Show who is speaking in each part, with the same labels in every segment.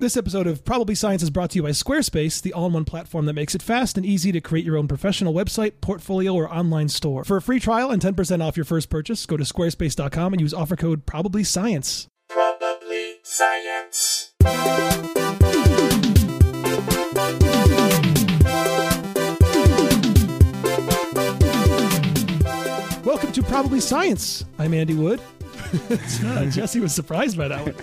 Speaker 1: This episode of Probably Science is brought to you by Squarespace, the all in one platform that makes it fast and easy to create your own professional website, portfolio, or online store. For a free trial and 10% off your first purchase, go to squarespace.com and use offer code Probably Science.
Speaker 2: Probably science.
Speaker 1: Welcome to Probably Science. I'm Andy Wood. Uh, Jesse was surprised by that one.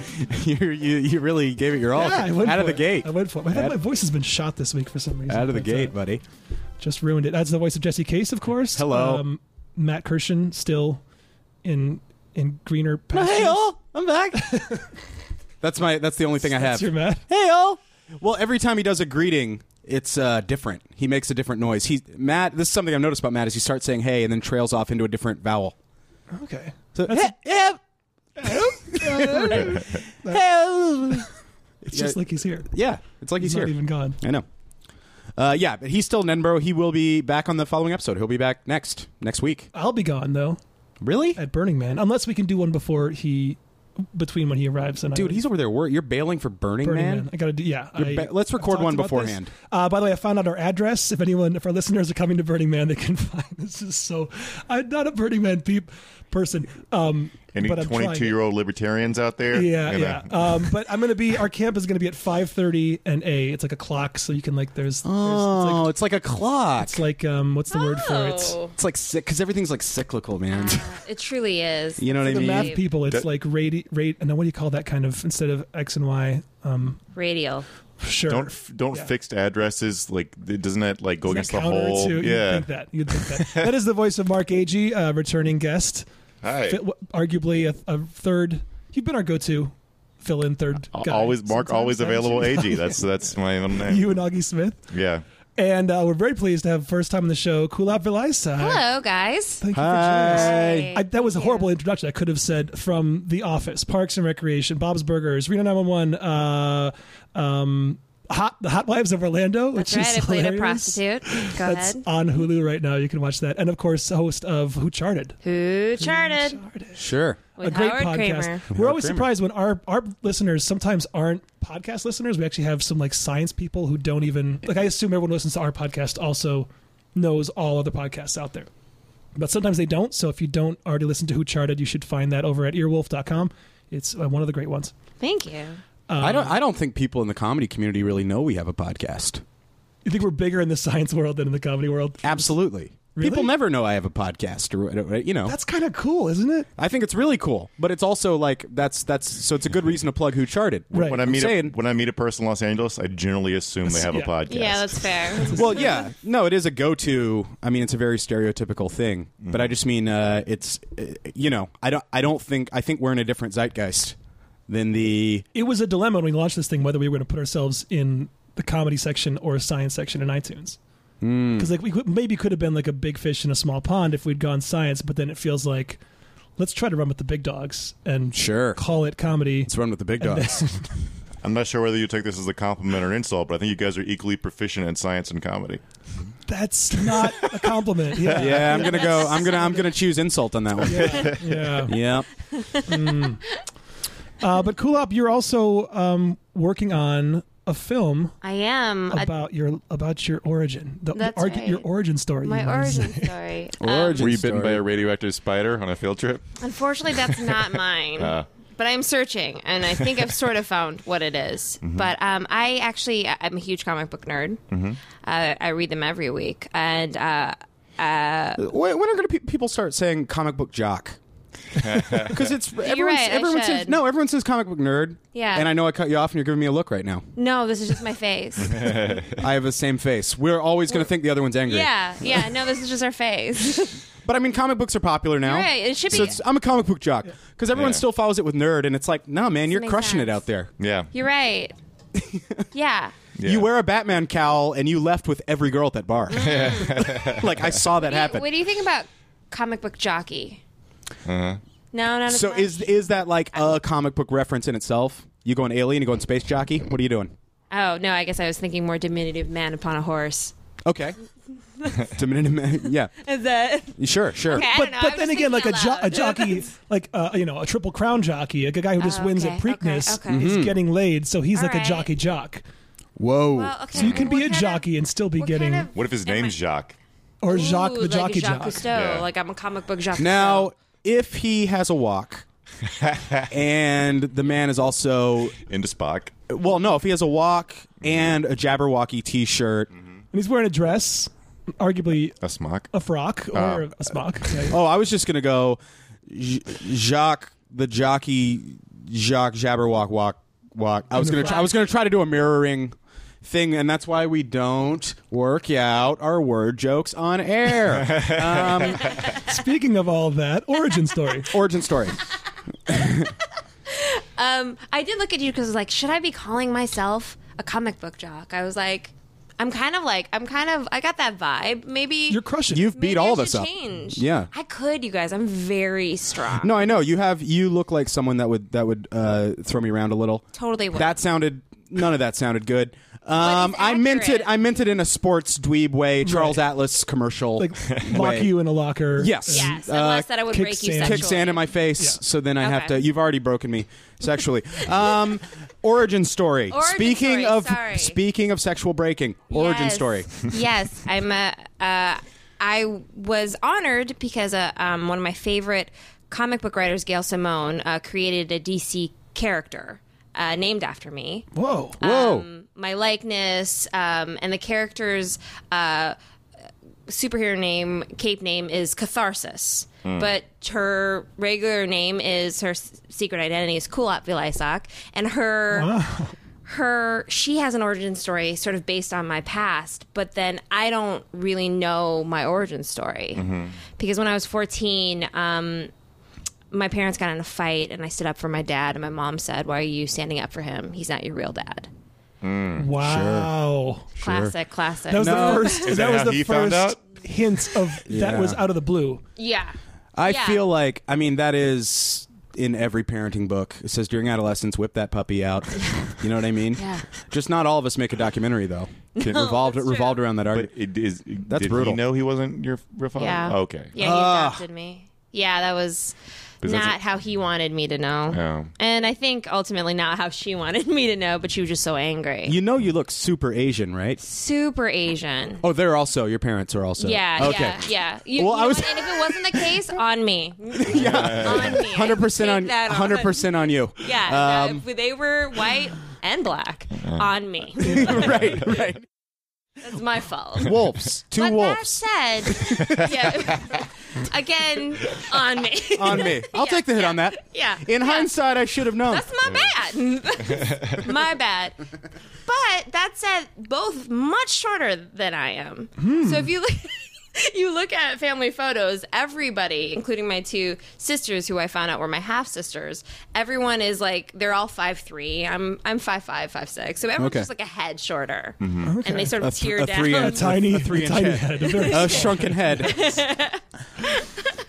Speaker 3: you, you you really gave it your all
Speaker 1: Yeah, I went
Speaker 3: out of
Speaker 1: for
Speaker 3: the
Speaker 1: it.
Speaker 3: gate.
Speaker 1: I went for it. I think
Speaker 3: Out-
Speaker 1: my voice has been shot this week for some reason.
Speaker 3: out of the
Speaker 1: but, uh,
Speaker 3: gate, buddy.
Speaker 1: just ruined it. That's the voice of Jesse Case, of course. Um,
Speaker 3: Hello.
Speaker 1: Matt Kirshen still in in greener pastures.
Speaker 3: I'm back. that's my. That's the only thing I have.
Speaker 1: That's your Matt.
Speaker 3: hey all. Well, every time he does a greeting, it's uh, different. He makes a different noise. He Matt. This is something I've noticed about Matt is he starts saying hey and then trails off into a different vowel.
Speaker 1: Okay.
Speaker 3: So,
Speaker 1: It's just
Speaker 3: Yeah.
Speaker 1: like he's here.
Speaker 3: yeah, it's like he's,
Speaker 1: He's
Speaker 3: here.
Speaker 1: not even gone.
Speaker 3: I know. Uh, yeah, but he's still Nenbro. He will be back on the following episode. He'll be back next next week.
Speaker 1: I'll be gone though
Speaker 3: Really,
Speaker 1: at Burning Man, unless we can do one before he, between when he arrives and I
Speaker 3: dude? He's over there. wor- You're bailing for Burning,
Speaker 1: Burning
Speaker 3: Man.
Speaker 1: Man. I gotta do. Yeah.
Speaker 3: You're
Speaker 1: I-
Speaker 3: ba- let's
Speaker 1: I've
Speaker 3: record
Speaker 1: talked
Speaker 3: one
Speaker 1: about this.
Speaker 3: beforehand.
Speaker 1: Uh, by the way, I found out our address. If anyone, if our listeners are coming to Burning Man, they can find. This is so. I'm not a Burning Man peep person. Um,
Speaker 4: Any
Speaker 1: but I'm trying it.
Speaker 4: 22 year old libertarians out there?
Speaker 1: Yeah,
Speaker 4: You know,
Speaker 1: yeah. Um, but I'm gonna be. Our camp is gonna be at 5:30 and a. It's like a clock, so you can like. There's. there's
Speaker 3: Oh, it's like, a clock.
Speaker 1: it's like, it's like um. What's the word for it?
Speaker 5: Oh.
Speaker 1: It's,
Speaker 3: It's like sick because everything's like cyclical, man.
Speaker 5: It truly is.
Speaker 3: You know what I
Speaker 1: the
Speaker 3: mean?
Speaker 1: math people. It's like rate rate. And then what do you call that kind of instead of x and y? Um,
Speaker 5: Radial.
Speaker 1: sure.
Speaker 4: Don't f- don't
Speaker 1: Yeah.
Speaker 4: fixed addresses like it- doesn't that like go
Speaker 1: Isn't
Speaker 4: against
Speaker 1: that
Speaker 4: the whole?
Speaker 1: counterintuitive? You'd
Speaker 4: yeah.
Speaker 1: think that. You'd think that. that is the voice of Mark Agee, uh, returning guest.
Speaker 4: Hi.
Speaker 1: Fi- w- arguably a, a third. You've been our go-to fill-in third.
Speaker 4: Al-
Speaker 1: guy
Speaker 4: always Mark
Speaker 1: sometimes,
Speaker 4: always
Speaker 1: haven't
Speaker 4: available.
Speaker 1: you?
Speaker 4: AG. That's that's my own name.
Speaker 1: You and Augie Smith,
Speaker 4: yeah.
Speaker 1: and uh, we're very pleased to have first time on the show Kulap Vilaisa.
Speaker 5: Hello, guys.
Speaker 1: Thank you for joining us.
Speaker 3: Hi.
Speaker 1: I, that was a
Speaker 5: Thank
Speaker 1: horrible
Speaker 5: you.
Speaker 1: introduction. I could have said from The Office, Parks and Recreation, Bob's Burgers, Reno 911, uh, um, Hot the Hot Wives of Orlando.
Speaker 5: That's
Speaker 1: which is
Speaker 5: right. I played a
Speaker 1: hilarious.
Speaker 5: prostitute. Go
Speaker 1: That's
Speaker 5: ahead.
Speaker 1: on Hulu right now. You can watch that, and of course, host of Who Charted.
Speaker 5: Who charted?
Speaker 3: Sure.
Speaker 5: With
Speaker 1: a great
Speaker 5: Howard
Speaker 1: podcast.
Speaker 5: Kramer.
Speaker 1: We're always
Speaker 3: Kramer.
Speaker 1: surprised when our our listeners sometimes aren't podcast listeners. We actually have some like science people who don't even like. I assume everyone who listens to our podcast also knows all other podcasts out there, but sometimes they don't. So if you don't already listen to Who Charted, you should find that over at earwolf.com. It's uh, one of the great ones.
Speaker 5: Thank you.
Speaker 3: I
Speaker 1: Uh,
Speaker 3: don't. I don't think people in the comedy community really know we have a podcast.
Speaker 1: You think we're bigger in the science world than in the comedy world?
Speaker 3: Absolutely.
Speaker 1: Really?
Speaker 3: People never know I have a podcast, or or- you know.
Speaker 1: That's kind of cool, isn't it?
Speaker 3: I think it's really cool, but it's also like that's that's so it's a good reason to plug who charted.
Speaker 1: Right.
Speaker 4: When I
Speaker 3: I'm
Speaker 4: meet a,
Speaker 3: saying-
Speaker 4: when I meet a person in Los Angeles, I generally assume they have
Speaker 1: Yeah.
Speaker 4: a podcast.
Speaker 5: Yeah, that's fair.
Speaker 3: Well, yeah, no, it is a go-to. I mean, it's a very stereotypical thing, but I just mean uh, it's uh, you know I don't I don't think I think we're in a different zeitgeist than the
Speaker 1: It was a dilemma when we launched this thing whether we were going to put ourselves in the comedy section or a science section in iTunes.
Speaker 3: Hmm.
Speaker 1: Because like we could, maybe could have been like a big fish in a small pond if we'd gone science, but then it feels like let's try to run with the big dogs and
Speaker 3: Sure.
Speaker 1: call it comedy.
Speaker 3: let's run with the big dogs.
Speaker 4: I'm not sure whether you take this as a compliment or insult, but I think you guys are equally proficient in science and comedy.
Speaker 1: That's not a compliment. Yeah,
Speaker 3: Yeah, I'm gonna go. I'm gonna. I'm gonna choose insult on that one. Yeah.
Speaker 1: yeah. Uh, but Kulop, you're also um, working on a film
Speaker 5: I am. a-
Speaker 1: about your about your origin, the, the
Speaker 5: That's
Speaker 1: arg-
Speaker 5: right.
Speaker 1: your origin story. you
Speaker 5: my
Speaker 1: wanted to
Speaker 5: origin story. Um,
Speaker 3: Origin
Speaker 4: Were you bitten by
Speaker 3: story.
Speaker 4: a radioactive spider on a field trip?
Speaker 5: unfortunately, that's not mine.
Speaker 4: Uh.
Speaker 5: But I'm searching, and I think I've sort of found what it is.
Speaker 1: Mm-hmm.
Speaker 5: But um, I actually, I- I'm a huge comic book nerd. Uh, I read them every week, and uh,
Speaker 3: When, when are gonna pe- people start saying comic book jock? Because it's everyone.
Speaker 5: right, I
Speaker 3: everyone says
Speaker 5: should.
Speaker 3: no. Everyone says comic book nerd.
Speaker 5: Yeah.
Speaker 3: And I know I cut you off, and you're giving me a look right now.
Speaker 5: no, this is just my face.
Speaker 3: I have the same face. We're always gonna think the other one's angry.
Speaker 5: yeah, yeah. No, this is just our face.
Speaker 3: But I mean, comic books are popular now.
Speaker 5: Right, it should
Speaker 3: So
Speaker 5: be-
Speaker 3: it's, I'm a comic book jock because everyone
Speaker 4: Yeah.
Speaker 3: still follows it with nerd, and it's like, no, man, you're
Speaker 5: makes
Speaker 3: crushing it
Speaker 5: sense.
Speaker 3: out there.
Speaker 4: Yeah.
Speaker 5: You're right. Yeah.
Speaker 4: Yeah.
Speaker 3: You wear a Batman cowl, and you left with every girl at that bar. like I saw that happen.
Speaker 5: What do you think about comic book jockey?
Speaker 3: Uh-huh.
Speaker 5: No, not as
Speaker 3: So
Speaker 5: much.
Speaker 3: is is that like a comic book reference in itself? You going alien? You going space jockey? What are you doing?
Speaker 5: oh no, I guess I was thinking more diminutive man upon a horse.
Speaker 3: Okay. Diminutive man. Yeah.
Speaker 5: Is that?
Speaker 3: Sure. Sure.
Speaker 5: Okay, I
Speaker 1: but
Speaker 5: don't know. I
Speaker 1: but
Speaker 5: was
Speaker 1: then
Speaker 5: just
Speaker 1: again, like
Speaker 5: thinking
Speaker 1: a, jo-
Speaker 5: out
Speaker 1: a
Speaker 5: loud.
Speaker 1: jockey, like uh, you know, a triple crown jockey, like a guy who just
Speaker 5: Oh,
Speaker 1: wins
Speaker 5: okay,
Speaker 1: at Preakness,
Speaker 5: okay, okay.
Speaker 3: Mm-hmm.
Speaker 1: is getting laid, so he's
Speaker 5: All
Speaker 1: like
Speaker 5: right.
Speaker 1: a jockey jock.
Speaker 3: Whoa.
Speaker 5: Well, okay,
Speaker 1: So you can
Speaker 5: well,
Speaker 1: be a
Speaker 5: what kind
Speaker 1: jockey
Speaker 5: of-
Speaker 1: and still be
Speaker 5: what
Speaker 1: getting,
Speaker 5: kind of-
Speaker 4: What if his
Speaker 5: Am I-
Speaker 4: name's Jacques?
Speaker 1: or Jacques the
Speaker 5: Ooh, like
Speaker 1: jockey
Speaker 5: a Jacques
Speaker 1: jock.
Speaker 5: Cousteau,
Speaker 4: Yeah.
Speaker 5: Like I'm a comic book Jacques.
Speaker 3: Now,
Speaker 5: Cousteau.
Speaker 3: if he has a walk, and the man is also
Speaker 4: Into Spock.
Speaker 3: well, no, if he has a walk and a Jabberwocky T-shirt.
Speaker 1: And he's wearing a dress, arguably
Speaker 4: A smock.
Speaker 1: a frock or
Speaker 4: Uh,
Speaker 1: a smock. Yeah.
Speaker 3: Oh, I was just gonna go, J- Jacques the jockey, Jacques Jabberwock walk walk. I was gonna try, I was gonna try to do a mirroring thing, and that's why we don't work out our word jokes on air. um,
Speaker 1: Speaking of all that, origin story.
Speaker 3: origin story.
Speaker 5: um, I did look at you because I was like, should I be calling myself a comic book jock? I was like, I'm kind of like, I'm kind of, I got that vibe. Maybe
Speaker 1: You're crushing.
Speaker 3: You've
Speaker 5: maybe
Speaker 3: beat all
Speaker 5: I
Speaker 3: of us
Speaker 5: should
Speaker 3: up.
Speaker 5: Change.
Speaker 3: Yeah.
Speaker 5: I could, you guys. I'm very strong.
Speaker 3: No, I know you have. You look like someone that would that would uh, throw me around a little.
Speaker 5: Totally would.
Speaker 3: That sounded. None of that sounded good. Um, I meant it.
Speaker 5: accurate.
Speaker 3: I meant it in a sports dweeb way, Charles Atlas commercial.
Speaker 1: like lock
Speaker 3: way.
Speaker 1: you in a locker.
Speaker 3: Yes.
Speaker 5: Yes,
Speaker 3: Uh,
Speaker 5: unless that I would
Speaker 1: kick
Speaker 5: break you
Speaker 1: sand.
Speaker 5: sexually.
Speaker 3: kick sand in my face.
Speaker 1: Yeah.
Speaker 3: So then I have
Speaker 5: Okay.
Speaker 3: to. You've already broken me sexually. Um, origin story.
Speaker 5: Origin
Speaker 3: speaking
Speaker 5: story,
Speaker 3: of
Speaker 5: sorry.
Speaker 3: speaking of sexual breaking. Origin
Speaker 5: Yes.
Speaker 3: story.
Speaker 5: yes, I'm a. Uh, I was honored because uh, um, one of my favorite comic book writers, Gail Simone, uh, created a DC character uh, named after me.
Speaker 1: Whoa.
Speaker 3: Whoa.
Speaker 5: Um, my likeness um, and the character's uh, superhero name, cape name is Catharsis. But her regular name is her s- secret identity is Kulop Vilaysack, and her her she has an origin story sort of based on my past but then i don't really know my origin story because when i was 14 um, my parents got in a fight and i stood up for my dad and my mom said why are you standing up for him he's not your real dad
Speaker 1: Wow.
Speaker 5: classic classic
Speaker 1: That was
Speaker 3: Mm, No.
Speaker 1: the first.
Speaker 4: that
Speaker 1: that was
Speaker 4: how
Speaker 1: the
Speaker 4: he found
Speaker 1: first
Speaker 4: out?
Speaker 1: hint of
Speaker 3: Yeah.
Speaker 1: that was out of the blue.
Speaker 5: yeah
Speaker 3: I
Speaker 5: Yeah.
Speaker 3: feel like I mean that is in every parenting book. It says during adolescence, whip that puppy out. you know what I mean?
Speaker 5: Yeah.
Speaker 3: Just not all of us make a documentary though. It revolved it
Speaker 5: that's
Speaker 3: revolved
Speaker 5: true.
Speaker 3: around that
Speaker 4: But
Speaker 3: argument.
Speaker 4: it is.
Speaker 3: That's
Speaker 4: did
Speaker 3: brutal.
Speaker 4: He know he wasn't your real father. Oh,
Speaker 5: yeah
Speaker 4: Okay.
Speaker 5: yeah he
Speaker 3: Ah.
Speaker 5: adopted me yeah that was
Speaker 4: But that's
Speaker 5: not
Speaker 4: a-
Speaker 5: how he wanted me to know
Speaker 4: Oh.
Speaker 5: and i think ultimately not how she wanted me to know but she was just so angry
Speaker 3: You know you look super Asian, right?
Speaker 5: super asian
Speaker 3: Oh, they're also your parents are also.
Speaker 5: Yeah,
Speaker 3: Okay.
Speaker 5: yeah, yeah. You,
Speaker 3: Well,
Speaker 5: you
Speaker 3: I
Speaker 5: know
Speaker 3: was-
Speaker 5: what? and if it wasn't the case, on me. yeah, on me.
Speaker 3: Hundred percent on
Speaker 5: Take that
Speaker 3: hundred percent on you.
Speaker 5: Yeah,
Speaker 3: Um,
Speaker 5: that- they were white and black on me.
Speaker 3: right, right.
Speaker 5: That's my fault.
Speaker 3: Wolves. Two
Speaker 5: but
Speaker 3: wolves.
Speaker 5: that said, yeah, again on me.
Speaker 3: on me. I'll take the hit on that.
Speaker 5: yeah.
Speaker 3: In
Speaker 5: yeah.
Speaker 3: hindsight, I should have known.
Speaker 5: That's my bad. my bad. But that said, both much shorter than I am. So if you look, you look at family photos, everybody, including my two sisters, who I found out were my half sisters, everyone is like they're all five three. I'm I'm five five, five six. So everyone's
Speaker 3: Okay. Mm-hmm.
Speaker 5: just like a head shorter, and they sort of
Speaker 3: A th-
Speaker 5: tear
Speaker 3: a
Speaker 5: down.
Speaker 3: three
Speaker 1: A
Speaker 3: and-
Speaker 1: tiny,
Speaker 3: a three-inch
Speaker 1: tiny
Speaker 3: head.
Speaker 1: head. A very-
Speaker 3: a shrunken head.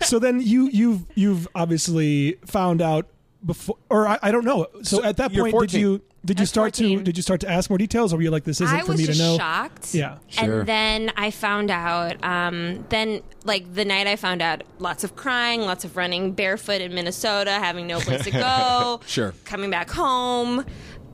Speaker 1: so then you you've you've obviously found out before, or I, I don't know. So,
Speaker 3: So
Speaker 1: at that
Speaker 3: you're
Speaker 1: point,
Speaker 3: 14.
Speaker 1: did you did you
Speaker 5: At
Speaker 1: start
Speaker 5: 14.
Speaker 1: to did you start to ask more details, or were you like, this isn't
Speaker 5: I
Speaker 1: for
Speaker 5: was
Speaker 1: me
Speaker 5: just
Speaker 1: to know?
Speaker 5: shocked.
Speaker 1: Yeah.
Speaker 3: Sure.
Speaker 5: And then I found out. Um, then, like the night I found out, lots of crying, lots of running barefoot in Minnesota, having no place to go.
Speaker 3: Sure.
Speaker 5: Coming back home,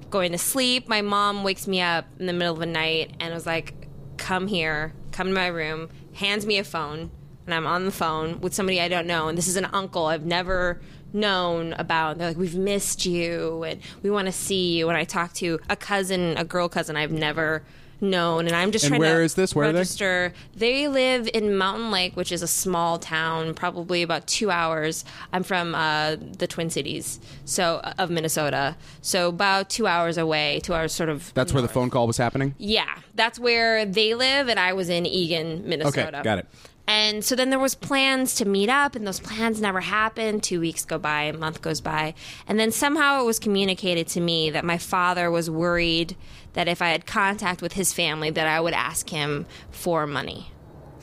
Speaker 5: going to sleep. My mom wakes me up in the middle of the night and was like, "Come here, come to my room." Hands me a phone, and I'm on the phone with somebody I don't know, and this is an uncle I've never known about. They're like, "We've missed you, and we want to see you." And I talked to a cousin, a girl cousin I've never known, and I'm just
Speaker 3: And
Speaker 5: trying
Speaker 3: where
Speaker 5: to
Speaker 3: is this? Where are they?
Speaker 5: register. They live in Mountain Lake, which is a small town, probably about two hours. I'm from uh, the Twin Cities, so of Minnesota, so about two hours away, two hours sort of.
Speaker 3: That's where the phone call was happening.
Speaker 5: Yeah, that's where they live, and I was in Eagan, Minnesota.
Speaker 3: got it.
Speaker 5: And so then there was plans to meet up, and those plans never happened. Two weeks go by, a month goes by, and then somehow it was communicated to me that my father was worried that if I had contact with his family, that I would ask him for money,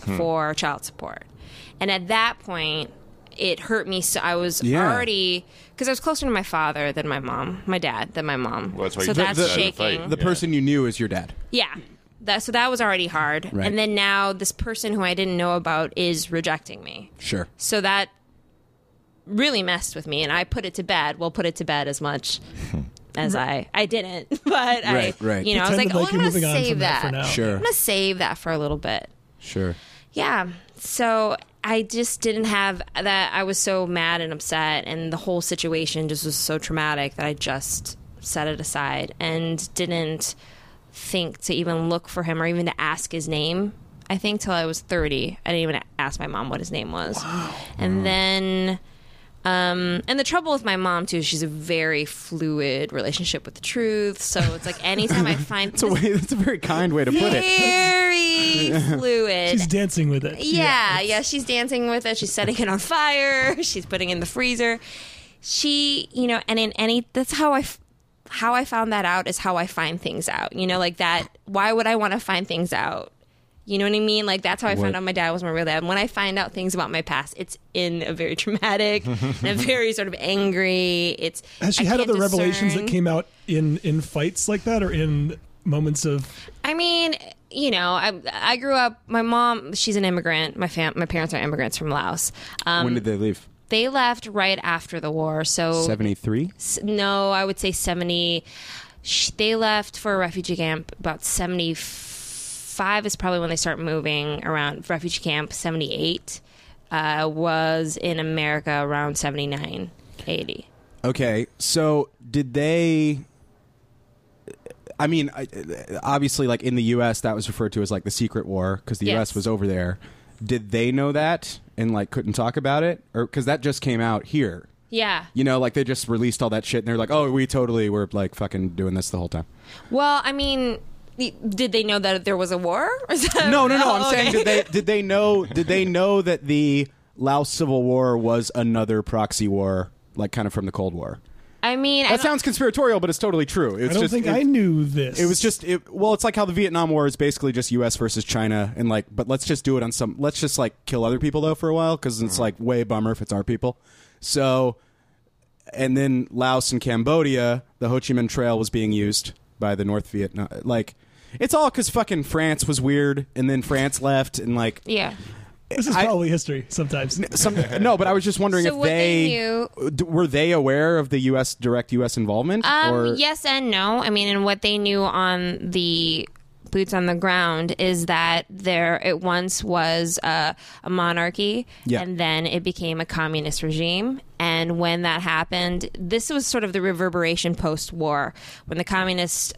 Speaker 3: Hmm.
Speaker 5: for child support. And at that point, it hurt me. So I was
Speaker 3: Yeah.
Speaker 5: already because I was closer to my father than my mom, my dad than my mom.
Speaker 4: Well, that's why
Speaker 5: so
Speaker 4: you
Speaker 5: that's
Speaker 4: said the fight.
Speaker 5: shaking.
Speaker 3: The
Speaker 4: Yeah.
Speaker 3: person you knew is your dad.
Speaker 5: Yeah. that so that was already hard.
Speaker 3: Right.
Speaker 5: And then now this person who I didn't know about is rejecting me.
Speaker 3: Sure.
Speaker 5: So that really messed with me and I put it to bed. Well, put it to bed as much as I I didn't, but
Speaker 3: Right,
Speaker 5: I
Speaker 3: right.
Speaker 5: you know, I was like,
Speaker 1: Pretended
Speaker 5: "Oh,
Speaker 1: like you're
Speaker 5: I'm going to
Speaker 1: moving on
Speaker 5: save
Speaker 1: from that
Speaker 5: that."
Speaker 1: for now.
Speaker 3: Sure.
Speaker 5: I'm going to save that for a little bit.
Speaker 3: Sure.
Speaker 5: Yeah. So I just didn't have that. I was so mad and upset, and the whole situation just was so traumatic that I just set it aside and didn't think to even look for him or even to ask his name. I think till I was 30, I didn't even ask my mom what his name was.
Speaker 3: Mm.
Speaker 5: And then. Um, and the trouble with my mom too, is she's a very fluid relationship with the truth. So it's like anytime I find
Speaker 3: It's a way. That's a very kind way to put it.
Speaker 5: very fluid,
Speaker 1: She's dancing with it.
Speaker 5: yeah, yeah, she's dancing with it. She's setting it on fire. She's putting it in the freezer. She, you know, and in any that's how I f- how I found that out is how I find things out. You know, like that why would I want to find things out? You know what I mean? Like that's how I
Speaker 3: What-
Speaker 5: found out my dad was my real dad. And when I find out things about my past, it's in a very traumatic and a very sort of angry. It's
Speaker 1: Has she
Speaker 5: I
Speaker 1: had
Speaker 5: can't
Speaker 1: other revelations that
Speaker 5: discern.
Speaker 1: came out in in fights like that or in moments of
Speaker 5: I mean, you know, I I grew up. My mom, she's an immigrant. My fam, my parents are immigrants from Laos. Um,
Speaker 3: when did they leave?
Speaker 5: They left right after the war. So
Speaker 3: Seventy three.
Speaker 5: s- no, I would say 70. Sh- They left for a refugee camp about 75 is probably when they start moving around refugee camp 78 uh, was in America around 79 80.
Speaker 3: Okay, so did they? I mean, I- obviously, like in the U.S., that was referred to as like the Secret War because the
Speaker 5: Yes.
Speaker 3: U.S. was over there. Did they know that and like couldn't talk about it, or because that just came out here?
Speaker 5: Yeah.
Speaker 3: You know, like they just released all that shit and they're like, "Oh, we totally were like fucking doing this the whole time."
Speaker 5: Well, I mean, y- did they know that there was a war? Or is that-
Speaker 3: No, no, no. I'm
Speaker 5: Oh,
Speaker 3: saying
Speaker 5: okay.
Speaker 3: did they did they know did they know that the Laos Civil War was another proxy war, like kind of from the Cold War?
Speaker 5: I mean, I
Speaker 3: That
Speaker 5: don't-
Speaker 3: sounds conspiratorial, but it's totally true. It's
Speaker 1: I don't
Speaker 3: just,
Speaker 1: think
Speaker 3: it-
Speaker 1: I knew this.
Speaker 3: It was just it, well, it's like how the Vietnam War is basically just U.S. versus China, and like, but let's just do it on some. Let's just like kill other people though for a while because it's like way bummer if it's our people. So, and then Laos and Cambodia, the Ho Chi Minh Trail was being used by the North Vietnam. Like, it's all because fucking France was weird, and then France left, and like.
Speaker 5: yeah.
Speaker 1: this is
Speaker 3: I-
Speaker 1: probably history sometimes.
Speaker 3: Some, no, but I was just wondering
Speaker 5: So
Speaker 3: if
Speaker 5: what they
Speaker 3: they, d- were they aware of the U.S. direct U.S. involvement.
Speaker 5: Um,
Speaker 3: or,
Speaker 5: yes and no. I mean, and what they knew on the boots on the ground is that there it once was a, a monarchy,
Speaker 3: Yeah.
Speaker 5: and then it became a communist regime. And when that happened, this was sort of the reverberation post-war when the communist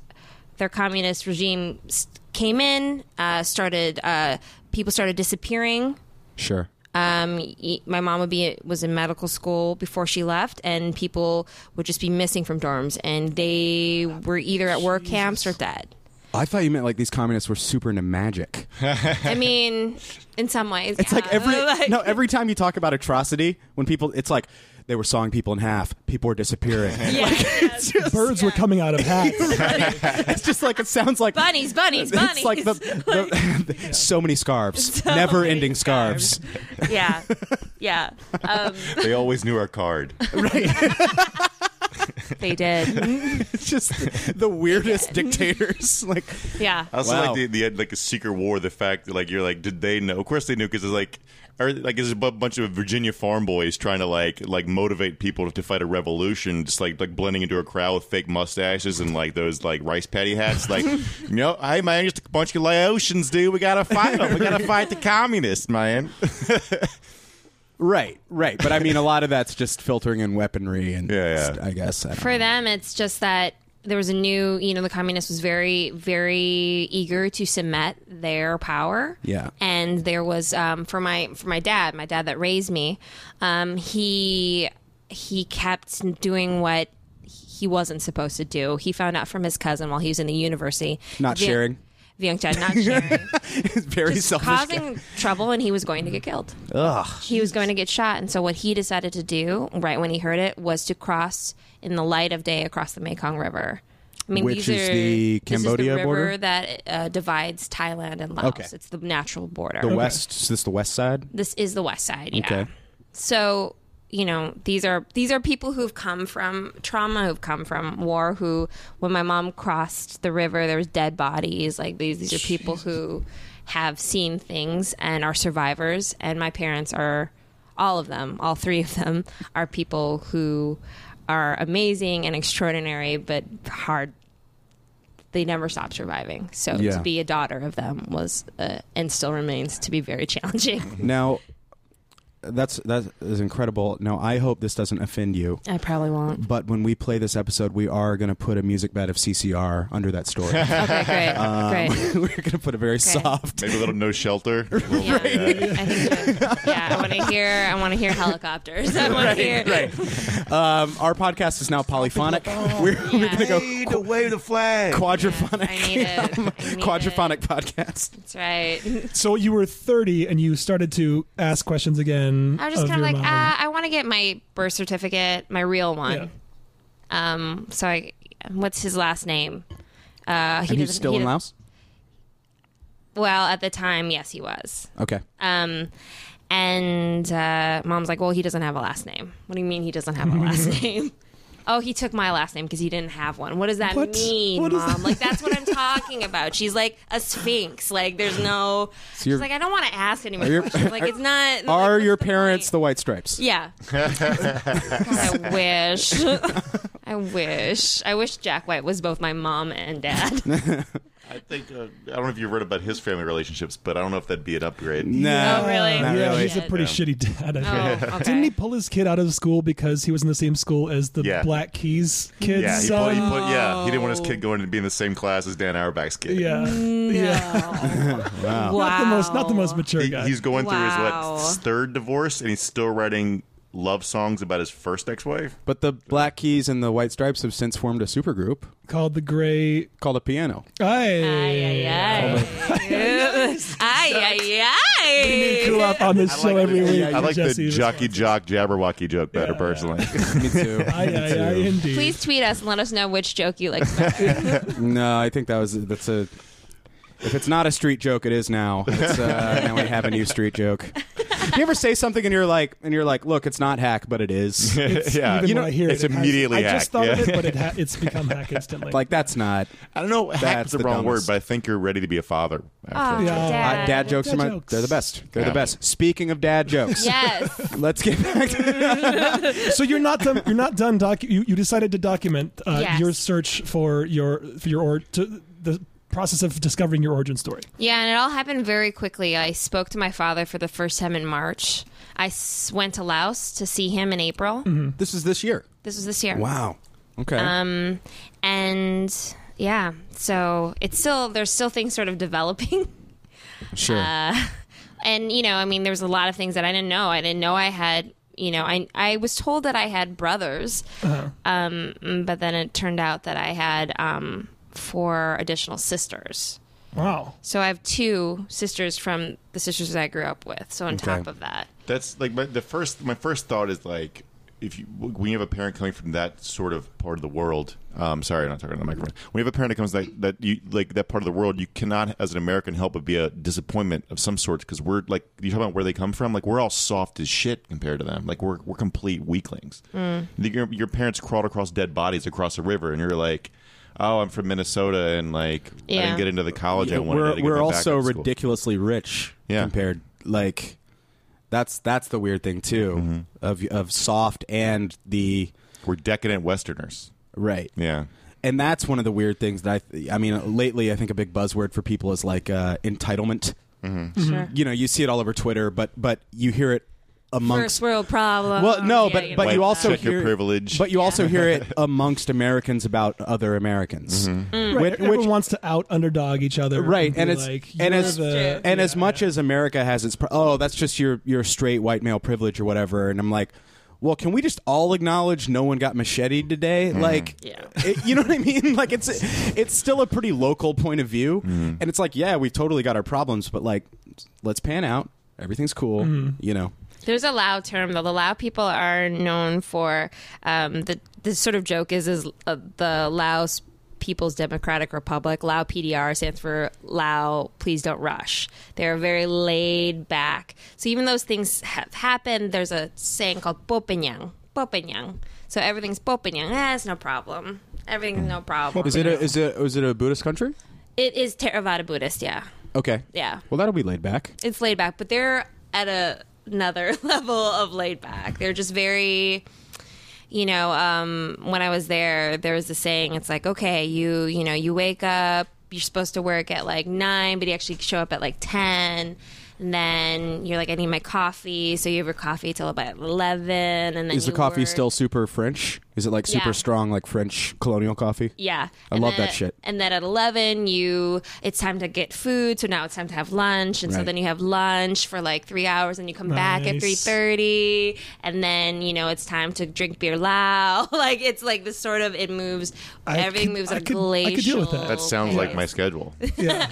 Speaker 5: their communist regime s- came in, uh, started uh, people started disappearing
Speaker 3: sure.
Speaker 5: um, y- my mom would be was in medical school before she left, and people would just be missing from dorms, and they were either at work camps or dead.
Speaker 3: I thought you meant like these communists were super magic.
Speaker 5: I mean, in some ways,
Speaker 3: It's like
Speaker 5: yeah.
Speaker 3: every
Speaker 5: Like-
Speaker 3: no every time you talk about atrocity, when people, it's like they were sawing people in half, people were disappearing.
Speaker 5: Yeah, yes.
Speaker 1: Birds were coming out of hats.
Speaker 3: it's just like it sounds like
Speaker 5: bunnies, bunnies, bunnies.
Speaker 3: It's like the, the so many scarves, never-ending scarves.
Speaker 5: yeah, yeah. Um,
Speaker 4: They always knew our card.
Speaker 5: they did.
Speaker 3: It's just the weirdest dictators. Like
Speaker 5: Yeah.
Speaker 4: I also
Speaker 3: Wow.
Speaker 4: like the, the like a secret war. The fact that like you're like, did they know? Of course they knew because it's like, or like there's a bu- bunch of Virginia farm boys trying to like like motivate people to fight a revolution, just like like blending into a crowd with fake mustaches and like those like rice patty hats. Like, you know, hey man, just a bunch of Laotians, dude. We gotta fight them. We gotta fight the communists, man.
Speaker 3: right, right. But I mean, a lot of that's just filtering and weaponry, and
Speaker 4: Yeah, yeah.
Speaker 3: I guess I don't
Speaker 5: For them, it's just that there was a new, you know, the communist was very, very eager to cement their power.
Speaker 3: Yeah.
Speaker 5: And there was um, for my for my dad, my dad that raised me, um, he he kept doing what he wasn't supposed to do. He found out from his cousin while he was in the university.
Speaker 3: Not
Speaker 5: Viet-
Speaker 3: sharing.
Speaker 5: Vientiane, not sharing.
Speaker 3: It's very
Speaker 5: Just
Speaker 3: selfish.
Speaker 5: causing trouble, and he was going to get killed
Speaker 3: Ugh.
Speaker 5: he was going to get shot. And so what he decided to do, right when he heard it, was to cross in the light of day across the Mekong River. I mean,
Speaker 3: Which
Speaker 5: these
Speaker 3: is
Speaker 5: are,
Speaker 3: the
Speaker 5: this is
Speaker 3: Cambodia
Speaker 5: river
Speaker 3: border?
Speaker 5: that uh, divides Thailand and Laos.
Speaker 3: Okay.
Speaker 5: It's the natural border.
Speaker 3: The west. Is this the west side?
Speaker 5: this is the west side. Yeah.
Speaker 3: Okay.
Speaker 5: So you know these are these are people who've come from trauma, who've come from war. Who, when my mom crossed the river, there was dead bodies. Like these, these are people who have seen things and are survivors. And my parents are all of them, all three of them, are people who are amazing and extraordinary, but hard they never stopped surviving. So
Speaker 3: Yeah.
Speaker 5: to be a daughter of them was uh, and still remains to be very challenging.
Speaker 3: Now, that's that is incredible. Now, I hope this doesn't offend you,
Speaker 5: I probably won't.
Speaker 3: but when we play this episode, we are going to put a music bed of CCR under that story.
Speaker 5: Okay, great,
Speaker 3: Um,
Speaker 5: great.
Speaker 3: We're going to put a very
Speaker 5: Okay.
Speaker 3: soft.
Speaker 4: Maybe a little no shelter.
Speaker 5: Yeah, I think so. yeah. I want to hear. I want to hear helicopters. I want to hear.
Speaker 3: Um, our podcast is now polyphonic. We're, we're going to go
Speaker 4: to wave the flag.
Speaker 3: quadrophonic.
Speaker 5: I need it. I uh, need
Speaker 3: quadrophonic
Speaker 5: it.
Speaker 3: podcast.
Speaker 5: That's right.
Speaker 1: So you were 30 and you started to ask questions again.
Speaker 5: I was just
Speaker 1: of
Speaker 5: kind of
Speaker 1: your
Speaker 5: like,
Speaker 1: mom.
Speaker 5: uh, I want to get my birth certificate, my real one. Um. So I, what's his last name? Uh,
Speaker 3: And
Speaker 5: he
Speaker 3: he's
Speaker 5: doesn't-
Speaker 3: still
Speaker 5: he
Speaker 3: in
Speaker 5: doesn't-
Speaker 3: Laos?
Speaker 5: Well, at the time, yes, he was.
Speaker 3: Okay.
Speaker 5: Um, and uh, mom's like, well, he doesn't have a last name. What do you mean he doesn't have a last name? Oh, he took my last name because he didn't have one. What does that
Speaker 1: What?
Speaker 5: mean,
Speaker 1: What is
Speaker 5: mom? Like that's what I'm talking about. She's like a sphinx. Like there's no. she's
Speaker 3: you're-
Speaker 5: like I don't want to ask anymore.
Speaker 3: Are your-
Speaker 5: questions. Like it's not.
Speaker 3: Are
Speaker 5: what's
Speaker 3: your
Speaker 5: the
Speaker 3: parents
Speaker 5: point?
Speaker 3: the White Stripes?
Speaker 5: Yeah. God, I wish. I wish. I wish Jack White was both my mom and dad.
Speaker 4: I think uh, I don't know if you've read about his family relationships, but I don't know if that'd be an upgrade.
Speaker 5: Oh, really?
Speaker 3: Not
Speaker 1: yeah,
Speaker 3: really.
Speaker 1: he's a pretty shitty dad. I think.
Speaker 5: Oh, okay.
Speaker 1: Didn't he pull his kid out of school because he was in the same school as the
Speaker 4: Yeah.
Speaker 1: Black Keys kids?
Speaker 4: Yeah, he, put,
Speaker 1: son?
Speaker 4: he put, yeah, he didn't want his kid going to be in the same class as Dan Auerbach's kid.
Speaker 1: yeah, yeah.
Speaker 5: Mm, wow.
Speaker 1: Not the most, not the most mature
Speaker 4: He-
Speaker 1: guy.
Speaker 4: he's going through
Speaker 5: Wow.
Speaker 4: his what third divorce, and he's still writing love songs about his first ex-wife.
Speaker 3: But the Black Keys and the White Stripes have since formed a supergroup
Speaker 1: called the Gray.
Speaker 3: called a piano.
Speaker 1: Aye.
Speaker 5: Ay, ay, ay. Ay, ay, ay.
Speaker 1: Grew up on this show every week.
Speaker 4: I like
Speaker 1: Jesse.
Speaker 4: the jockey jock jabberwocky joke better
Speaker 1: Yeah.
Speaker 4: personally.
Speaker 3: Me too.
Speaker 1: Aye, aye, aye, indeed.
Speaker 5: Please tweet us and let us know which joke you like.
Speaker 3: No, I think that was that's a. If it's not a street joke, it is now. It's, uh, now we have a new street joke. Do you ever say something and you're like, and you're like, look, it's not hack, but it is.
Speaker 4: yeah,
Speaker 1: Even when I hear
Speaker 4: it's
Speaker 1: it, it has-
Speaker 4: immediately
Speaker 1: I just
Speaker 4: hacked,
Speaker 1: thought
Speaker 4: yeah.
Speaker 1: of it, but it ha- it's become hack instantly.
Speaker 3: Like that's not.
Speaker 4: I don't know. Hack's
Speaker 3: That's
Speaker 4: the,
Speaker 3: the
Speaker 4: wrong
Speaker 3: dumbest.
Speaker 4: word, but I think you're ready to be a father. after that.
Speaker 5: Oh,
Speaker 1: Yeah.
Speaker 5: Dad.
Speaker 3: Uh, dad jokes
Speaker 1: Dad
Speaker 3: are my.
Speaker 1: jokes.
Speaker 3: They're the best. They're
Speaker 4: Yeah.
Speaker 3: the best. Speaking of dad jokes,
Speaker 5: Yes.
Speaker 3: let's get back to
Speaker 1: so you're not done. You're not done. Docu- you you decided to document uh,
Speaker 5: Yes.
Speaker 1: your search for your for your or to the process of discovering your origin story.
Speaker 5: Yeah, and it all happened very quickly. I spoke to my father for the first time in March. I s- went to Laos to see him in April.
Speaker 3: this. Is this year?
Speaker 5: This was this year.
Speaker 3: Wow. Okay.
Speaker 5: Um, and yeah, so it's still there's still things sort of developing.
Speaker 3: sure.
Speaker 5: Uh, and you know, I mean, there was a lot of things that I didn't know. I didn't know I had. You know, I I was told that I had brothers, um, but then it turned out that I had um, four additional sisters.
Speaker 1: Wow.
Speaker 5: So I have two sisters from the sisters that I grew up with. So on top of that,
Speaker 4: That's like my, the first. My first thought is like, if you when you have a parent coming from that sort of part of the world, um, sorry, I'm not talking to the microphone. When you have a parent that comes that that you like that part of the world, you cannot, as an American, help but be a disappointment of some sort because we're like you talk about where they come from. Like we're all soft as shit compared to them. Like we're we're complete weaklings. The- Your, your parents crawled across dead bodies across a river, and you're like. Oh, I'm from Minnesota, and like I
Speaker 5: Yeah.
Speaker 4: didn't get into the college I wanted. I had
Speaker 3: we're
Speaker 4: to get
Speaker 3: we're
Speaker 4: my back
Speaker 3: also
Speaker 4: up to school."
Speaker 3: ridiculously rich
Speaker 4: Yeah.
Speaker 3: compared like that's that's the weird thing too
Speaker 4: Mm-hmm.
Speaker 3: of of soft and the
Speaker 4: We're decadent Westerners.
Speaker 3: right
Speaker 4: Yeah,
Speaker 3: and that's one of the weird things that I I mean lately I think a big buzzword for people is like uh, entitlement
Speaker 5: sure.
Speaker 3: you know you see it all over Twitter but but you hear it amongst
Speaker 5: First world problem.
Speaker 3: well no but but
Speaker 4: White
Speaker 3: you also
Speaker 4: checker
Speaker 3: hear
Speaker 4: privilege.
Speaker 3: but you also hear it amongst Americans about other Americans
Speaker 4: Mm-hmm.
Speaker 1: Mm-hmm. Right.
Speaker 3: Which-
Speaker 1: Everyone
Speaker 3: which-
Speaker 1: wants to out underdog each other.
Speaker 3: right
Speaker 1: be
Speaker 3: and it's
Speaker 1: like,
Speaker 3: and
Speaker 1: "You're
Speaker 3: as
Speaker 1: the-
Speaker 3: and
Speaker 1: yeah,
Speaker 3: as much
Speaker 1: yeah.
Speaker 3: as america has its pro- oh that's just your your straight white male privilege or whatever and i'm like well can we just all acknowledge no one got macheted today like
Speaker 5: Yeah.
Speaker 3: it- you know what i mean like it's it's still a pretty local point of view and it's like yeah we've totally got our problems but like let's pan out everything's cool you know
Speaker 5: There's a Lao term though. The Lao people are known for um, the the sort of joke is is uh, the Lao People's Democratic Republic. Lao PDR stands for Lao Please Don't Rush. They're very laid back. So even those things have happened, there's a saying called Bopenyang. Bopenyang. So everything's Bopenyang. Ah, it's no problem. Everything's no problem.
Speaker 3: Is it a, is it is it a Buddhist country?
Speaker 5: it is Theravada Buddhist, yeah.
Speaker 3: Okay.
Speaker 5: Yeah.
Speaker 3: Well, that'll be laid back.
Speaker 5: it's laid back, but they're at a, another level of laid back. They're just very, you know. Um, when I was there, there was a saying. It's like, okay, you you know, you wake up. You're supposed to work at like nine, but you actually show up at like ten. And then you're like, I need my coffee, so you have your coffee till about eleven. And then
Speaker 3: Is the
Speaker 5: you
Speaker 3: coffee
Speaker 5: work.
Speaker 3: still super French? Is it like super
Speaker 5: Yeah.
Speaker 3: strong, like French colonial coffee?
Speaker 5: Yeah,
Speaker 3: I
Speaker 5: And
Speaker 3: love
Speaker 5: then-
Speaker 3: that shit.
Speaker 5: And then at eleven, you it's time to get food, so now it's time to have lunch, and so
Speaker 3: Right.
Speaker 5: then you have lunch for like three hours, and you come back at
Speaker 1: Nice.
Speaker 5: three thirty, and then you know it's time to drink beer lao. like it's like this sort of it moves,
Speaker 1: I
Speaker 5: everything
Speaker 1: could-
Speaker 5: moves
Speaker 1: I
Speaker 5: on a
Speaker 1: could- I could deal with that.
Speaker 5: glacial
Speaker 4: That sounds like
Speaker 5: pace.
Speaker 4: my schedule.
Speaker 1: Yeah.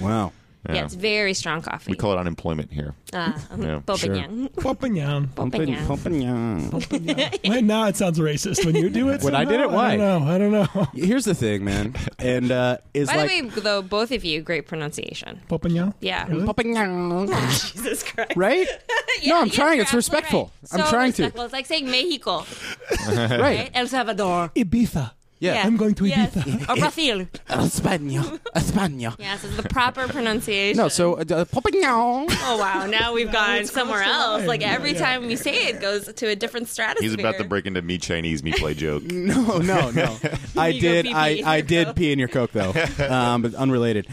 Speaker 3: Wow.
Speaker 5: yeah. it's very strong coffee.
Speaker 4: We call it unemployment here.
Speaker 5: uh,
Speaker 4: Yeah,
Speaker 3: sure.
Speaker 5: Bopanyang.
Speaker 1: Pumping yum.
Speaker 5: Bopanyang.
Speaker 1: Right now it sounds racist when you do it.
Speaker 3: When I did it,
Speaker 1: somehow, I don't know. I don't know.
Speaker 3: Here's the thing, man, and uh, is
Speaker 5: By
Speaker 3: like
Speaker 5: the way, though, both of you, great pronunciation.
Speaker 1: Pumping yum.
Speaker 5: Yeah.
Speaker 1: Really?
Speaker 5: Jesus Christ.
Speaker 3: right? no, I'm
Speaker 5: Yeah,
Speaker 3: trying.
Speaker 5: you're
Speaker 3: It's
Speaker 5: absolutely
Speaker 3: respectful.
Speaker 5: right.
Speaker 3: I'm
Speaker 5: So
Speaker 3: trying
Speaker 5: respectful. It's like saying Mexico,
Speaker 3: to.
Speaker 5: right?
Speaker 3: Right.
Speaker 5: El Salvador.
Speaker 1: Ibiza.
Speaker 3: Yeah.
Speaker 1: I'm going to
Speaker 5: Yes.
Speaker 1: Ibiza.
Speaker 5: Or Brazil.
Speaker 3: España. España.
Speaker 5: Yes, it's the proper pronunciation.
Speaker 3: No, so uh, Pompignan.
Speaker 5: Oh wow! Now we've gone somewhere
Speaker 1: crossed the
Speaker 5: else.
Speaker 1: line.
Speaker 5: Like
Speaker 1: Yeah,
Speaker 5: every
Speaker 1: yeah.
Speaker 5: time you say it, goes to a different stratosphere.
Speaker 4: He's about to break into me Chinese, me play joke.
Speaker 3: No, no, no. I
Speaker 5: You go
Speaker 3: did.
Speaker 5: pee pee
Speaker 3: I,
Speaker 5: in
Speaker 3: I
Speaker 5: your
Speaker 3: did
Speaker 5: Coke.
Speaker 3: pee in your coke though, um, but unrelated.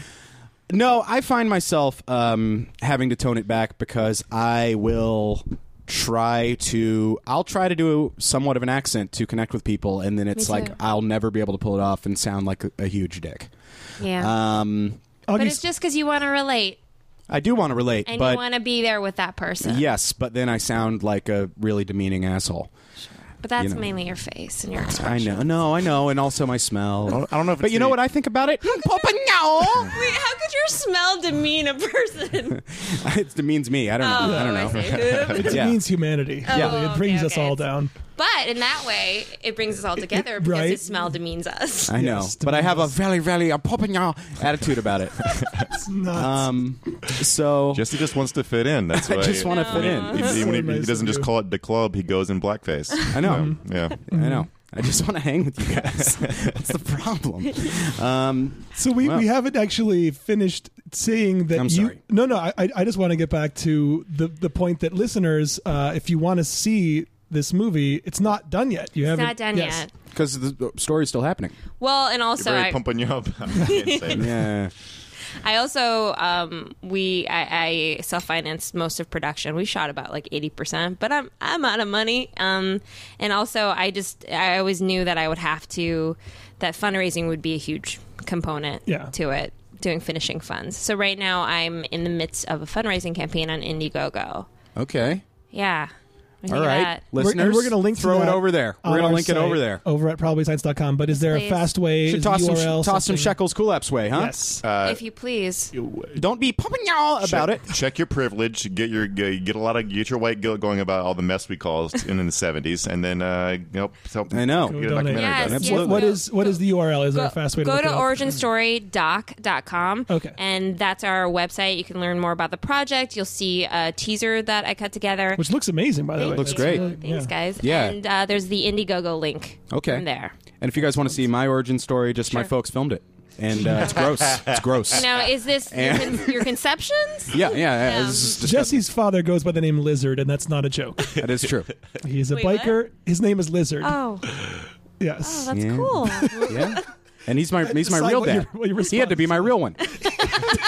Speaker 3: No, I find myself um, having to tone it back because I will try to. I'll try to do somewhat of an accent to connect with people, and then it's
Speaker 5: too.
Speaker 3: like I'll never be able to pull it off and sound like a, a huge dick.
Speaker 5: Yeah,
Speaker 3: Um,
Speaker 5: but it's just because you want to relate
Speaker 3: I do want to relate,
Speaker 5: and
Speaker 3: but
Speaker 5: you want to be there with that person.
Speaker 3: yes, but then I sound like a really demeaning asshole.
Speaker 5: but that's
Speaker 3: you know.
Speaker 5: mainly your face and your
Speaker 3: I
Speaker 5: expression.
Speaker 3: know, no, I know, and also my smell.
Speaker 4: I don't know if
Speaker 3: But
Speaker 4: it's
Speaker 3: you know
Speaker 4: the-
Speaker 3: what I think about it? Pompignan!
Speaker 5: Oh, Wait, how could your smell demean a person? Oh,
Speaker 3: it demeans me. I don't know. I don't know.
Speaker 5: know.
Speaker 1: It
Speaker 3: Yeah.
Speaker 1: means humanity.
Speaker 5: Yeah.
Speaker 1: really.
Speaker 5: Oh, okay,
Speaker 1: It brings us
Speaker 5: okay.
Speaker 1: all down.
Speaker 5: but in that way, it brings us all together because
Speaker 1: right.
Speaker 5: his smell demeans us.
Speaker 3: I know,
Speaker 1: Yes,
Speaker 3: but I have a
Speaker 1: demeans.
Speaker 3: very, very a Pompignan attitude about it.
Speaker 1: It's nuts.
Speaker 3: Um, so
Speaker 4: Jesse just wants to fit in. That's why.
Speaker 3: just wanna fit in.
Speaker 4: He, he- when he-
Speaker 1: So nice
Speaker 4: he doesn't
Speaker 1: of
Speaker 4: just
Speaker 1: you.
Speaker 4: call it the club. He goes in blackface.
Speaker 3: I know,
Speaker 4: yeah.
Speaker 3: I know. I just want to hang with you guys. That's the problem. Um,
Speaker 1: So we,
Speaker 3: Wow.
Speaker 1: we haven't actually finished saying that
Speaker 3: I'm
Speaker 1: you.
Speaker 3: sorry.
Speaker 1: No, no. I, I I just want to get back to the the point that listeners, uh, if you want to see this movie, it's not done yet. You
Speaker 5: It's
Speaker 1: haven't
Speaker 5: not done
Speaker 1: yes.
Speaker 5: yet.
Speaker 3: because the story's still happening.
Speaker 5: Well, and also
Speaker 4: You're very
Speaker 5: I,
Speaker 4: pumping you up. I can't say that.
Speaker 3: Yeah.
Speaker 5: I also um, we I, I self financed most of production. We shot about like eighty percent, but I'm I'm out of money. Um, and also I just I always knew that I would have to that fundraising would be a huge component
Speaker 1: Yeah.
Speaker 5: to it. Doing finishing funds. So right now I'm in the midst of a fundraising campaign on Indiegogo.
Speaker 3: Okay.
Speaker 5: Yeah. What do you
Speaker 3: All
Speaker 5: think of
Speaker 3: right,
Speaker 5: that?
Speaker 3: listeners.
Speaker 1: We're, and we're going to link. to
Speaker 3: Throw it
Speaker 1: that
Speaker 3: over there.
Speaker 1: on
Speaker 3: We're going
Speaker 1: our
Speaker 3: to link it
Speaker 1: site
Speaker 3: over there.
Speaker 1: over at probablyscience.com. But is there
Speaker 5: Please.
Speaker 1: a fast way?
Speaker 3: Should
Speaker 1: is
Speaker 3: toss some
Speaker 1: URL,
Speaker 3: toss some
Speaker 1: something?
Speaker 3: shekels cool apps way, huh?
Speaker 1: Yes.
Speaker 5: if you please.
Speaker 3: Don't be Pompignan about it.
Speaker 4: Check your privilege. Get your get a lot of get your white guilt going about all the mess we caused in, in the seventies, and then uh, help help.
Speaker 3: I know.
Speaker 4: Get
Speaker 3: Go
Speaker 1: donate.
Speaker 4: a documentary
Speaker 5: Yes,
Speaker 4: about it.
Speaker 5: yes,
Speaker 1: What, what
Speaker 5: Go-
Speaker 1: is what is the URL? Is there a fast way to
Speaker 5: go
Speaker 1: look
Speaker 5: to
Speaker 1: it up?
Speaker 5: originstorydoc.com
Speaker 1: Okay.
Speaker 5: and that's our website you can learn more about the project you'll see a teaser that i cut together
Speaker 1: Which looks amazing, by the way.
Speaker 5: Thank
Speaker 3: looks
Speaker 5: you.
Speaker 3: great.
Speaker 5: thanks
Speaker 1: Yeah.
Speaker 5: guys
Speaker 3: Yeah.
Speaker 5: and uh, there's the indiegogo link
Speaker 3: Okay.
Speaker 5: from there
Speaker 3: And if you guys want to see my origin story, just my
Speaker 5: Sure.
Speaker 3: folks filmed it, and uh, it's gross. It's gross.
Speaker 5: now is this your, con- your conceptions
Speaker 3: Yeah, yeah, yeah.
Speaker 5: Um,
Speaker 3: this is disgusting.
Speaker 1: Jesse's father goes by the name Lizard, and that's not a joke.
Speaker 3: That is true.
Speaker 1: He's a
Speaker 5: Wait, what?
Speaker 1: biker. His name is Lizard.
Speaker 5: oh,
Speaker 1: yes.
Speaker 5: that's
Speaker 3: Yeah.
Speaker 5: cool
Speaker 3: Yeah. And he's my he's my
Speaker 1: Decide
Speaker 3: real
Speaker 1: what your-
Speaker 3: dad.
Speaker 1: what your
Speaker 3: he had to be my real one.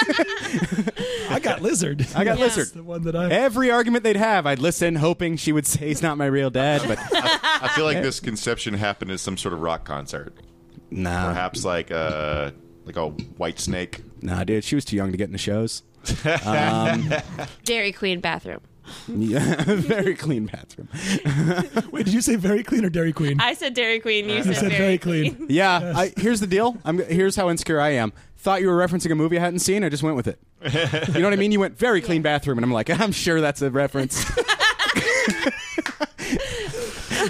Speaker 1: I got Lizard.
Speaker 3: I got
Speaker 5: Yeah.
Speaker 1: That's the
Speaker 3: lizard. Eh?
Speaker 1: one that I.
Speaker 3: Every argument they'd have, I'd listen, hoping she would say he's not my real dad, but
Speaker 4: I feel like this conception happened at some sort of rock concert,
Speaker 3: nah,
Speaker 4: perhaps like uh like a white snake.
Speaker 3: nah, dude, she was too young to get into shows.
Speaker 5: dairy queen bathroom
Speaker 3: Yeah, very clean bathroom.
Speaker 1: Wait, did you say Very Clean or Dairy Queen?
Speaker 5: i said dairy queen you
Speaker 1: you
Speaker 5: said,
Speaker 1: said Very Clean.
Speaker 3: Yeah, I, here's the deal. I'm, here's how insecure I am. Thought you were referencing a movie I hadn't seen. I just went with it. You know what I mean? You went very clean bathroom, and I'm like, I'm sure that's a reference.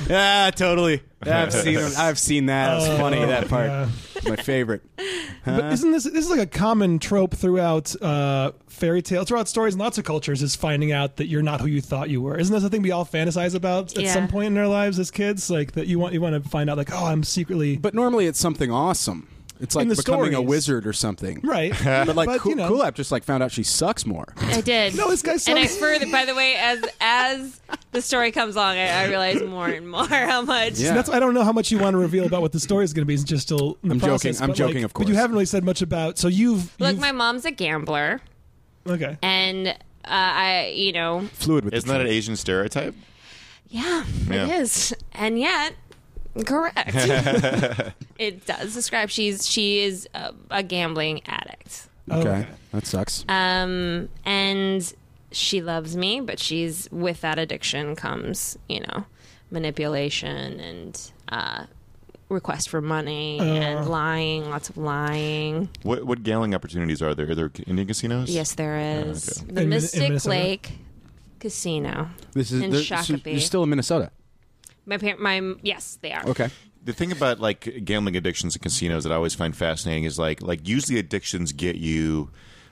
Speaker 3: yeah, Ah, totally. I've seen. I've seen that. It's
Speaker 1: Oh,
Speaker 3: funny that part.
Speaker 1: yeah.
Speaker 3: my favorite. Uh-huh.
Speaker 1: But isn't this this is like a common trope throughout uh, fairy tales, throughout stories in lots of cultures is finding out that you're not who you thought you were. Isn't this a thing we all fantasize about at
Speaker 5: Yeah.
Speaker 1: some point in our lives as kids? Like that you want you want to find out like, oh, I'm secretly
Speaker 3: But normally it's something awesome. It's like
Speaker 1: In the
Speaker 3: becoming a
Speaker 1: stories.
Speaker 3: wizard or something.
Speaker 1: right.
Speaker 3: But like cool,
Speaker 1: you know.
Speaker 3: cool app just like found out she sucks more.
Speaker 5: I did.
Speaker 1: No, this guy
Speaker 5: And I
Speaker 1: sucks.
Speaker 5: further, by the way, as as the story comes along, I, I realize more and more how much.
Speaker 3: Yeah.
Speaker 1: And that's I don't know how much you want to reveal about what the story is going to be. It's just still in the
Speaker 3: I'm joking.
Speaker 1: process.
Speaker 3: I'm
Speaker 1: but,
Speaker 3: joking,
Speaker 1: like-
Speaker 3: of
Speaker 1: But you
Speaker 3: course.
Speaker 1: haven't really said much about. So you've
Speaker 5: Look,
Speaker 1: you've-
Speaker 5: my mom's a gambler,
Speaker 1: okay.
Speaker 5: and uh, I, you know,
Speaker 3: Fluid with
Speaker 4: Isn't
Speaker 3: the
Speaker 4: that an
Speaker 3: truth.
Speaker 4: Asian stereotype?
Speaker 5: yeah,
Speaker 4: Yeah.
Speaker 5: it is, and yet, correct. it does describe she's she is a, a gambling addict,
Speaker 1: Oh,
Speaker 3: okay. That sucks.
Speaker 5: um, and she loves me, but she's with that addiction comes, you know, manipulation and. Uh, request for money
Speaker 1: Uh-huh.
Speaker 5: and lying lots of lying
Speaker 4: What what gambling opportunities are there? Are there Indian casinos?
Speaker 5: Yes, there is.
Speaker 4: okay.
Speaker 5: The
Speaker 1: In Min- in
Speaker 5: Mystic
Speaker 1: Minnesota?
Speaker 5: Lake Casino.
Speaker 3: this is
Speaker 5: in
Speaker 3: this is-
Speaker 5: Shakopee.
Speaker 3: you're still in Minnesota.
Speaker 5: My parent, my yes, they are.
Speaker 3: Okay.
Speaker 4: The thing about like gambling addictions and casinos that I always find fascinating is like like usually addictions get you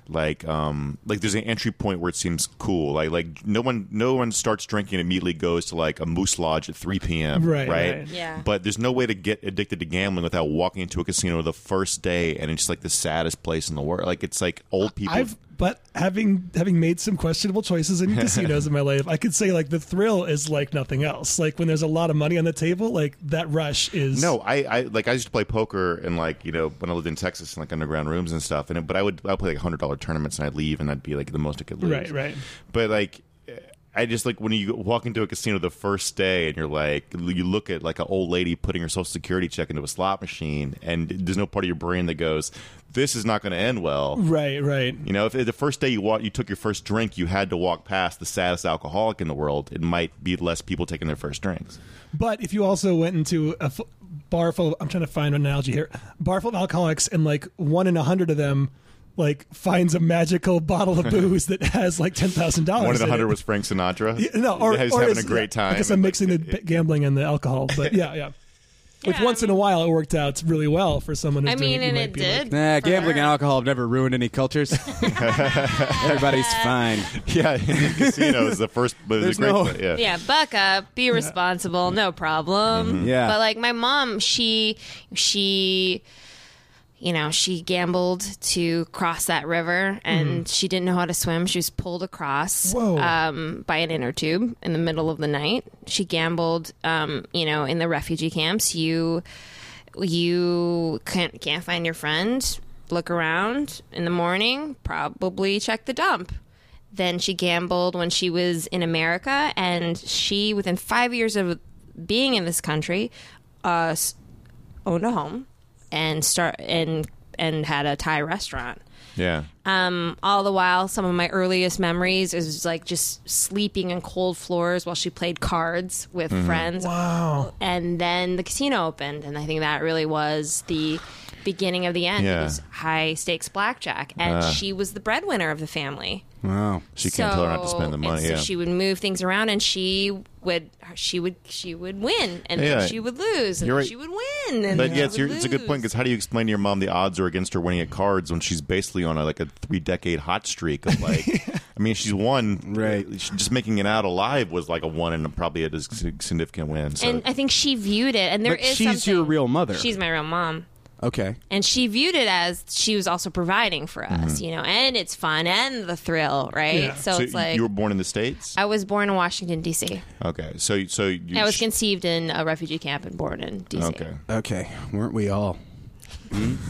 Speaker 4: like um like there's an entry point where it seems cool like like no one no one starts drinking and immediately goes to like a moose lodge at 3 p.m
Speaker 1: Right,
Speaker 4: right,
Speaker 1: right.
Speaker 5: Yeah.
Speaker 4: but there's no way to get addicted to gambling without walking into a casino the first day and it's like the saddest place in the world like it's like old people
Speaker 1: I've but having having made some questionable choices in casinos in my life, I could say like the thrill is like nothing else. Like when there's a lot of money on the table, like that rush is
Speaker 4: No, I, I like I used to play poker and like you know when I lived in Texas in like underground rooms and stuff. And it- but I would I would play like hundred dollar tournaments and I'd leave and that'd be like the most I could lose.
Speaker 1: Right, right.
Speaker 4: But like. I just like when you walk into a casino the first day and you're like, you look at like an old lady putting her social security check into a slot machine, and there's no part of your brain that goes, "This is not going to end well."
Speaker 1: Right, right.
Speaker 4: You know, if the first day you walk, you took your first drink, you had to walk past the saddest alcoholic in the world. It might be less people taking their first drinks.
Speaker 1: But if you also went into a f- bar full of, I'm trying to find an analogy here, bar full of alcoholics and like one in a hundred of them like finds a magical bottle of booze that has like $10,000.
Speaker 4: One in
Speaker 1: in
Speaker 4: a
Speaker 1: it.
Speaker 4: hundred was Frank Sinatra.
Speaker 1: Yeah, no, or,
Speaker 4: he's
Speaker 1: or
Speaker 4: having a
Speaker 1: it's-
Speaker 4: great
Speaker 1: yeah,
Speaker 4: time.
Speaker 1: I guess I'm mixing the b- gambling and the alcohol, but yeah, yeah. Which once in a while it worked out really well for someone. Who's
Speaker 5: I mean,
Speaker 1: doing
Speaker 5: and
Speaker 1: you might
Speaker 5: it
Speaker 1: be like-
Speaker 5: did.
Speaker 3: Nah,
Speaker 5: for
Speaker 3: gambling
Speaker 5: her.
Speaker 3: and alcohol have never ruined any cultures. Everybody's
Speaker 5: Uh,
Speaker 3: fine.
Speaker 4: yeah, Indian casino is the first. But it's
Speaker 3: There's
Speaker 4: a great
Speaker 3: no-
Speaker 4: place, yeah.
Speaker 5: Yeah, buck up, be responsible, no problem.
Speaker 3: Yeah.
Speaker 5: But like my mom, she she you know, she gambled to cross that river and she didn't know how to swim. She was pulled across
Speaker 1: Whoa.
Speaker 5: um by an inner tube in the middle of the night. She gambled um, you know, in the refugee camps. You you can't can't find your friend. Look around in the morning, probably check the dump. Then she gambled when she was in America, and she, within five years of being in this country, uh, s- owned a home and start and and had a Thai restaurant.
Speaker 4: yeah.
Speaker 5: Um, all the while, some of my earliest memories is like just sleeping on cold floors while she played cards with friends.
Speaker 1: Wow.
Speaker 5: And then the casino opened, and I think that really was the beginning of the end.
Speaker 4: Yeah.
Speaker 5: It was high stakes blackjack, and she was the breadwinner of the family.
Speaker 3: Wow.
Speaker 4: She can't tell her not to
Speaker 5: So-
Speaker 4: spend the
Speaker 5: and
Speaker 4: money.
Speaker 5: so
Speaker 4: yeah.
Speaker 5: she would move things around, and she would she would she would win, and
Speaker 4: Yeah.
Speaker 5: then she would lose, and
Speaker 4: You're
Speaker 5: then
Speaker 4: right.
Speaker 5: she would win. And
Speaker 4: but
Speaker 5: then
Speaker 4: yeah,
Speaker 5: she
Speaker 4: it's, your,
Speaker 5: would
Speaker 4: it's a good point
Speaker 5: lose.
Speaker 4: because how do you explain to your mom the odds are against her winning at cards when she's basically on a, like a three decade hot streak of like, I mean, she's won.
Speaker 3: Right.
Speaker 4: She- Just making it out alive was like a one and probably a dis- significant win. So.
Speaker 5: and I think she viewed it, and there
Speaker 3: But
Speaker 5: is
Speaker 3: she's
Speaker 5: something-
Speaker 3: your real mother.
Speaker 5: She's my real mom.
Speaker 3: okay.
Speaker 5: and she viewed it as she was also providing for us, you know, and it's fun and the thrill, right?
Speaker 1: Yeah.
Speaker 5: So,
Speaker 4: Mm-hmm. so
Speaker 5: it's like
Speaker 4: you were born in the states.
Speaker 5: I was born in Washington D.C.
Speaker 4: okay. So so you,
Speaker 5: I was conceived in a refugee camp and born in D.C.
Speaker 4: okay.
Speaker 3: Okay. Weren't we all?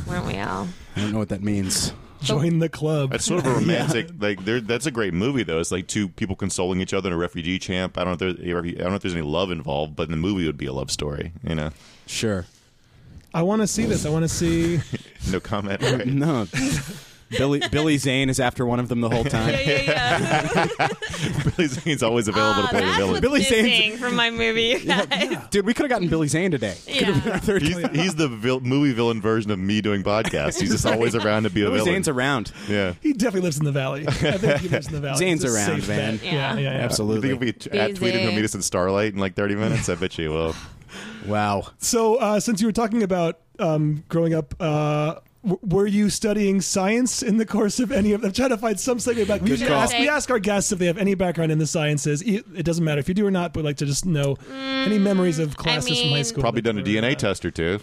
Speaker 5: Weren't we all?
Speaker 3: I don't know what that means.
Speaker 1: Join the club.
Speaker 4: That's sort of a romantic, like there. That's a great movie, though. It's like two people consoling each other in a refugee camp. I don't know. If there, I don't know if there's any love involved, but in the movie, it would be a love story. You know,
Speaker 3: Sure.
Speaker 1: I want to see this. I want to see.
Speaker 4: no comment. Right?
Speaker 3: No. Billy Billy Zane is after one of them the whole time.
Speaker 5: yeah, yeah.
Speaker 4: Billy Zane's always available to play the
Speaker 5: Um, Oh, that's
Speaker 4: villain.
Speaker 5: what's
Speaker 3: Billy Zane's-
Speaker 5: missing from my movie. you guys.
Speaker 3: Dude, we could have gotten Billy Zane today. Could've
Speaker 5: Yeah.
Speaker 3: been our third
Speaker 4: he's, he's the vil- movie villain version of me doing podcasts. He's just always around to be a
Speaker 3: Billy
Speaker 4: villain.
Speaker 3: Zane's around.
Speaker 4: yeah.
Speaker 1: He definitely lives in the valley. I think he lives in the valley.
Speaker 3: Zane's
Speaker 1: It's a
Speaker 3: around,
Speaker 1: safe
Speaker 3: man.
Speaker 1: bet. Yeah, yeah, yeah.
Speaker 4: You think if
Speaker 3: Absolutely.
Speaker 4: we t- at tweeted he'll
Speaker 5: Zane.
Speaker 4: meet us at Starlight in like 30 minutes? I bet you will.
Speaker 3: Wow.
Speaker 1: So, uh, since you were talking about um, growing up. Uh, w- were you studying science in the course of any of? I'm trying to find some segue back. We,
Speaker 3: Good
Speaker 1: usually
Speaker 3: call.
Speaker 1: ask, we ask our guests if they have any background in the sciences. E- It doesn't matter if you do or not, but like to just know any memories of classes from high
Speaker 5: Mm, mean-
Speaker 1: school.
Speaker 4: Probably
Speaker 1: that
Speaker 4: done a
Speaker 1: were,
Speaker 4: DNA
Speaker 1: uh,
Speaker 4: test or two.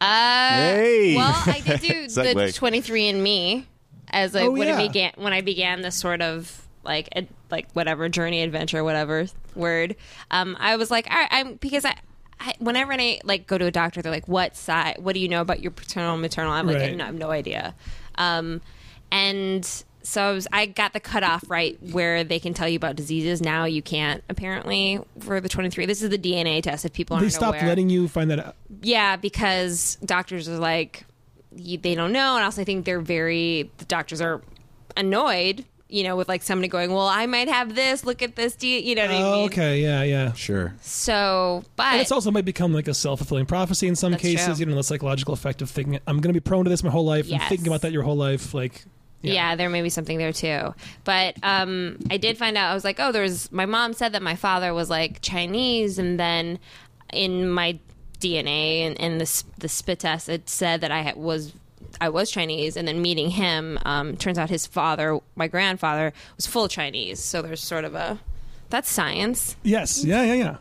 Speaker 5: Uh,
Speaker 3: Hey.
Speaker 5: Well, I did do the
Speaker 4: Segue.
Speaker 5: 23andMe as like
Speaker 1: Oh,
Speaker 5: when,
Speaker 1: yeah.
Speaker 5: I began, when I began this sort of like ad, like whatever journey, adventure, whatever word. Um, I was like, all right, I'm because I. I, whenever I like go to a doctor, they're like, "What side? What do you know about your paternal and maternal?" I'm like,
Speaker 1: Right.
Speaker 5: "I no- I have no idea." Um, and so I, was, I got the cutoff right where they can tell you about diseases. Now you can't apparently for the 23. This is the DNA test. If people
Speaker 1: They
Speaker 5: aren't
Speaker 1: stopped
Speaker 5: aware.
Speaker 1: letting you find that out.
Speaker 5: Yeah, because doctors are like, you, they don't know. And also, I think they're very, the doctors are annoyed, you know, with like somebody going, well, I might have this. Look at this. Do you, you know what I
Speaker 1: Oh,
Speaker 5: mean?
Speaker 1: okay, yeah, yeah.
Speaker 3: Sure.
Speaker 5: So, but
Speaker 1: And it's also might become like a self fulfilling prophecy in some
Speaker 5: That's
Speaker 1: cases,
Speaker 5: true.
Speaker 1: you know, that's like logical effect of thinking I'm gonna be prone to this my whole life and
Speaker 5: Yes.
Speaker 1: thinking about that your whole life, like
Speaker 5: yeah. there may be something there too. But um, I did find out, I was like, oh, there's, my mom said that my father was like Chinese. And then in my DNA and, and the, s- the spit test, it said that I had- was. I was Chinese, and then meeting him, um, turns out his father, my grandfather, was full Chinese. So there's sort of a that's science.
Speaker 1: Yes, yeah, yeah, yeah.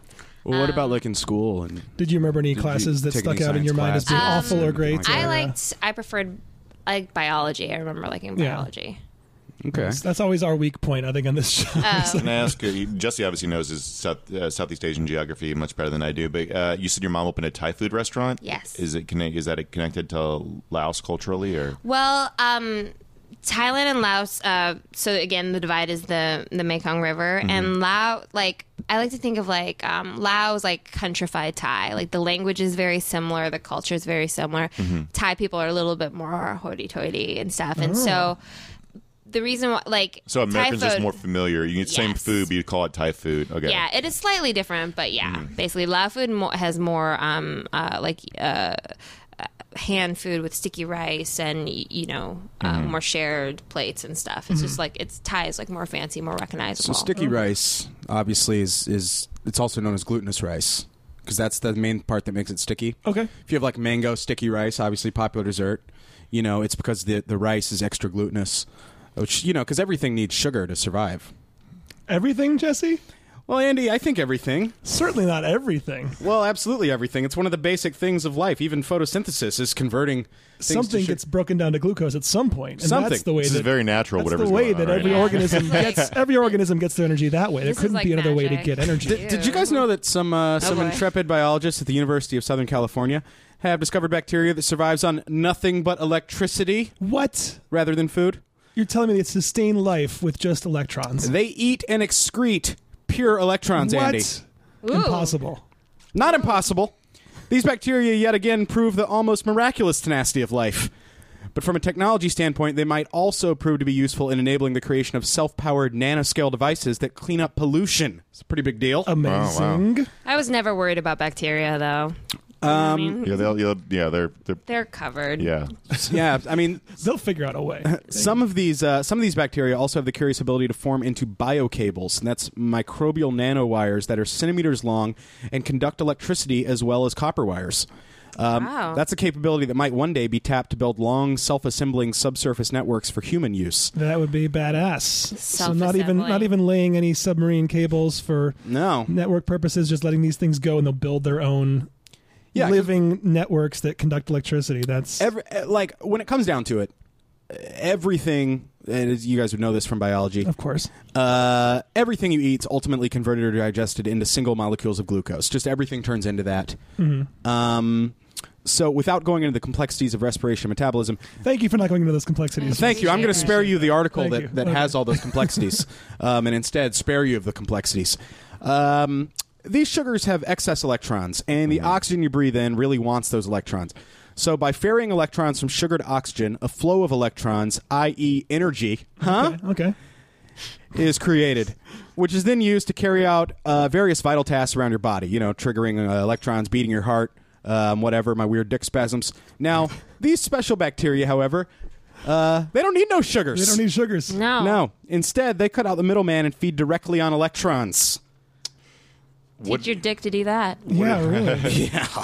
Speaker 3: Well, what about like in school and
Speaker 1: Did you remember any
Speaker 3: you
Speaker 1: classes that
Speaker 3: take
Speaker 1: stuck
Speaker 3: any
Speaker 1: out in your
Speaker 3: science
Speaker 1: mind as being
Speaker 3: classes?
Speaker 1: awful or
Speaker 3: Um,
Speaker 1: great?
Speaker 5: I
Speaker 1: or, uh,
Speaker 5: liked, I preferred like biology. I remember liking
Speaker 1: Yeah.
Speaker 5: biology.
Speaker 3: okay?
Speaker 1: that's always our weak point, I think, on this show.
Speaker 5: Um,
Speaker 4: Can I ask? uh, Jesse obviously knows his South, uh, Southeast Asian geography much better than I do. But uh, you said your mom opened a Thai food restaurant.
Speaker 5: Yes.
Speaker 4: Is it connect, Is that connected to Laos culturally, or
Speaker 5: Well, um, Thailand and Laos. Uh, so again, the divide is the the Mekong River
Speaker 4: Mm-hmm.
Speaker 5: and Laos. Like I like to think of like um, Laos, like countrified Thai. Like the language is very similar, the culture is very similar.
Speaker 4: Mm-hmm.
Speaker 5: Thai people are a little bit more hoity-toity and stuff, and so. The reason why, like,
Speaker 4: Oh. so?
Speaker 5: Thai
Speaker 4: Americans are just
Speaker 5: food-
Speaker 4: more familiar. You get same
Speaker 5: Yes.
Speaker 4: food, but you call it Thai food. Okay.
Speaker 5: yeah, it is slightly different, but yeah, basically, Lao food mo- has more um, uh, like uh, uh, hand food with sticky rice and y- you know um, more shared plates and stuff. It's just like it's Thai is like more fancy, more
Speaker 3: So
Speaker 5: recognizable.
Speaker 3: sticky rice obviously is is it's also known as glutinous rice because that's the main part that makes it sticky.
Speaker 1: Okay.
Speaker 3: If you have like mango sticky rice, obviously popular dessert, you know, it's because the the rice is extra glutinous, which you know, because everything needs sugar to survive.
Speaker 1: everything, Jesse?
Speaker 3: Well, Andy, I think everything.
Speaker 1: Certainly not everything.
Speaker 3: Well, absolutely everything. It's one of the basic things of life. Even photosynthesis is converting things to
Speaker 1: Something
Speaker 3: sugar.
Speaker 1: gets broken down to glucose at some point, And
Speaker 3: Something.
Speaker 1: that's the way
Speaker 4: This
Speaker 1: that
Speaker 4: is very natural.
Speaker 1: that's
Speaker 4: Whatever.
Speaker 1: the way that every
Speaker 5: now.
Speaker 1: organism
Speaker 5: Like-
Speaker 1: gets every organism gets their energy that way. There
Speaker 5: This is
Speaker 1: couldn't
Speaker 5: like
Speaker 1: be another way to
Speaker 5: magic.
Speaker 1: get energy.
Speaker 5: Did-
Speaker 3: Did you guys know that some uh, some
Speaker 5: boy.
Speaker 3: intrepid biologists at the University of Southern California have discovered bacteria that survives on nothing but electricity
Speaker 1: what?
Speaker 3: rather than food?
Speaker 1: You're telling me they sustain life with just electrons?
Speaker 3: They eat and excrete pure electrons, Andy.
Speaker 1: What? Impossible.
Speaker 3: Not impossible. These bacteria yet again prove the almost miraculous tenacity of life. But from a technology standpoint, they might also prove to be useful in enabling the creation of self-powered nanoscale devices that clean up pollution. It's a pretty big deal.
Speaker 1: Amazing.
Speaker 5: I was never worried about bacteria though;
Speaker 4: Yeah, they'll, you'll- yeah, they're, they're,
Speaker 5: they're covered.
Speaker 4: yeah.
Speaker 3: yeah, I mean,
Speaker 1: They'll figure out a way.
Speaker 3: Some of these uh, some of these bacteria also have the curious ability to form into biocables, and that's microbial nanowires that are centimeters long and conduct electricity as well as copper wires. Um,
Speaker 5: Wow.
Speaker 3: That's a capability that might one day be tapped to build long, self-assembling subsurface networks for human use.
Speaker 1: That would be badass. So not even
Speaker 5: Self-assembly.
Speaker 1: not even laying any submarine cables for
Speaker 3: No,
Speaker 1: network purposes, just letting these things go and they'll build their own
Speaker 3: Yeah, 'cause-
Speaker 1: living networks that conduct electricity. That's
Speaker 3: Every, eh, like when it comes down to it, everything. And as you guys would know this from biology.
Speaker 1: of course.
Speaker 3: Uh, everything you eat's ultimately converted or digested into single molecules of glucose. Just everything turns into that.
Speaker 1: Mm-hmm.
Speaker 3: Um, so, without going into the complexities of respiration and metabolism,
Speaker 1: Thank you for not going into those complexities.
Speaker 3: thank you. I'm going to spare you the article
Speaker 1: Thank you.
Speaker 3: that, that has all those complexities, um, and instead spare you of the complexities. Um, these sugars have excess electrons, and
Speaker 1: Mm-hmm.
Speaker 3: the oxygen you breathe in really wants those electrons. So, by ferrying electrons from sugar to oxygen, a flow of electrons, i.e., energy, huh?
Speaker 1: Okay.
Speaker 3: is created, which is then used to carry out uh, various vital tasks around your body. You know, triggering uh, electrons, beating your heart, um, whatever. My weird dick spasms. Now, these special bacteria, however, uh, they don't need no sugars.
Speaker 1: They don't need sugars.
Speaker 5: No,
Speaker 3: No. Insteed, they cut out the middleman and feed directly on electrons.
Speaker 5: Teach your dick to do that.
Speaker 1: yeah, really.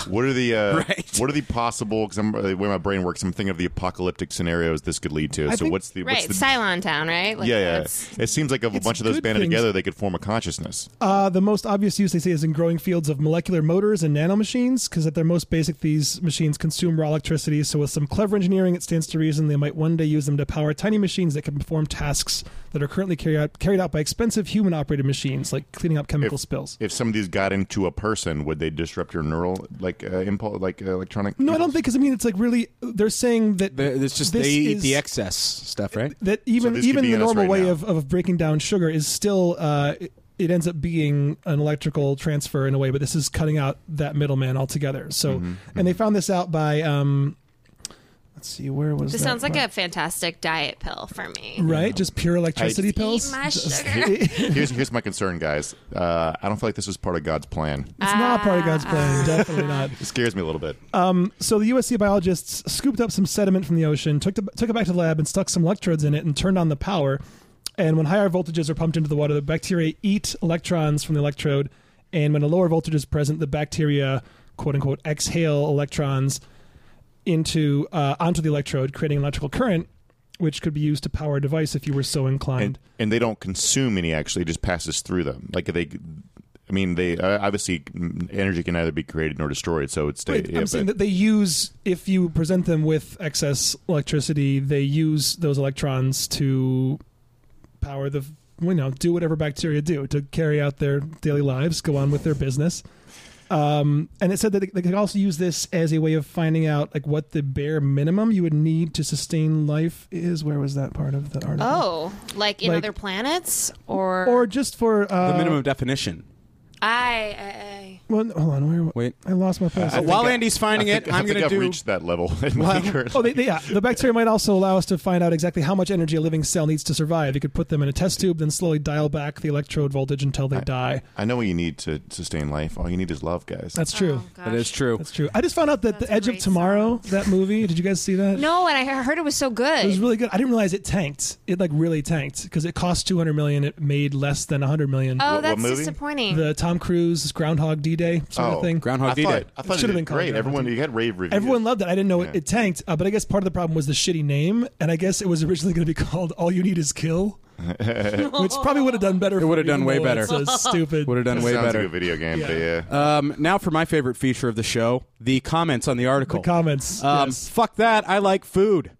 Speaker 4: What are the uh,
Speaker 3: Right.
Speaker 4: what are the possible? Because I'm the way my brain works, I'm thinking of the apocalyptic scenarios this could lead to.
Speaker 1: I
Speaker 4: so
Speaker 1: think-
Speaker 4: what's the
Speaker 5: Right,
Speaker 4: what's the
Speaker 5: Cylon Town, right? Like,
Speaker 4: yeah yeah?
Speaker 5: that's-
Speaker 4: It seems like if a
Speaker 1: It's
Speaker 4: bunch of those
Speaker 1: good
Speaker 4: banded
Speaker 1: things.
Speaker 4: together, they could form a consciousness.
Speaker 1: Uh, the most obvious use they say is in growing fields of molecular motors and nanomachines, because at their most basic, these machines consume raw electricity. So, with some clever engineering, it stands to reason they might one day use them to power tiny machines that can perform tasks that are currently carried out, carried out by expensive human operated machines, like cleaning up chemical spills.
Speaker 4: If some of these got into a person, would they disrupt your neural like uh, impulse, like uh, electronic?
Speaker 1: No, I don't think, because I mean, it's like really, they're saying that
Speaker 3: The, it's just
Speaker 1: This
Speaker 3: they eat
Speaker 1: is-
Speaker 3: the excess stuff, right?
Speaker 1: that even
Speaker 4: So this could
Speaker 1: even
Speaker 4: be
Speaker 1: the
Speaker 4: in us
Speaker 1: normal
Speaker 4: right
Speaker 1: way
Speaker 4: now.
Speaker 1: of, of breaking down sugar is still uh, it, it ends up being an electrical transfer in a way, but this is cutting out that middleman altogether. So,
Speaker 4: Mm-hmm.
Speaker 1: and they found this out by um, let's see, where was
Speaker 5: This
Speaker 1: that
Speaker 5: sounds like
Speaker 1: from?
Speaker 5: a fantastic diet pill for me.
Speaker 1: right, just pure electricity
Speaker 4: Eat
Speaker 1: pills.
Speaker 5: Eat my
Speaker 1: Just-
Speaker 5: sugar.
Speaker 4: here's here's my concern, guys. Uh, I don't feel like this was part of God's plan.
Speaker 1: It's not part of God's
Speaker 5: Ah.
Speaker 1: plan, definitely not.
Speaker 4: It scares me a little bit.
Speaker 1: Um, So the USC biologists scooped up some sediment from the ocean, took the, took it back to the lab, and stuck some electrodes in it, and turned on the power. And when higher voltages are pumped into the water, the bacteria eat electrons from the electrode. And when a lower voltage is present, the bacteria, quote unquote, exhale electrons into uh, onto the electrode, creating an electrical current, which could be used to power a device if you were so inclined.
Speaker 4: and and they don't consume any actually it just passes through them like they i mean they uh, obviously mm, energy can either be created nor destroyed so it's
Speaker 1: Wait,
Speaker 4: yeah,
Speaker 1: I'm saying that
Speaker 4: but-
Speaker 1: they use if you present them with excess electricity, they use those electrons to power the you know do whatever bacteria do to carry out their daily lives, go on with their business. Um, and it said that they, they could also use this as a way of finding out like what the bare minimum you would need to sustain life is. Where was that part of the article?
Speaker 5: Oh, like in
Speaker 1: Like-
Speaker 5: other planets or
Speaker 1: Or just for uh,
Speaker 3: the minimum definition.
Speaker 5: I, I,
Speaker 1: Well, hold on, where?
Speaker 3: Wait.
Speaker 1: I lost my place.
Speaker 4: I think
Speaker 3: while
Speaker 4: I-
Speaker 3: Andy's finding
Speaker 4: I think-
Speaker 3: it,
Speaker 4: I
Speaker 3: I'm
Speaker 4: think
Speaker 3: gonna
Speaker 4: I've
Speaker 3: do-
Speaker 4: reached that level in my
Speaker 3: Wow.
Speaker 4: current-
Speaker 1: Oh, they, they, yeah. The bacteria might also allow us to find out exactly how much energy a living cell needs to survive. You could put them in a test tube, then slowly dial back the electrode voltage until they die.
Speaker 4: i know what you need to sustain life all you need is love guys
Speaker 1: That's
Speaker 5: I.
Speaker 1: true.
Speaker 5: Oh, gosh.
Speaker 3: That is true.
Speaker 1: That's true. I just found out that
Speaker 5: That's
Speaker 1: The Edge
Speaker 5: a
Speaker 1: of
Speaker 5: great
Speaker 1: Tomorrow, that movie, did you guys see that?
Speaker 5: No, and I heard it was so good.
Speaker 1: It was really good. I didn't realize it tanked. It like really tanked because it cost 200 million. It made less than 100 million.
Speaker 5: oh,
Speaker 4: What- what
Speaker 5: that's
Speaker 4: movie?
Speaker 5: disappointing.
Speaker 1: The Tom Cruise Groundhog D Day sort of
Speaker 4: Oh,
Speaker 1: thing.
Speaker 3: Groundhog
Speaker 4: i
Speaker 3: Day.
Speaker 4: thought, I thought it,
Speaker 1: should've
Speaker 4: did
Speaker 1: been called
Speaker 4: great
Speaker 1: Groundhog
Speaker 4: everyone
Speaker 1: Day.
Speaker 4: you had rave reviews
Speaker 1: Everyone loved it. I didn't know it,
Speaker 4: Yeah.
Speaker 1: it tanked, uh, but I guess part of the problem was the shitty name, and I guess it was originally going to be called "All You Need Is Kill," which probably would have done better. It
Speaker 3: would have done way better.
Speaker 1: stupid.
Speaker 3: Would have done
Speaker 4: That
Speaker 3: way
Speaker 4: sounds
Speaker 3: better.
Speaker 4: like a video game but
Speaker 1: Yeah.
Speaker 4: yeah
Speaker 3: Um, now for my favorite feature of the show: the comments on the article.
Speaker 1: comments.
Speaker 3: um,
Speaker 1: yes.
Speaker 3: Fuck that! I like food.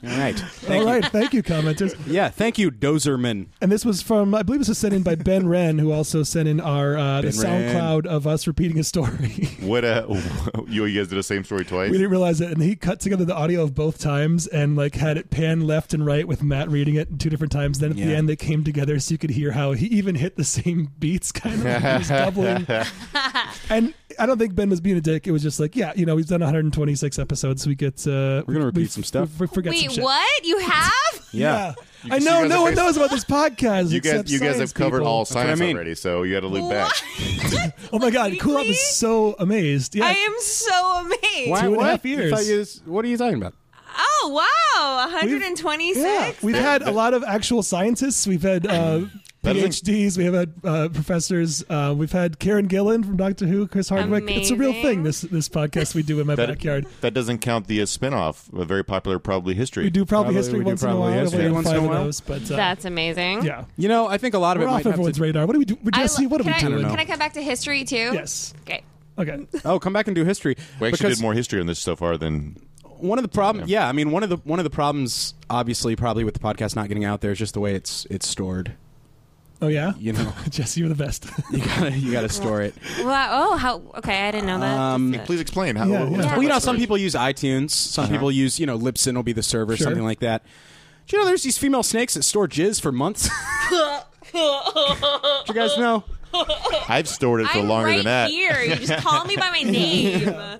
Speaker 3: All right. Thank
Speaker 1: All
Speaker 3: you.
Speaker 1: right, thank you, commenters.
Speaker 3: Yeah, thank you, Dozerman.
Speaker 1: And this was from, I believe, this was sent in by Ben Wren, who also sent in our uh, the
Speaker 3: Ben Wren.
Speaker 1: SoundCloud of us repeating a story.
Speaker 4: what uh you you guys did the same story twice
Speaker 1: we didn't realize it, and he cut together the audio of both times and like had it pan left and right with Matt reading it two different times. Then at the
Speaker 3: Yeah.
Speaker 1: end, they came together so you could hear how he even hit the same beats, kind of. Like he was doubling. and I don't think Ben was being a dick. It was just like, yeah, you know, we've done 126 episodes. We get uh,
Speaker 3: We're gonna repeat
Speaker 1: we-
Speaker 3: some stuff.
Speaker 1: We, we forget some
Speaker 5: Wait,
Speaker 1: shit.
Speaker 5: what? You have?
Speaker 3: Yeah.
Speaker 4: You-
Speaker 1: I
Speaker 4: you
Speaker 1: know no
Speaker 4: guys have
Speaker 1: one
Speaker 4: bas-
Speaker 1: knows about this podcast.
Speaker 4: you guys
Speaker 1: except
Speaker 4: you guys
Speaker 1: science
Speaker 4: have covered
Speaker 1: people.
Speaker 4: all
Speaker 3: what I
Speaker 4: science
Speaker 3: mean.
Speaker 4: already so you got to look back
Speaker 5: What?
Speaker 1: Oh my god, Cool Up
Speaker 5: Really?
Speaker 1: is so amazed. Yeah,
Speaker 5: I am so amazed.
Speaker 1: Two and a
Speaker 3: what?
Speaker 1: half
Speaker 3: You
Speaker 1: years.
Speaker 3: thought you was- what are you talking about?
Speaker 5: Oh, wow. 126?
Speaker 1: yeah. We've had a lot of actual scientists. We've had uh,
Speaker 4: That doesn't-
Speaker 1: PhDs. We have had uh, professors. Uh, we've had Karen Gillan from Doctor Who, Chris Hardwick. It's a real
Speaker 5: Amazing.
Speaker 1: thing. This this podcast we do in my
Speaker 4: That-
Speaker 1: backyard.
Speaker 4: that doesn't count the uh, spin-off a very popular probably history
Speaker 1: We do probably,
Speaker 3: Probably-
Speaker 1: history
Speaker 3: we do
Speaker 1: once in a
Speaker 3: probably
Speaker 1: while. I've
Speaker 3: history
Speaker 1: only done
Speaker 3: once in a
Speaker 1: five of
Speaker 3: while.
Speaker 1: those, but uh,
Speaker 5: That's amazing.
Speaker 1: yeah.
Speaker 3: You know, I think a lot of
Speaker 1: We're
Speaker 3: it
Speaker 1: off
Speaker 3: might have
Speaker 1: everyone's
Speaker 3: to.
Speaker 1: radar. What do we do? Jesse,
Speaker 5: lo-
Speaker 1: what are we
Speaker 5: can
Speaker 1: doing?
Speaker 3: know.
Speaker 5: Can I come back to history too?
Speaker 1: Yes.
Speaker 5: Okay.
Speaker 1: Okay.
Speaker 3: Oh, come back and do history.
Speaker 4: we actually
Speaker 3: because
Speaker 4: did more history on this so far than
Speaker 3: One of the problems, yeah. I mean, one of the one of the problems, obviously, probably with the podcast not getting out there is just the way it's it's stored.
Speaker 1: Oh yeah.
Speaker 3: You know,
Speaker 1: Jesse, you're the best.
Speaker 3: you gotta you gotta store it.
Speaker 5: Wow. Oh, how? Okay, I didn't know that.
Speaker 3: Um,
Speaker 5: Just, uh,
Speaker 4: please explain how
Speaker 1: Yeah, yeah.
Speaker 3: Well, you know, some people use iTunes. Some people use, you know, Libsyn will be the server,
Speaker 1: Uh-huh. Sure.
Speaker 3: something like that. Do you know there's these female snakes that store jizz for months? Did you guys know?
Speaker 4: I've stored it for
Speaker 5: I'm
Speaker 4: longer
Speaker 5: right
Speaker 4: than that.
Speaker 5: here. You just call me by my name.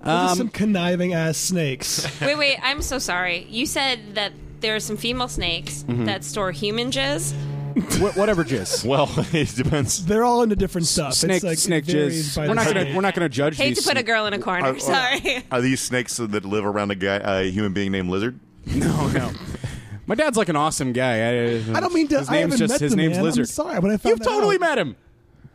Speaker 3: Um,
Speaker 1: Some conniving ass snakes.
Speaker 5: Wait, wait. I'm so sorry. You said that there are some female snakes that store human jizz.
Speaker 3: Wh- whatever jizz.
Speaker 4: Well, it depends.
Speaker 1: They're all into different stuff.
Speaker 3: Snake,
Speaker 1: it's like,
Speaker 3: snake
Speaker 1: it varies
Speaker 3: jizz.
Speaker 1: by
Speaker 3: We're
Speaker 1: the
Speaker 3: not
Speaker 1: snake.
Speaker 3: gonna, we're not gonna judge
Speaker 5: Hate
Speaker 3: these.
Speaker 5: to put a girl in a corner.
Speaker 4: Are- are-
Speaker 5: sorry.
Speaker 4: Are these snakes that live around a guy, a human being named Lizard?
Speaker 3: No, no. My dad's like an awesome guy. I,
Speaker 1: I don't mean to.
Speaker 3: His
Speaker 1: I
Speaker 3: name's
Speaker 1: haven't
Speaker 3: just
Speaker 1: met
Speaker 3: his
Speaker 1: the
Speaker 3: name's
Speaker 1: man.
Speaker 3: Lizard.
Speaker 1: I'm sorry, but I found
Speaker 3: You've
Speaker 1: that
Speaker 3: totally
Speaker 1: out.
Speaker 3: met him.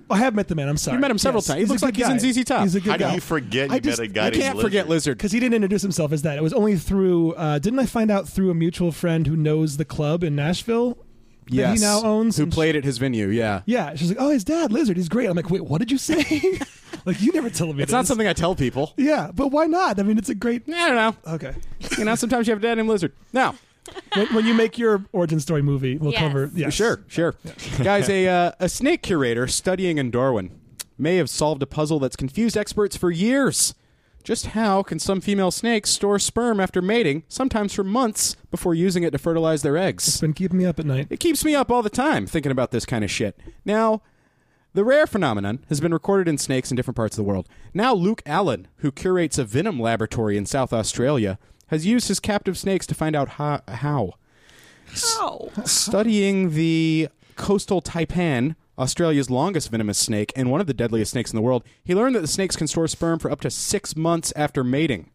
Speaker 1: I have met the man. I'm sorry.
Speaker 3: met him several times. He
Speaker 1: he's a
Speaker 3: looks like
Speaker 1: good
Speaker 3: he's
Speaker 1: guy.
Speaker 3: in ZZ Top.
Speaker 1: He's a good
Speaker 4: How do
Speaker 1: guy.
Speaker 4: you forget
Speaker 3: I
Speaker 4: you
Speaker 3: just
Speaker 4: met a
Speaker 3: I
Speaker 4: guy named
Speaker 3: can't forget
Speaker 4: Lizard?
Speaker 3: lizard.
Speaker 1: because he didn't introduce himself as that. It was only through uh, didn't I find out through a mutual friend who knows the club in Nashville that
Speaker 3: Yes.
Speaker 1: he now owns.
Speaker 3: who
Speaker 1: And
Speaker 3: played at his venue. Yeah.
Speaker 1: she- yeah, she's like, oh, his dad, Lizard, he's great. I'm like, wait, what did you say? like, you never tell me.
Speaker 3: It's not
Speaker 1: this.
Speaker 3: something I tell people.
Speaker 1: Yeah, but why not? I mean, it's a great.
Speaker 3: I don't know.
Speaker 1: Okay,
Speaker 3: You know, sometimes you have a dad named Lizard. Now,
Speaker 1: when, when you make your origin story movie, we'll
Speaker 5: Yes.
Speaker 1: cover. Yes.
Speaker 3: sure, sure. Guys, a, uh, a snake curator studying in Darwin may have solved a puzzle that's confused experts for years. Just how can some female snakes store sperm after mating, sometimes for months, before using it to fertilize their eggs?
Speaker 1: It's been keeping me up at night.
Speaker 3: It keeps me up all the time thinking about this kind of shit. Now, the rare phenomenon has been recorded in snakes in different parts of the world. Now, Luke Allen, who curates a venom laboratory in South Australia, has used his captive snakes to find out how. how.
Speaker 5: Oh.
Speaker 3: Studying the coastal taipan, Australia's longest venomous snake and one of the deadliest snakes in the world, he learned that the snakes can store sperm for up to six months after mating.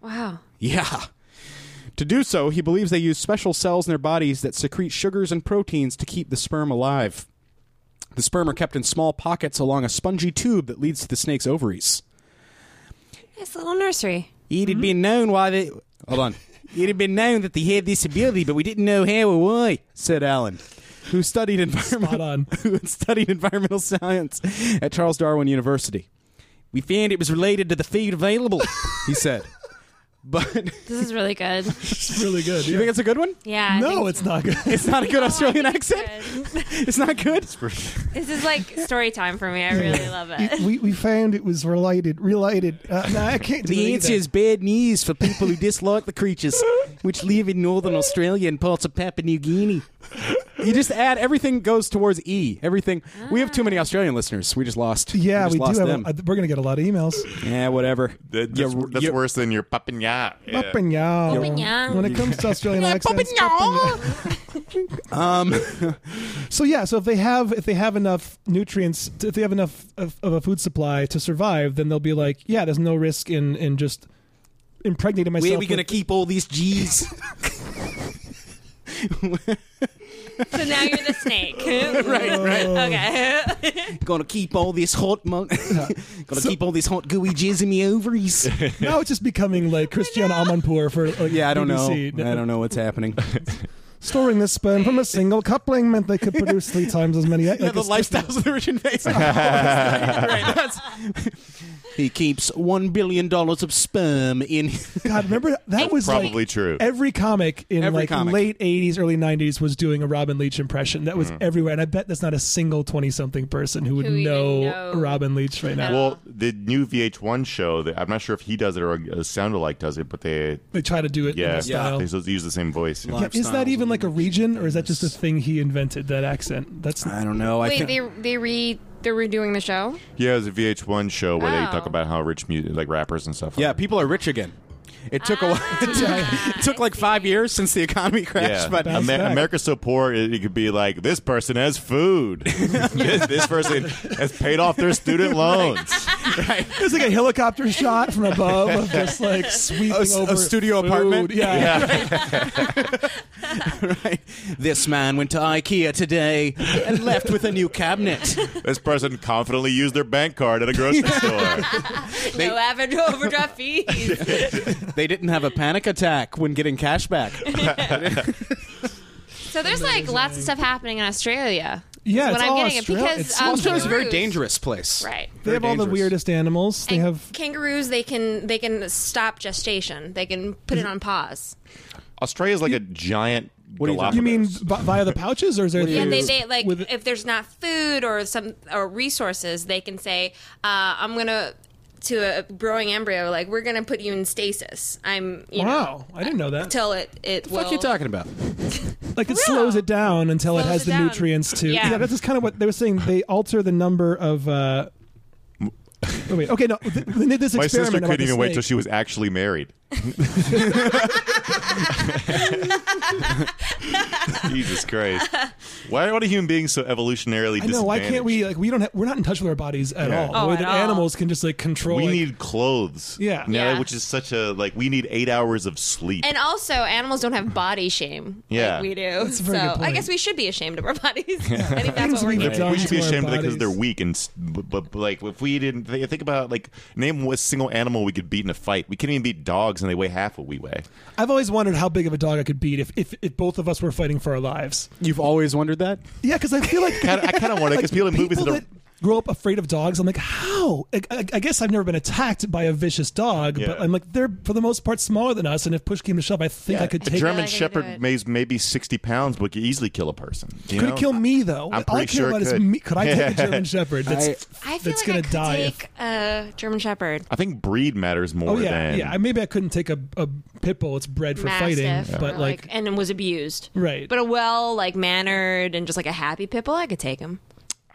Speaker 5: Wow.
Speaker 3: Yeah. To do so, he believes they use special cells in their bodies that secrete sugars and proteins to keep the sperm alive. The sperm are kept in small pockets along a spongy tube that leads to the snake's ovaries.
Speaker 5: Nice little nursery.
Speaker 3: It
Speaker 1: Mm-hmm.
Speaker 3: had been known why they. Hold on. It had been known that they had this ability, but we didn't know how or why," said Allen, who studied
Speaker 1: Spot
Speaker 3: environmental
Speaker 1: on.
Speaker 3: who had studied environmental science at Charles Darwin University. We found it was related to the feed available, he said. But
Speaker 5: This is really good.
Speaker 1: It's really good.
Speaker 3: you
Speaker 1: yeah.
Speaker 3: think it's a good one?
Speaker 5: Yeah. I
Speaker 1: no,
Speaker 5: think
Speaker 1: it's not good.
Speaker 3: It's not a good Australian accent.
Speaker 5: good.
Speaker 3: It's not good.
Speaker 5: This is like story time for me. I really love it.
Speaker 1: we, we found it was related. Related. Uh, no, I can't. do it
Speaker 3: The answer
Speaker 1: either.
Speaker 3: is bad news for people who dislike the creatures, which live in northern Australia and parts of Papua New Guinea. You just add everything goes towards E. Everything. We have too many Australian listeners. We just lost.
Speaker 1: Yeah,
Speaker 3: just
Speaker 1: we,
Speaker 3: lost
Speaker 1: do. Have
Speaker 3: them.
Speaker 1: a, uh, we're gonna get a lot of emails.
Speaker 3: yeah, whatever.
Speaker 4: That- that's
Speaker 3: You-
Speaker 4: that's
Speaker 3: you-
Speaker 4: worse than your papignon. Yeah.
Speaker 1: Papignon.
Speaker 5: Papignon.
Speaker 1: When it comes to Australian accents. Papignon.
Speaker 3: Um,
Speaker 1: So yeah, so if they have if they have enough nutrients, if they have enough of, of a food supply to survive, then they'll be like, yeah, there's no risk in in just impregnating myself.
Speaker 3: where are we going to
Speaker 1: with-
Speaker 3: keep all these G's?
Speaker 5: So now you're the snake. right, right. Okay.
Speaker 3: going to keep all this hot monk. going to keep all this hot gooey jizz in the ovaries.
Speaker 1: now it's just becoming like Christian Amanpour for like,
Speaker 3: yeah, I don't
Speaker 1: BBC.
Speaker 3: know. I don't know what's happening.
Speaker 1: Storing this sperm from a single coupling meant they could produce three times as many.
Speaker 3: Yeah, the lifestyles of the rich and famous. Right, that's- he keeps one billion dollars of sperm in.
Speaker 1: God, remember that was like-
Speaker 4: Probably true.
Speaker 1: Every comic in
Speaker 3: Every
Speaker 1: like
Speaker 3: comic.
Speaker 1: late '80s, early '90s was doing a Robin Leach impression. That was everywhere, and I bet that's not a single twenty-something person who would
Speaker 5: Who even
Speaker 1: know,
Speaker 5: knows.
Speaker 1: Robin Leach right now.
Speaker 4: Well, the new VH1 show, that, I'm not sure if he does it or a sound alike does it, but they,
Speaker 1: They try to do it in
Speaker 4: yeah,
Speaker 1: that style.
Speaker 4: they still use the same voice.
Speaker 1: Yeah, is that even like a region, or is that just a thing he invented? That accent. That's
Speaker 3: I don't know. I
Speaker 5: Wait,
Speaker 3: think
Speaker 5: they they re they're redoing the show.
Speaker 4: Yeah, it was a VH1 show where they
Speaker 5: Oh.
Speaker 4: talk about how rich music, like rappers and stuff.
Speaker 3: yeah,
Speaker 4: are.
Speaker 3: people are rich again. It took
Speaker 5: Ah.
Speaker 3: a while. It took, it took like five years since the economy crashed,
Speaker 4: Yeah,
Speaker 3: but
Speaker 4: Amer-
Speaker 1: back.
Speaker 4: America's so poor it, it could be like this person has food, this, this person has paid off their student loans.
Speaker 1: it's like a helicopter shot from above, of just like sweeping
Speaker 3: A s- a
Speaker 1: over
Speaker 3: studio
Speaker 1: food.
Speaker 3: apartment?
Speaker 1: Yeah.
Speaker 3: right? this man went to IKEA today and left with a new cabinet.
Speaker 4: This person confidently used their bank card at a grocery store.
Speaker 5: no average overdraft fees.
Speaker 3: They didn't have a panic attack when getting cash back.
Speaker 5: so there's like lots of stuff happening in Australia.
Speaker 1: Yeah,
Speaker 5: That's
Speaker 1: it's
Speaker 5: what I'm
Speaker 1: all
Speaker 5: getting at,
Speaker 1: Australia.
Speaker 5: because,
Speaker 1: It's-
Speaker 5: um,
Speaker 3: Australia's a very
Speaker 5: kangaroos-
Speaker 3: dangerous place.
Speaker 5: Right.
Speaker 1: They have all the
Speaker 3: dangerous.
Speaker 1: weirdest animals. They
Speaker 5: And
Speaker 1: have
Speaker 5: kangaroos. They can they can stop gestation. They can put it on pause.
Speaker 4: Australia's like a giant.
Speaker 3: do you think?
Speaker 4: Galapagos.
Speaker 1: You mean b- via the pouches, or is there?
Speaker 5: Yeah, they,
Speaker 1: through-
Speaker 5: they like
Speaker 1: with-
Speaker 5: if there's not food or some or resources, they can say, uh, "I'm gonna." To a growing embryo, like we're gonna put you in stasis. I'm, you
Speaker 1: wow, I didn't know that.
Speaker 5: know, till it it
Speaker 3: What the fuck
Speaker 5: will-
Speaker 3: you talking about?
Speaker 1: like it
Speaker 5: Yeah.
Speaker 1: slows it down until it
Speaker 5: Slows
Speaker 1: has
Speaker 5: it
Speaker 1: the
Speaker 5: down.
Speaker 1: nutrients to
Speaker 5: Yeah.
Speaker 1: that's just kind of what they were saying they alter the number of uh oh, wait okay no th- they did this
Speaker 4: My sister
Speaker 1: experiment
Speaker 4: couldn't
Speaker 1: about
Speaker 4: even
Speaker 1: the
Speaker 4: wait till
Speaker 1: snake.
Speaker 4: she was actually married. Jesus Christ! Why are all the human beings so evolutionarily
Speaker 1: I know. Why can't we? Like, we don't. Ha- we're not in touch with our bodies at
Speaker 4: Yeah.
Speaker 1: all.
Speaker 5: Oh,
Speaker 1: the way
Speaker 5: at
Speaker 1: that
Speaker 5: all.
Speaker 1: animals can just like control.
Speaker 4: We
Speaker 1: like-
Speaker 4: need clothes.
Speaker 1: Yeah.
Speaker 4: Now,
Speaker 5: Yeah.
Speaker 4: Which is such a like we need eight hours of sleep.
Speaker 5: And also, animals don't have body shame.
Speaker 4: Yeah.
Speaker 5: like we do.
Speaker 1: a
Speaker 5: so
Speaker 1: very good
Speaker 5: I
Speaker 1: point.
Speaker 5: guess we should be ashamed of our bodies. I think that's
Speaker 1: Things
Speaker 5: what we're
Speaker 1: we
Speaker 5: doing.
Speaker 1: get done
Speaker 4: we should be
Speaker 1: to our
Speaker 4: ashamed of that because
Speaker 1: bodies.
Speaker 4: they're weak and s- but, but, but, like if we didn't think, think about like name what single animal we could beat in a fight we can't even beat dogs and they weigh half what we weigh
Speaker 1: I've always wondered how big of a dog I could beat if if, if both of us were fighting for our lives.
Speaker 3: You've always wondered that?
Speaker 1: Yeah, because I feel like
Speaker 4: Kinda- I kind of want it because people in movies
Speaker 1: people
Speaker 4: that are-
Speaker 1: that grow up afraid of dogs. I'm like, how? I, I, I guess I've never been attacked by a vicious dog,
Speaker 4: Yeah.
Speaker 1: but I'm like, they're for the most part smaller than us. And if push came to shove, I think I could
Speaker 4: a
Speaker 1: take.
Speaker 5: Yeah,
Speaker 4: German
Speaker 5: I can do
Speaker 4: Shepherd
Speaker 5: it.
Speaker 4: may maybe sixty pounds but could easily kill a person. You
Speaker 1: could
Speaker 4: know?
Speaker 1: it kill me though?
Speaker 4: I'm
Speaker 1: All I
Speaker 4: pretty
Speaker 1: care
Speaker 4: sure it
Speaker 1: about is
Speaker 4: could.
Speaker 1: me. Could I take a German Shepherd? That's,
Speaker 3: I-
Speaker 5: I feel
Speaker 1: that's
Speaker 5: like I
Speaker 1: gonna
Speaker 5: could
Speaker 1: die. if-
Speaker 5: take a German Shepherd.
Speaker 4: I think breed matters more
Speaker 1: oh yeah,
Speaker 4: than
Speaker 1: yeah. I- Maybe I couldn't take a, a pit bull. It's bred for
Speaker 5: Mastiff,
Speaker 1: fighting,
Speaker 5: or,
Speaker 1: but like,
Speaker 5: and was abused.
Speaker 1: Right.
Speaker 5: But a well like mannered and just like a happy pit bull, I could take him.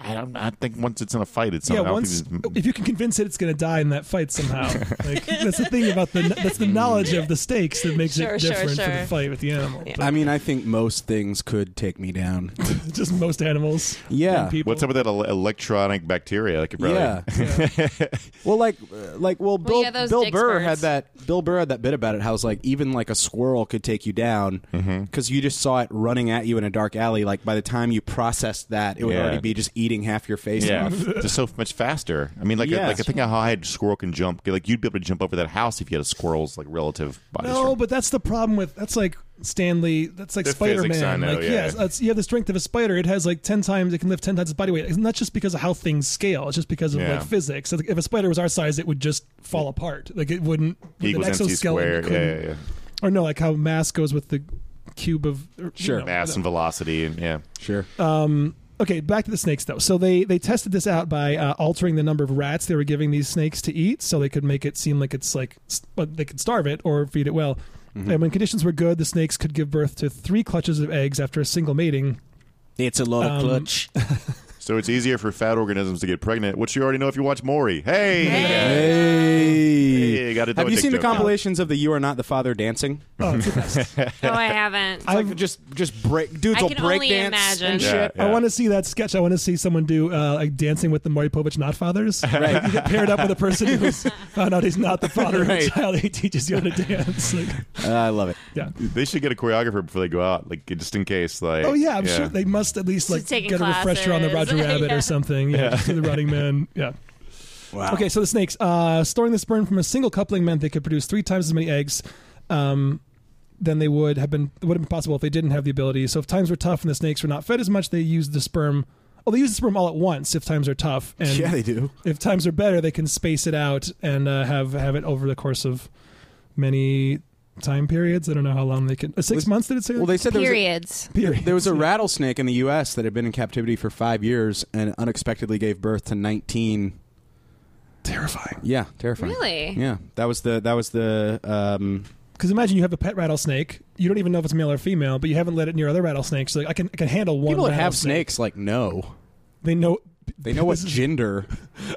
Speaker 4: I don't. I think once it's in a fight, it's
Speaker 1: yeah.
Speaker 4: Not, I don't
Speaker 1: Once
Speaker 4: think it's-
Speaker 1: if you can convince it, it's going to die in that fight somehow. like, that's the thing about the that's the knowledge of the stakes that makes
Speaker 5: Sure,
Speaker 1: it
Speaker 5: sure,
Speaker 1: different for
Speaker 5: sure.
Speaker 1: the fight with the animal. But
Speaker 3: I mean, I think most things could take me down.
Speaker 1: just most animals.
Speaker 3: Yeah.
Speaker 1: and people.
Speaker 4: what's up with that el- electronic bacteria? I could probably.
Speaker 3: Yeah. well, like, uh, like, well, Bill,
Speaker 5: yeah, those
Speaker 3: Bill
Speaker 5: dick
Speaker 3: Burr
Speaker 5: spurts.
Speaker 3: had that. Bill Burr had that bit about it. How it's like even like a squirrel could take you down because you just saw it running at you in a dark alley. Like by the time you processed that, it would
Speaker 4: Yeah.
Speaker 3: already be just eating half your face
Speaker 4: Yeah,
Speaker 3: off.
Speaker 4: just so much faster. I mean, like,
Speaker 3: Yeah.
Speaker 4: I, like I think how high a squirrel can jump. Like, you'd be able to jump over that house if you had a squirrel's like relative body.
Speaker 1: No,
Speaker 4: strength.
Speaker 1: but that's the problem with that's like Stanley. That's like
Speaker 4: The
Speaker 1: Spider
Speaker 4: physics, I
Speaker 1: Man.
Speaker 4: know,
Speaker 1: Like
Speaker 4: yeah.
Speaker 1: yes, that's, you have the strength of a spider. It has like ten times. It can lift ten times its body weight. It's not just because of how things scale. It's just because of
Speaker 4: Yeah.
Speaker 1: like physics. Like, if a spider was our size, it would just fall apart. Like it wouldn't. with
Speaker 4: E
Speaker 1: an
Speaker 4: equals mc
Speaker 1: exoskeleton, it
Speaker 4: squared. Yeah,
Speaker 1: couldn't-
Speaker 4: yeah, yeah.
Speaker 1: Or no, like how mass goes with the cube of or, you
Speaker 3: Sure.
Speaker 1: know,
Speaker 4: Mass and velocity, and yeah.
Speaker 3: Sure.
Speaker 1: okay back to the snakes though so they they tested this out by uh, altering the number of rats they were giving these snakes to eat so they could make it seem like it's like s- but they could starve it or feed it well and when conditions were good the snakes could give birth to three clutches of eggs after a single mating
Speaker 3: it's a lot of clutch.
Speaker 4: So it's easier for fat organisms to get pregnant, which you already know if you watch Maury. Hey, hey.
Speaker 3: Hey.
Speaker 4: Hey, gotta do
Speaker 3: Have
Speaker 4: a
Speaker 3: you
Speaker 4: dick
Speaker 3: seen the
Speaker 4: joke now.
Speaker 3: compilations of the "You Are Not the Father" dancing?
Speaker 1: oh, it's the best.
Speaker 5: No, I haven't.
Speaker 3: It's like just just break dudes
Speaker 5: I
Speaker 3: will
Speaker 5: can
Speaker 3: break
Speaker 5: only
Speaker 3: dance
Speaker 5: imagine.
Speaker 3: and
Speaker 5: Yeah.
Speaker 3: shit.
Speaker 1: I want to see that sketch. I want to see someone do uh, like dancing with the Maury Povich Not Fathers. Right. you get paired up with a person who's found out he's not the father of a
Speaker 3: Right.
Speaker 1: child. He teaches you how to dance. Like,
Speaker 3: Uh, I love it.
Speaker 1: yeah.
Speaker 4: They should get a choreographer before they go out, like just in case. Like,
Speaker 1: Oh yeah, I'm sure they must at least like
Speaker 5: taking
Speaker 1: get a refresher on the
Speaker 5: classes.
Speaker 1: Roger Rabbit
Speaker 5: Yeah.
Speaker 1: or something. Yeah, just do the Running Man. Yeah.
Speaker 3: Wow.
Speaker 1: Okay, so the snakes uh, storing the sperm from a single coupling meant they could produce three times as many eggs um, than they would have been it would have been possible if they didn't have the ability. So if times were tough and the snakes were not fed as much, they used the sperm. Oh, they use the sperm all at once if times are tough, and
Speaker 3: Yeah, they do.
Speaker 1: if times are better, they can space it out and uh, have have it over the course of many time periods. I don't know how long they can. Uh, six
Speaker 3: Was-
Speaker 1: months did it say?
Speaker 3: Well, they said there was a-
Speaker 5: Periods.
Speaker 1: Period.
Speaker 3: There was a rattlesnake in the U.S. that had been in captivity for five years and unexpectedly gave birth to 19.
Speaker 1: terrifying.
Speaker 3: Yeah, terrifying.
Speaker 5: Really?
Speaker 3: Yeah, that was the that was the um,
Speaker 1: Because imagine you have a pet rattlesnake. You don't even know if it's male or female, but you haven't let it near other rattlesnakes. So like, I can I can handle one.
Speaker 3: people that have
Speaker 1: rattlesnake.
Speaker 3: snakes like no,
Speaker 1: They know.
Speaker 3: they know what
Speaker 1: This is-
Speaker 3: gender.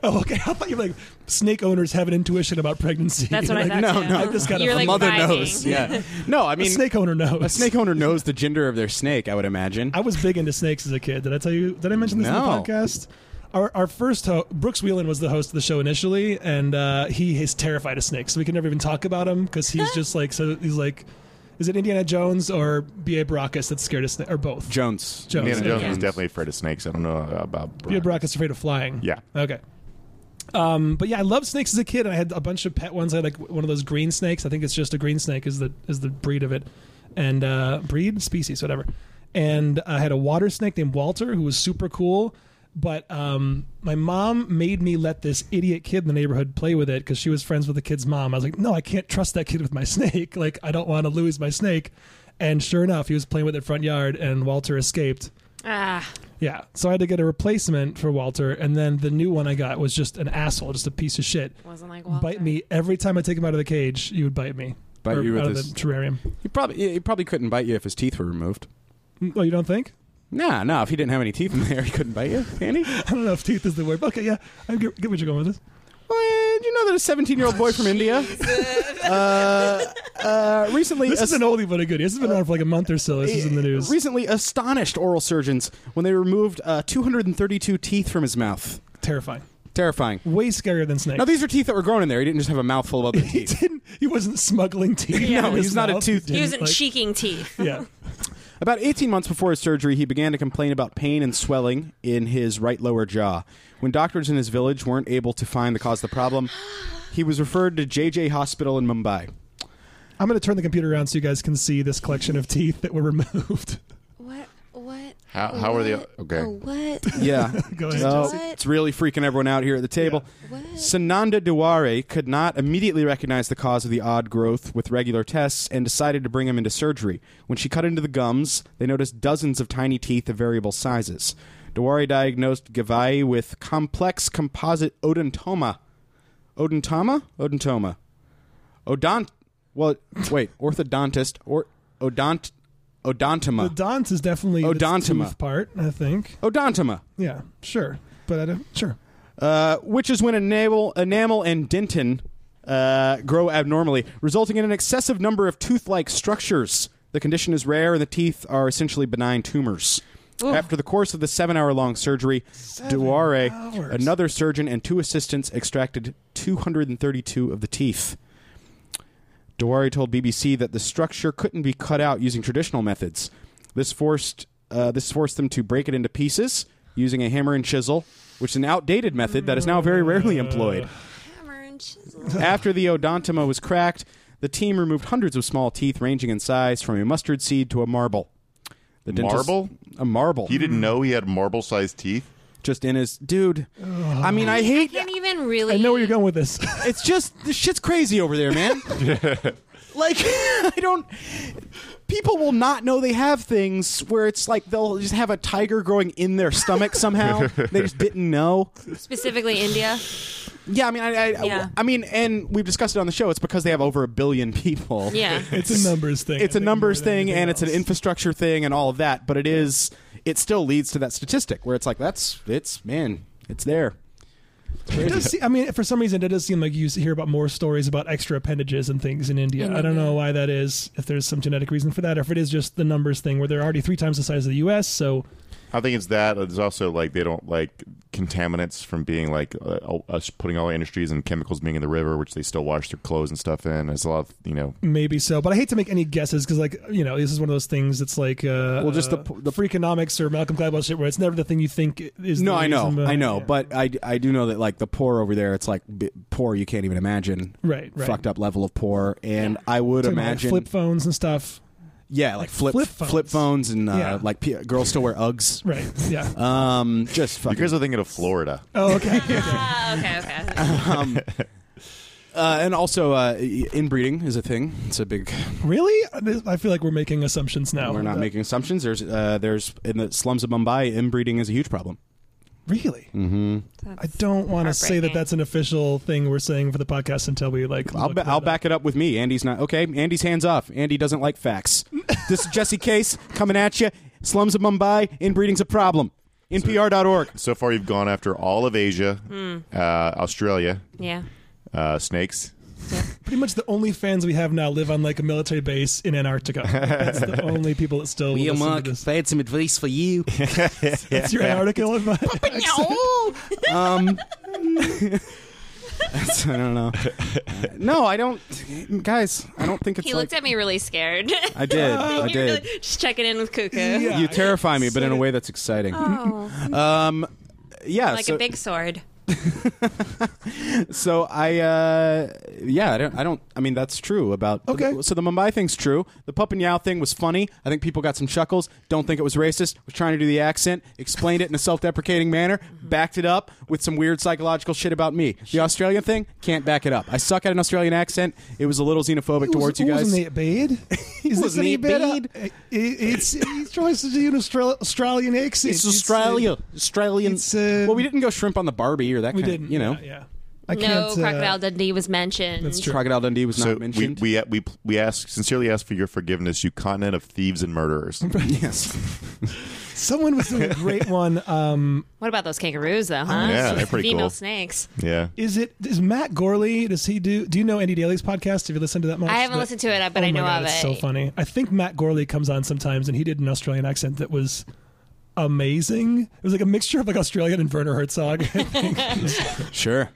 Speaker 1: Oh, okay. I thought you were like snake owners have an intuition about pregnancy.
Speaker 5: That's what
Speaker 1: Like,
Speaker 5: I thought.
Speaker 3: no,
Speaker 5: too.
Speaker 3: no.
Speaker 1: I just got
Speaker 5: You're
Speaker 1: a
Speaker 5: like
Speaker 3: Mother
Speaker 5: vibing.
Speaker 3: knows. Yeah. No, I
Speaker 1: A
Speaker 3: mean
Speaker 1: snake owner knows.
Speaker 3: a snake owner knows the gender of their snake. I would imagine.
Speaker 1: I was big into snakes as a kid. Did I tell you? Did I mention this
Speaker 3: No.
Speaker 1: in the podcast? Our, our first ho- Brooks Wheelan was the host of the show initially, and uh, he is terrified of snakes. So we can never even talk about him because he's just like so. He's like, is it Indiana Jones or B.A. Baracus that's scared of snakes or both?
Speaker 3: Jones.
Speaker 1: Jones.
Speaker 4: Indiana Jones
Speaker 5: Yeah.
Speaker 4: was definitely afraid of snakes. I don't know about.
Speaker 1: Yeah, Barack is afraid of flying.
Speaker 4: Yeah.
Speaker 1: Okay. Um, but yeah, I loved snakes as a kid, and I had a bunch of pet ones. I had like one of those green snakes. I think it's just a green snake is the is the breed of it, and uh, breed species whatever. And I had a water snake named Walter who was super cool. But um, my mom made me let this idiot kid in the neighborhood play with it because she was friends with the kid's mom. I was like, no, I can't trust that kid with my snake. Like, I don't want to lose my snake. And sure enough, he was playing with it front yard, and Walter escaped.
Speaker 5: Ah,
Speaker 1: Yeah. So I had to get a replacement for Walter, and then the new one I got was just an asshole, just a piece of shit.
Speaker 5: wasn't like Walter.
Speaker 1: Bite me every time I take him out of the cage. You would bite me.
Speaker 3: Bite
Speaker 1: Or
Speaker 3: you with
Speaker 1: out of
Speaker 3: his-
Speaker 1: the terrarium.
Speaker 3: He probably he probably couldn't bite you if his teeth were removed.
Speaker 1: Oh, you don't think?
Speaker 3: Nah, nah. If he didn't have any teeth in there, he couldn't bite you, Andy.
Speaker 1: I don't know if teeth is the word. But okay, yeah. I get, get what you're going with this.
Speaker 3: Well, eh, you know that a 17 year old boy from India uh, uh, recently
Speaker 1: This is
Speaker 3: ast-
Speaker 1: an oldie but a goodie. This has been on for like a month or so. This is in the
Speaker 3: Eh,
Speaker 1: news.
Speaker 3: recently astonished oral surgeons when they removed uh, 232 teeth from his mouth.
Speaker 1: Terrifying.
Speaker 3: Terrifying.
Speaker 1: Way scarier than snakes.
Speaker 3: Now these are teeth that were grown in there. He didn't just have a mouthful of other
Speaker 1: he
Speaker 3: teeth.
Speaker 1: didn't. He wasn't smuggling teeth.
Speaker 3: No,
Speaker 1: in his
Speaker 3: he's not a
Speaker 1: mouth.
Speaker 3: tooth-
Speaker 5: He wasn't
Speaker 1: Like,
Speaker 5: cheeking teeth.
Speaker 1: Yeah.
Speaker 3: About 18 months before his surgery, he began to complain about pain and swelling in his right lower jaw. When doctors in his village weren't able to find the cause of the problem, he was referred to JJ Hospital in Mumbai.
Speaker 1: I'm going to turn the computer around so you guys can see this collection of teeth that were removed.
Speaker 5: What? What?
Speaker 6: How- how are the-
Speaker 5: What?
Speaker 6: okay.
Speaker 5: Oh, what?
Speaker 3: Yeah.
Speaker 1: Go ahead,
Speaker 3: So,
Speaker 5: Jesse.
Speaker 3: it's really freaking everyone out here at the table.
Speaker 5: What?
Speaker 3: Sananda Diware could not immediately recognize the cause of the odd growth with regular tests and decided to bring him into surgery. When she cut into the gums, they noticed dozens of tiny teeth of variable sizes. Diware diagnosed Gavai with complex composite odontoma. Odontoma? Odontoma. Odont. Well, wait. Orthodontist. Or, odont.
Speaker 1: The
Speaker 3: Odontoma.
Speaker 1: dont is definitely
Speaker 3: Oh,
Speaker 1: the
Speaker 3: Odontoma.
Speaker 1: tooth part, I think.
Speaker 3: Odontoma.
Speaker 1: Yeah, sure. But I don't, sure.
Speaker 3: uh, which is when enamel, enamel and dentin uh, grow abnormally, resulting in an excessive number of tooth-like structures. The condition is rare, and the teeth are essentially benign tumors. After the course of the seven-hour-long surgery, Duare,
Speaker 1: hours.
Speaker 3: another surgeon, and two assistants extracted 232 of the teeth. Dewari told BBC that the structure couldn't be cut out using traditional methods. This forced uh, this forced them to break it into pieces using a hammer and chisel, which is an outdated method that is now very rarely employed.
Speaker 5: Hammer and chisel.
Speaker 3: After the odontoma was cracked, the team removed hundreds of small teeth ranging in size from a mustard seed to a marble. The
Speaker 4: Marble?
Speaker 3: A marble.
Speaker 4: He didn't know he had marble-sized teeth.
Speaker 3: just in his dude. I mean, I
Speaker 5: I
Speaker 3: hate.
Speaker 5: can't even really.
Speaker 1: I know where you're going with this.
Speaker 3: It's just the shit's crazy over there, man. like I don't people will not know they have things where it's like they'll just have a tiger growing in their stomach somehow. they just didn't know.
Speaker 5: Specifically, India.
Speaker 3: Yeah, I mean I I,
Speaker 5: Yeah.
Speaker 3: I mean and we've discussed it on the show it's because they have over a billion people.
Speaker 5: Yeah.
Speaker 1: it's a numbers thing.
Speaker 3: It's
Speaker 1: I
Speaker 3: a
Speaker 1: think,
Speaker 3: numbers
Speaker 1: more than
Speaker 3: thing
Speaker 1: anything
Speaker 3: and it's an
Speaker 1: else.
Speaker 3: infrastructure thing and all of that, but it is it still leads to that statistic where it's like that's it's man, it's there.
Speaker 1: It does see, I mean, for some reason, it does seem like you hear about more stories about extra appendages and things in India. I don't know why that is, if there's some genetic reason for that, or if it is just the numbers thing where they're already three times the size of the U.S., so
Speaker 4: I think it's that. It's also like they don't like contaminants from being like uh, uh, us putting all the industries and chemicals being in the river, which they still wash their clothes and stuff in. It's a lot of you know.
Speaker 1: maybe so. But I hate to make any guesses because, like, you know, this is one of those things that's like, uh,
Speaker 3: Well, just the-
Speaker 1: uh,
Speaker 3: the-
Speaker 1: Freakonomics or Malcolm Gladwell shit where it's never the thing you think is.
Speaker 3: No,
Speaker 1: the
Speaker 3: I know,
Speaker 1: reason,
Speaker 3: I know,
Speaker 1: yeah.
Speaker 3: but I, I do know that like the poor over there, it's like b- poor you can't even imagine.
Speaker 1: Right, right.
Speaker 3: Fucked up level of poor, and I would
Speaker 1: Talking about, like,
Speaker 3: imagine,
Speaker 1: flip phones and stuff.
Speaker 3: yeah, like flip
Speaker 1: flip
Speaker 3: flip
Speaker 1: phones.
Speaker 3: phones, and uh,
Speaker 1: Yeah.
Speaker 3: like p- girls still wear Uggs.
Speaker 1: Right. Yeah.
Speaker 3: Um, just
Speaker 4: You
Speaker 3: fucking.
Speaker 4: guys are thinking of Florida.
Speaker 1: oh, okay.
Speaker 5: Ah, okay, okay.
Speaker 3: Uh-huh. um, uh, and also, uh, inbreeding is a thing. It's a big.
Speaker 1: really? This- I feel like we're making assumptions now.
Speaker 3: We're not
Speaker 1: Uh,
Speaker 3: making assumptions. There's, uh, there's in the slums of Mumbai, inbreeding is a huge problem.
Speaker 1: Really? Mm-hmm. I don't want to say that
Speaker 5: heartbreaking.
Speaker 1: that's an official thing we're saying for the podcast until we like.
Speaker 3: I'll,
Speaker 1: look
Speaker 3: ba-
Speaker 1: that
Speaker 3: I'll
Speaker 1: up.
Speaker 3: back it up with me. Andy's not okay. Andy's hands off. Andy doesn't like facts. this is Jesse Case coming at you. Slums of Mumbai. Inbreeding's a problem. NPR.org.
Speaker 4: So far, you've gone after all of Asia, uh, Australia,
Speaker 5: Yeah.
Speaker 4: uh, snakes.
Speaker 1: Pretty much the only fans we have now live on like a military base in Antarctica. That's the only people that still listen to this.
Speaker 3: I had some advice for you.
Speaker 1: That's your Antarctica advice.
Speaker 5: No.
Speaker 3: I don't know. No, I don't. Guys, I don't think it's
Speaker 5: He
Speaker 3: like.
Speaker 5: looked at me really scared.
Speaker 3: I did. I
Speaker 5: You're
Speaker 3: did.
Speaker 5: really- just checking in with Cuckoo.
Speaker 3: You terrify me, but in a way that's exciting. Um, yeah.
Speaker 5: Oh. Like
Speaker 3: so,
Speaker 5: a big sword.
Speaker 3: So I, uh, yeah, I don't, I don't. I mean, that's true about.
Speaker 1: Okay.
Speaker 3: So the Mumbai thing's true. The Pup and Yow thing was funny. I think people got some chuckles. Don't think it was racist. Was trying to do the accent. Explained it in a self-deprecating manner. Backed it up with some weird psychological shit about me. The Australian thing can't back it up. I suck at an Australian accent. It was a little xenophobic towards you guys.
Speaker 1: Wasn't it bad? Is this
Speaker 3: Wasn't
Speaker 1: any
Speaker 3: it
Speaker 1: better?
Speaker 3: bad?
Speaker 1: Uh, it- It's he tries to do an Austral- Australian accent.
Speaker 3: It's Australia, Australian.
Speaker 1: it's, uh,
Speaker 3: well, we didn't go shrimp on the Barbie or that
Speaker 1: We
Speaker 3: kind.
Speaker 1: didn't.
Speaker 3: of, You know,
Speaker 1: Yeah. yeah. I
Speaker 5: No
Speaker 1: can't.
Speaker 5: crocodile
Speaker 1: Uh,
Speaker 5: Dundee was mentioned.
Speaker 1: that's true.
Speaker 3: Crocodile Dundee was
Speaker 4: So
Speaker 3: not
Speaker 4: we
Speaker 3: mentioned.
Speaker 4: we we we ask sincerely ask for your forgiveness, you continent of thieves and murderers.
Speaker 3: yes.
Speaker 1: Someone was doing a great one. Um,
Speaker 5: What about those kangaroos,
Speaker 3: Oh,
Speaker 5: though? Huh?
Speaker 4: yeah, they're pretty
Speaker 5: Female
Speaker 4: cool.
Speaker 5: snakes.
Speaker 4: Yeah.
Speaker 1: is it is Matt Gorley? Does he do? Do you know Andy Daly's podcast? Have you listened to that much?
Speaker 5: I haven't listened to it, but
Speaker 1: oh
Speaker 5: I
Speaker 1: my
Speaker 5: know
Speaker 1: God,
Speaker 5: of
Speaker 1: it's
Speaker 5: it.
Speaker 1: So funny. I think Matt Gorley comes on sometimes, and he did an Australian accent that was amazing. It was like a mixture of like Australian and Werner Herzog.
Speaker 3: Sure.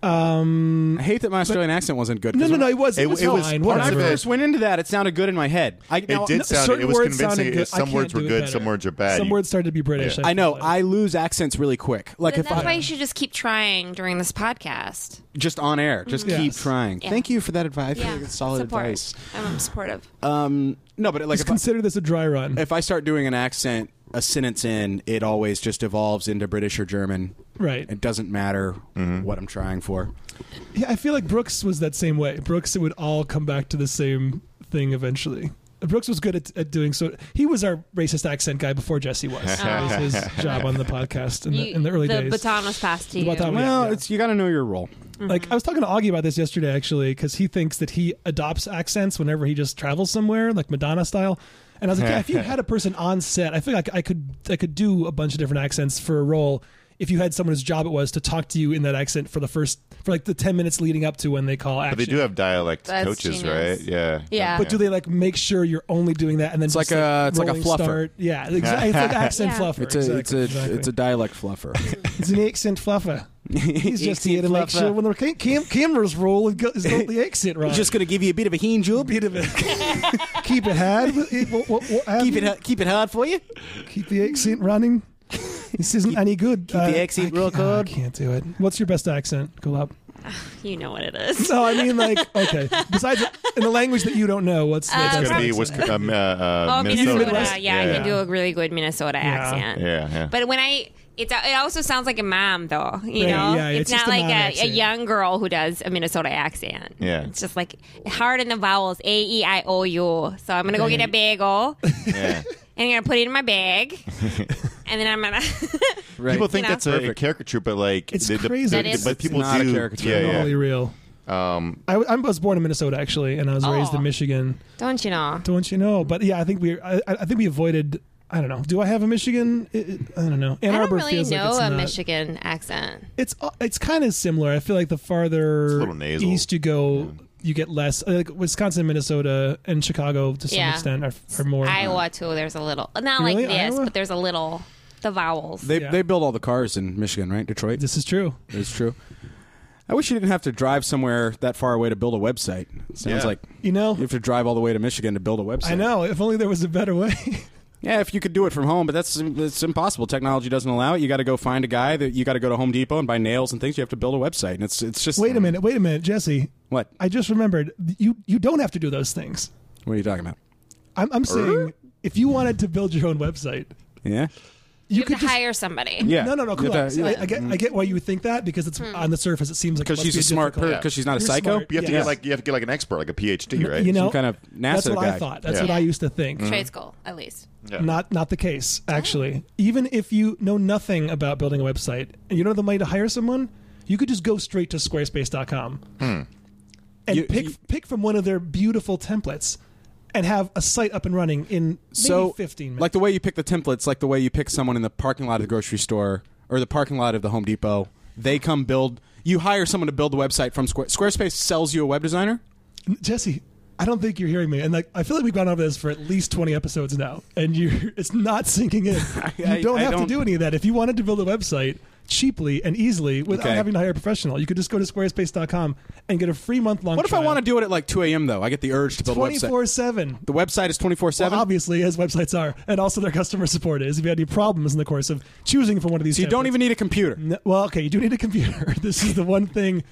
Speaker 3: Um, I hate that my Australian accent wasn't good.
Speaker 1: no,
Speaker 3: 'cause
Speaker 1: no,
Speaker 3: when
Speaker 1: no. It was. It,
Speaker 4: It-
Speaker 1: was,
Speaker 4: it was
Speaker 1: fine.
Speaker 4: part
Speaker 3: When I
Speaker 4: of
Speaker 1: Whatever.
Speaker 4: it.
Speaker 3: first went into that, it sounded good in my head. I,
Speaker 4: It
Speaker 3: now-
Speaker 4: did
Speaker 1: no,
Speaker 4: sound.
Speaker 1: certain
Speaker 4: It was
Speaker 1: words
Speaker 4: convincing.
Speaker 1: sounded good. I
Speaker 4: Some
Speaker 1: can't
Speaker 4: words were
Speaker 1: do it
Speaker 4: good.
Speaker 1: better.
Speaker 4: Some words are bad.
Speaker 1: Some
Speaker 4: You-
Speaker 1: words started to be British.
Speaker 3: I know.
Speaker 1: feel like.
Speaker 3: I lose accents really quick. Like
Speaker 5: Then
Speaker 3: if
Speaker 5: that's
Speaker 3: I
Speaker 5: why you should just keep trying during this podcast.
Speaker 3: just on air, just
Speaker 1: Mhm.
Speaker 3: keep
Speaker 1: Yes.
Speaker 3: trying.
Speaker 5: Yeah.
Speaker 3: Thank you for that advice. I feel
Speaker 5: Yeah,
Speaker 3: like it's solid
Speaker 5: support.
Speaker 3: advice.
Speaker 5: I'm supportive.
Speaker 3: Um, no, but like
Speaker 1: Just
Speaker 3: if I,
Speaker 1: consider this a dry run.
Speaker 3: if I start doing an accent, a sentence in, it always just evolves into British or German.
Speaker 1: Right.
Speaker 3: It doesn't matter
Speaker 4: Mm-hmm.
Speaker 3: what I'm trying for.
Speaker 1: Yeah, I feel like Brooks was that same way. Brooks, it would all come back to the same thing eventually. Brooks was good at, at doing so. He was our racist accent guy before Jesse was. That was his job on the podcast in, the,
Speaker 5: You-
Speaker 1: in the early days.
Speaker 5: baton Mm-hmm. was passed to
Speaker 1: The
Speaker 5: you.
Speaker 1: baton- Yeah,
Speaker 3: Well,
Speaker 1: yeah.
Speaker 3: it's you got to know your role.
Speaker 1: Like I was talking to Augie about this yesterday, actually, because he thinks that he adopts accents whenever he just travels somewhere, like Madonna style. And I was like, yeah, if you had a person on set, I feel like I could I could do a bunch of different accents for a role. If you had someone whose job it was to talk to you in that accent for the first for like the ten minutes leading up to when they call action,
Speaker 4: But they do have dialect
Speaker 5: That's
Speaker 4: coaches,
Speaker 5: genius.
Speaker 4: right? Yeah.
Speaker 5: Yeah.
Speaker 1: But do they like make sure you're only doing that and then it's
Speaker 3: like a- it's like a fluffer.
Speaker 1: Yeah, exactly. It's like accent
Speaker 5: Yeah.
Speaker 1: fluffer. exactly, exactly.
Speaker 3: dialect fluffer.
Speaker 1: It's an accent fluffer. He's just here to make
Speaker 3: Fluffer.
Speaker 1: sure when the cam- cam- cameras roll, and got, got the accent right.
Speaker 3: just going to give you a bit of a hinge, Joel.
Speaker 1: bit of it. keep it hard. It- what- what- what happened?
Speaker 3: Keep it hu- keep it hard for you.
Speaker 1: Keep the accent running. This isn't any good. Keep
Speaker 3: the accent real
Speaker 1: I
Speaker 3: good.
Speaker 1: can't do it. What's your best accent, Gulab?
Speaker 5: You know what it is.
Speaker 1: No, I mean like okay. Besides, in the language that you don't know, what's the
Speaker 5: It's
Speaker 1: best
Speaker 4: It's gonna be
Speaker 1: accent?
Speaker 4: Wis- um, uh, uh,
Speaker 5: Oh,
Speaker 4: Minnesota.
Speaker 5: Minnesota.
Speaker 1: Midwest?
Speaker 5: Yeah, I
Speaker 4: yeah.
Speaker 5: can do a really good Minnesota accent.
Speaker 4: Yeah, yeah.
Speaker 5: But when I, it's it also sounds like a mom though. You
Speaker 1: Right,
Speaker 5: know,
Speaker 1: yeah, it's
Speaker 5: it's,
Speaker 1: just
Speaker 5: not
Speaker 1: a
Speaker 5: like
Speaker 1: mom
Speaker 5: a, a
Speaker 1: accent.
Speaker 5: young girl who does a Minnesota accent.
Speaker 4: Yeah.
Speaker 5: it's just like hard in the vowels. A E I O U. So I'm gonna go get a
Speaker 1: Right.
Speaker 5: bagel and
Speaker 4: yeah.
Speaker 5: I'm gonna put it in my bag, and then I'm gonna.
Speaker 3: Right.
Speaker 4: People think
Speaker 5: You know?
Speaker 4: that's a, a caricature, but like
Speaker 1: It's crazy. That is-
Speaker 4: but
Speaker 1: It's
Speaker 4: people
Speaker 3: not a
Speaker 4: do.
Speaker 3: caricature
Speaker 4: yeah,
Speaker 3: at
Speaker 4: yeah.
Speaker 1: Totally real.
Speaker 4: Um,
Speaker 1: I, I was born in Minnesota actually, and I was raised
Speaker 5: Oh.
Speaker 1: in Michigan.
Speaker 5: Don't you know?
Speaker 1: Don't you know? But yeah, I think we I, I think we avoided. I don't know. Do I have a Michigan? I I- I don't know. Ann
Speaker 5: I don't
Speaker 1: Arbor
Speaker 5: really
Speaker 1: feels like
Speaker 5: know
Speaker 1: it's
Speaker 5: a
Speaker 1: not.
Speaker 5: Michigan accent.
Speaker 1: It's uh, it's kind of similar. I feel like the
Speaker 4: a
Speaker 1: farther
Speaker 4: little nasal.
Speaker 1: east you go, you get less. uh, Like Wisconsin, Minnesota, and Chicago to some
Speaker 5: Yeah.
Speaker 1: extent are, are more.
Speaker 5: Iowa too. There's a little, not
Speaker 1: Really?
Speaker 5: like this,
Speaker 1: Iowa?
Speaker 5: but there's a little the vowels.
Speaker 3: They
Speaker 1: Yeah.
Speaker 3: they build all the cars in Michigan, right? Detroit.
Speaker 1: This is true.
Speaker 3: It's true. I wish you didn't have to drive somewhere that far away to build a website. It sounds
Speaker 4: Yeah.
Speaker 3: like
Speaker 1: You know.
Speaker 3: you have to drive all the way to Michigan to build a website.
Speaker 1: I know. If only there was a better way.
Speaker 3: Yeah, if you could do it from home, but that's it's impossible. Technology doesn't allow it. You got to go find a guy that you got to go to Home Depot and buy nails and things. You have to build a website, and it's it's just
Speaker 1: wait a minute. Wait a minute, Jesse.
Speaker 3: What?
Speaker 1: I just remembered. You you don't have to do those things.
Speaker 3: What are you talking about?
Speaker 1: I'm, I'm saying if you wanted to build your own website,
Speaker 3: Yeah,
Speaker 1: you,
Speaker 5: you
Speaker 1: could
Speaker 5: have to
Speaker 1: just
Speaker 5: hire somebody.
Speaker 3: yeah.
Speaker 1: No, no, no. Cool.
Speaker 3: You have to-
Speaker 1: I, I get, I get why you would think that because it's
Speaker 5: Hmm.
Speaker 1: on the surface it seems like it
Speaker 3: because
Speaker 1: must
Speaker 3: she's
Speaker 1: be
Speaker 3: a smart
Speaker 1: difficult-
Speaker 3: person. Because she's not a
Speaker 1: You're
Speaker 3: psycho.
Speaker 1: smart.
Speaker 4: you have to
Speaker 1: Yeah.
Speaker 4: get like you have to get like an expert, like a PhD, right?
Speaker 1: You know,
Speaker 3: kind of
Speaker 1: that's
Speaker 3: NASA
Speaker 1: what
Speaker 3: guy. Mm-hmm.
Speaker 1: I thought. That's
Speaker 4: Yeah.
Speaker 1: what I used to think.
Speaker 5: Trade Oh. school, at least.
Speaker 4: Yeah.
Speaker 1: Not not the case actually. Even if you know nothing about building a website and you don't have the money to hire someone, you could just go straight to squarespace.com and
Speaker 3: Hmm. You-
Speaker 1: pick
Speaker 3: you-
Speaker 1: pick from one of their beautiful templates and have a site up and running in maybe
Speaker 3: so
Speaker 1: 15 minutes.
Speaker 3: like the way you pick the templates, like the way you pick someone in the parking lot of the grocery store or the parking lot of the Home Depot. They come build. You hire someone to build the website from Square. Squarespace sells you a web designer.
Speaker 1: Jesse, I don't think you're hearing me, and like I feel like we've gone over this for at least twenty episodes now, and you it's not sinking in.
Speaker 3: I-
Speaker 1: you don't
Speaker 3: I
Speaker 1: have
Speaker 3: don't-
Speaker 1: to do any of that if you wanted to build a website cheaply and easily without
Speaker 3: Okay.
Speaker 1: having to hire a professional. You could just go to squarespace.com and get a free month long.
Speaker 3: What if I want to do it at like 2 a.m. though? I get the urge to build a
Speaker 1: twenty
Speaker 3: website.
Speaker 1: four seven?
Speaker 3: The website is 24 seven.
Speaker 1: Obviously, as websites are, and also their customer support is. If you had any problems in the course of choosing from one of these,
Speaker 3: So you don't
Speaker 1: templates-
Speaker 3: even need a computer.
Speaker 1: No- well, okay, you do need a computer. this is the one thing,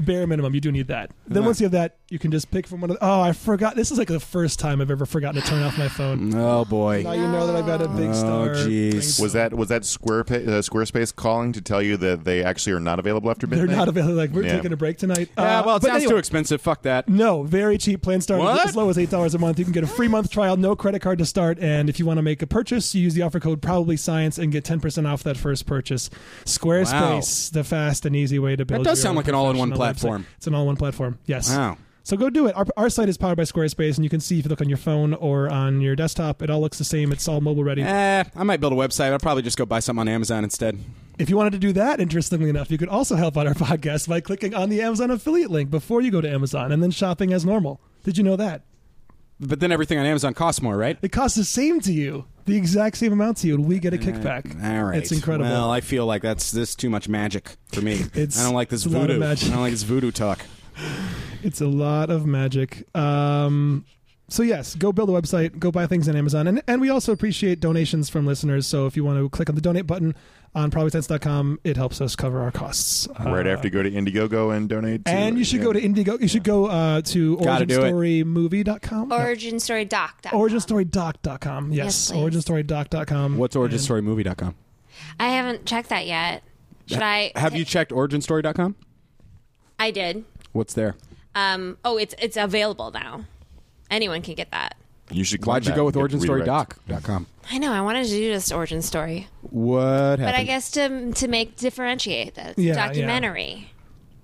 Speaker 1: bare minimum, you do need that. Then once you have that, you can just pick from one of. The, oh, I forgot. This is like the first time I've ever forgotten to turn off my phone.
Speaker 3: Oh boy.
Speaker 1: Now you know that I've got a big star.
Speaker 3: jeez.
Speaker 1: thing.
Speaker 4: Mm. Oh, Was that was that Square uh, Squarespace calling to tell you that they actually are not available after
Speaker 1: They're
Speaker 4: midnight?
Speaker 1: not available. Like we're
Speaker 4: Yeah.
Speaker 1: taking a break tonight.
Speaker 3: Yeah,
Speaker 1: Uh,
Speaker 3: well, it
Speaker 1: but
Speaker 3: sounds
Speaker 1: anyway,
Speaker 3: too expensive. Fuck that.
Speaker 1: No, very cheap. Plans start
Speaker 3: What?
Speaker 1: as low as eight dollars a month. You can get a free month trial, no credit card to start, and if you want to make a purchase, you use the offer code probably science and get ten percent off that first purchase. Squarespace, the fast and easy way to build.
Speaker 3: does
Speaker 1: your
Speaker 3: sound
Speaker 1: own
Speaker 3: like an all-in-one
Speaker 1: professional website.
Speaker 3: platform.
Speaker 1: It's an all-in-one platform. Yes.
Speaker 3: Wow.
Speaker 1: So go do it. Our, our site is powered by Squarespace, and you can see if you look on your phone or on your desktop, it all looks the same. It's all mobile ready.
Speaker 3: Eh, I might build a website. I'll probably just go buy something on Amazon instead.
Speaker 1: If you wanted to do that, interestingly enough, you could also help out our podcast by clicking on the Amazon affiliate link before you go to Amazon and then shopping as normal. Did you know that?
Speaker 3: But then everything on Amazon costs more, right?
Speaker 1: It costs the same to you, the exact same amount to you, and we get a kickback.
Speaker 3: All right.
Speaker 1: It's incredible.
Speaker 3: Well, I feel like that's this too much magic for me.
Speaker 1: It's
Speaker 3: I don't like this
Speaker 1: a lot of
Speaker 3: voodoo. I
Speaker 1: magic.
Speaker 3: don't like this voodoo talk.
Speaker 1: It's a lot of magic. Um, so yes, go build a website, go buy things on Amazon, and and we also appreciate donations from listeners. So if you want to click on the donate button on probablytense.com, it helps us cover our costs. Uh,
Speaker 4: right after you go to Indiegogo and donate. To,
Speaker 1: and you should
Speaker 4: yeah.
Speaker 1: go to Indiegogo. You should go uh, to
Speaker 3: Gotta do it.
Speaker 1: originstorymovie.com. No,
Speaker 5: OriginStoryDoc.com.
Speaker 1: originstorydoc.com. Yes,
Speaker 5: Yes, please.
Speaker 1: originstorydoc.com.
Speaker 3: What's
Speaker 1: And-
Speaker 3: originstorymovie.com?
Speaker 5: I haven't checked that yet. Should I?
Speaker 3: Have you checked originstory.com?
Speaker 5: I did.
Speaker 3: What's there?
Speaker 5: Um, oh, it's it's available now. Anyone can get that.
Speaker 4: You should.
Speaker 3: Why'd you
Speaker 4: climb
Speaker 3: go
Speaker 4: that
Speaker 3: with
Speaker 4: and get redirect.
Speaker 3: originstorydoc.com?
Speaker 5: I know. I wanted to do this origin story,
Speaker 3: What happened?
Speaker 5: but I guess to to make differentiate that
Speaker 1: Mm. Yeah, yeah.
Speaker 5: documentary.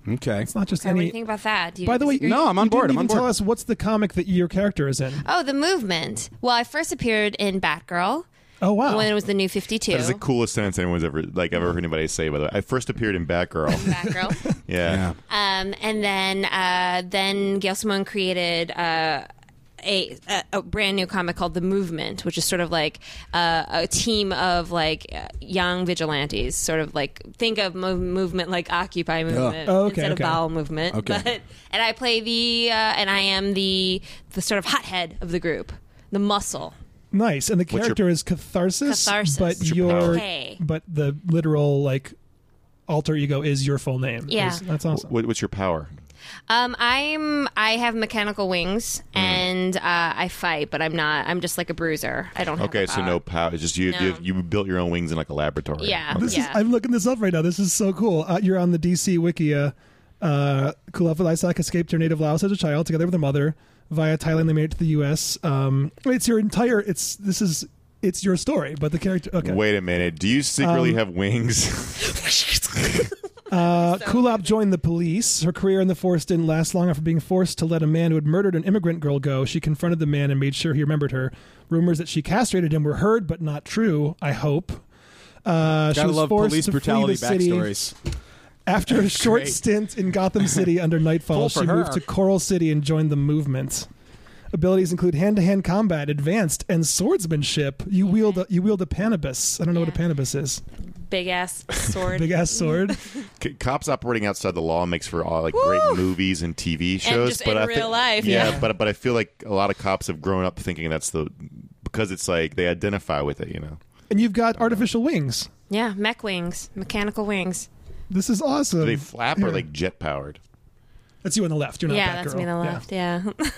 Speaker 3: okay.
Speaker 1: It's not just
Speaker 5: So what do you
Speaker 1: any.
Speaker 5: think about that? Do you
Speaker 1: By the way,
Speaker 5: disagree?
Speaker 3: No, I'm on
Speaker 1: you
Speaker 3: board.
Speaker 1: Didn't
Speaker 3: I'm on
Speaker 1: even tell
Speaker 3: board.
Speaker 1: us what's the comic that your character is in.
Speaker 5: oh, the movement. Well, I first appeared in Batgirl
Speaker 1: Oh wow!
Speaker 5: when it was the New Fifty Two.
Speaker 4: That is the coolest sentence anyone's ever like ever heard anybody say. By the way, I first appeared in Batgirl.
Speaker 5: Batgirl.
Speaker 4: yeah.
Speaker 3: Yeah.
Speaker 5: Um, and then uh, then Gail Simone created uh, a, a a brand new comic called The Movement, which is sort of like uh, a team of like uh, young vigilantes. Sort of like think of mov- movement like Occupy movement
Speaker 1: Oh, okay,
Speaker 5: instead
Speaker 1: okay.
Speaker 5: of bowel movement.
Speaker 3: Okay.
Speaker 5: But, and I play the uh, and I am the the sort of hothead of the group, the muscle.
Speaker 1: Nice, and the
Speaker 4: your-
Speaker 1: character is catharsis,
Speaker 5: Catharsis.
Speaker 1: but
Speaker 5: What's
Speaker 1: your,
Speaker 4: your power?
Speaker 5: Okay.
Speaker 1: but the literal like alter ego is your full name.
Speaker 5: Yeah.
Speaker 1: Is- that's awesome.
Speaker 4: What, what's your power?
Speaker 5: Um, I'm I have mechanical wings
Speaker 4: Mm.
Speaker 5: and uh, I fight, but I'm not. I'm just like a bruiser. I don't. have
Speaker 4: Okay,
Speaker 5: a
Speaker 4: so
Speaker 5: power.
Speaker 4: no power. It's just you,
Speaker 5: No.
Speaker 4: you. You built your own wings in like a laboratory.
Speaker 5: Yeah.
Speaker 4: Okay.
Speaker 1: This
Speaker 5: yeah.
Speaker 1: is, I'm looking this up right now. This is so cool. Uh, you're on the DC Wikia. Uh, Kulefa Lysak escaped her native Laos as a child, together with her mother. Via Thailand, they made it to the U.S. Um, it's your entire. It's this is it's your story, but the Um, character. Okay.
Speaker 4: Wait a minute. Do you secretly have wings?
Speaker 1: Uh, Kulop joined the police. Her career in the force didn't last long after being forced to let a man who had murdered an immigrant girl go. She confronted the man and made sure he remembered her. Rumors that she castrated him were heard, but not true, I hope. Uh, she
Speaker 3: Gotta
Speaker 1: was
Speaker 3: love
Speaker 1: forced
Speaker 3: police
Speaker 1: to flee
Speaker 3: brutality
Speaker 1: the city.
Speaker 3: backstories.
Speaker 1: After a short
Speaker 3: Great.
Speaker 1: stint in Gotham City under Nightfall,
Speaker 3: Cool
Speaker 1: she
Speaker 3: for her.
Speaker 1: moved to Coral City and joined the movement. Abilities include hand-to-hand combat, advanced, and swordsmanship. You wield a, you wield a panibus. I don't know what a
Speaker 5: Yeah.
Speaker 1: panibus is.
Speaker 5: big ass sword.
Speaker 1: Big ass sword.
Speaker 4: C- Cops operating outside the law makes for all, like great movies and TV shows,
Speaker 5: just
Speaker 4: but
Speaker 5: in
Speaker 4: I thi-
Speaker 5: real life,
Speaker 4: yeah,
Speaker 5: yeah.
Speaker 4: But but I feel like a lot of cops have grown up thinking that's the because it's like they identify with it, you know.
Speaker 1: and you've got artificial wings.
Speaker 5: Yeah, mech wings, mechanical wings.
Speaker 1: This is awesome.
Speaker 4: Do they flap
Speaker 1: Here.
Speaker 4: or like jet powered?
Speaker 1: That's you on the left. You're not
Speaker 5: yeah,
Speaker 1: that
Speaker 5: that's
Speaker 1: girl.
Speaker 5: me on the left. Yeah.
Speaker 1: Yeah.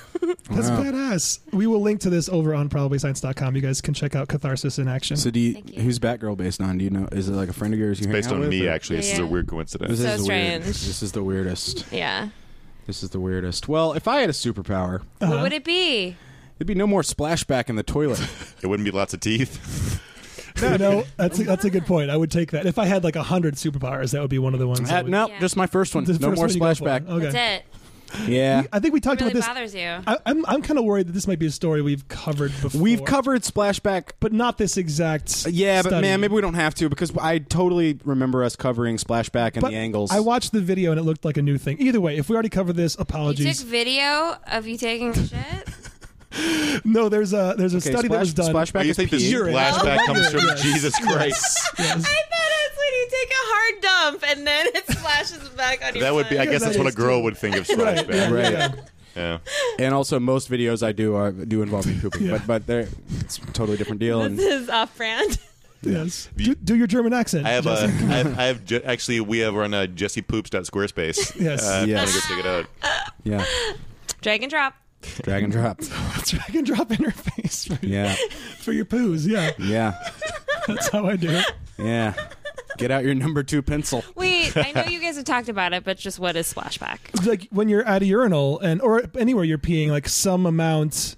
Speaker 1: That's badass. We will link to this over on probablyscience.com. You guys can check out Catharsis in action.
Speaker 3: So do you,
Speaker 5: Thank you.
Speaker 3: who's Batgirl based on? Do you know? Is it like a friend of yours? You hang
Speaker 4: Based
Speaker 3: out
Speaker 4: on
Speaker 3: with,
Speaker 4: me,
Speaker 3: or-
Speaker 4: actually, this is
Speaker 5: Yeah.
Speaker 4: a weird coincidence.
Speaker 3: This
Speaker 5: So
Speaker 3: is weird.
Speaker 5: strange.
Speaker 3: This is the weirdest.
Speaker 5: yeah.
Speaker 3: This is the weirdest. Well, if I had a superpower,
Speaker 1: Uh-huh.
Speaker 5: What would it be?
Speaker 3: it'd be no more splashback in the toilet.
Speaker 4: It wouldn't be lots of teeth.
Speaker 1: you know, that's a, that's a good point. I would take that. If I had like a hundred superpowers, that would be one of the ones.
Speaker 3: Uh,
Speaker 1: that would-
Speaker 3: no,
Speaker 5: Yeah.
Speaker 3: just my first one.
Speaker 1: the
Speaker 3: no
Speaker 1: first
Speaker 3: more
Speaker 1: one you go for. Oh.
Speaker 3: splashback.
Speaker 1: Okay.
Speaker 5: That's it.
Speaker 3: Yeah.
Speaker 1: I think we talked
Speaker 5: It really
Speaker 1: about this.
Speaker 5: bothers you.
Speaker 1: I, I'm I'm kind of worried that this might be a story we've covered before.
Speaker 3: We've covered splashback.
Speaker 1: but not this exact.
Speaker 3: Yeah, but
Speaker 1: study.
Speaker 3: man, maybe we don't have to because I totally remember us covering splashback and
Speaker 1: But
Speaker 3: the angles.
Speaker 1: I watched the video and it looked like a new thing. Either way, if we already covered this,
Speaker 5: You took
Speaker 1: apologies.
Speaker 5: video of you taking a shit?
Speaker 1: no, there's a there's a
Speaker 3: Okay,
Speaker 1: study that
Speaker 3: splash-
Speaker 1: was done.
Speaker 3: Splashback
Speaker 4: you
Speaker 3: is
Speaker 4: think this
Speaker 3: pee.
Speaker 1: You're right.
Speaker 4: flashback comes from Jesus Christ?
Speaker 5: I thought it was when you take a hard dump and then it splashes back on your
Speaker 4: That would be. I
Speaker 1: Yeah,
Speaker 4: guess
Speaker 1: that
Speaker 4: that's what a
Speaker 1: is
Speaker 4: girl would think of
Speaker 1: Right, yeah,
Speaker 4: flashback.
Speaker 3: Right.
Speaker 1: yeah.
Speaker 4: Yeah.
Speaker 3: And also, most videos I do are do involve me pooping, but but they're it's a totally different deal. And
Speaker 5: This is off brand.
Speaker 1: Yes. Do, do your German accent.
Speaker 4: I have a. I have, I have ju- actually. We have on uh, jessepoops.squarespace.
Speaker 1: Yes.
Speaker 4: Uh,
Speaker 3: Yes.
Speaker 4: Go check it out.
Speaker 3: yeah,
Speaker 5: Drag and drop.
Speaker 3: drag and drop.
Speaker 1: drag and drop interface for,
Speaker 3: Yeah,
Speaker 1: for your poos. Yeah,
Speaker 3: yeah,
Speaker 1: that's how I do it.
Speaker 3: yeah. Get out your number two pencil.
Speaker 5: Wait, I know you guys have talked about it, but just what is splashback?
Speaker 1: Like when you're at a urinal and or anywhere you're peeing, like some amount.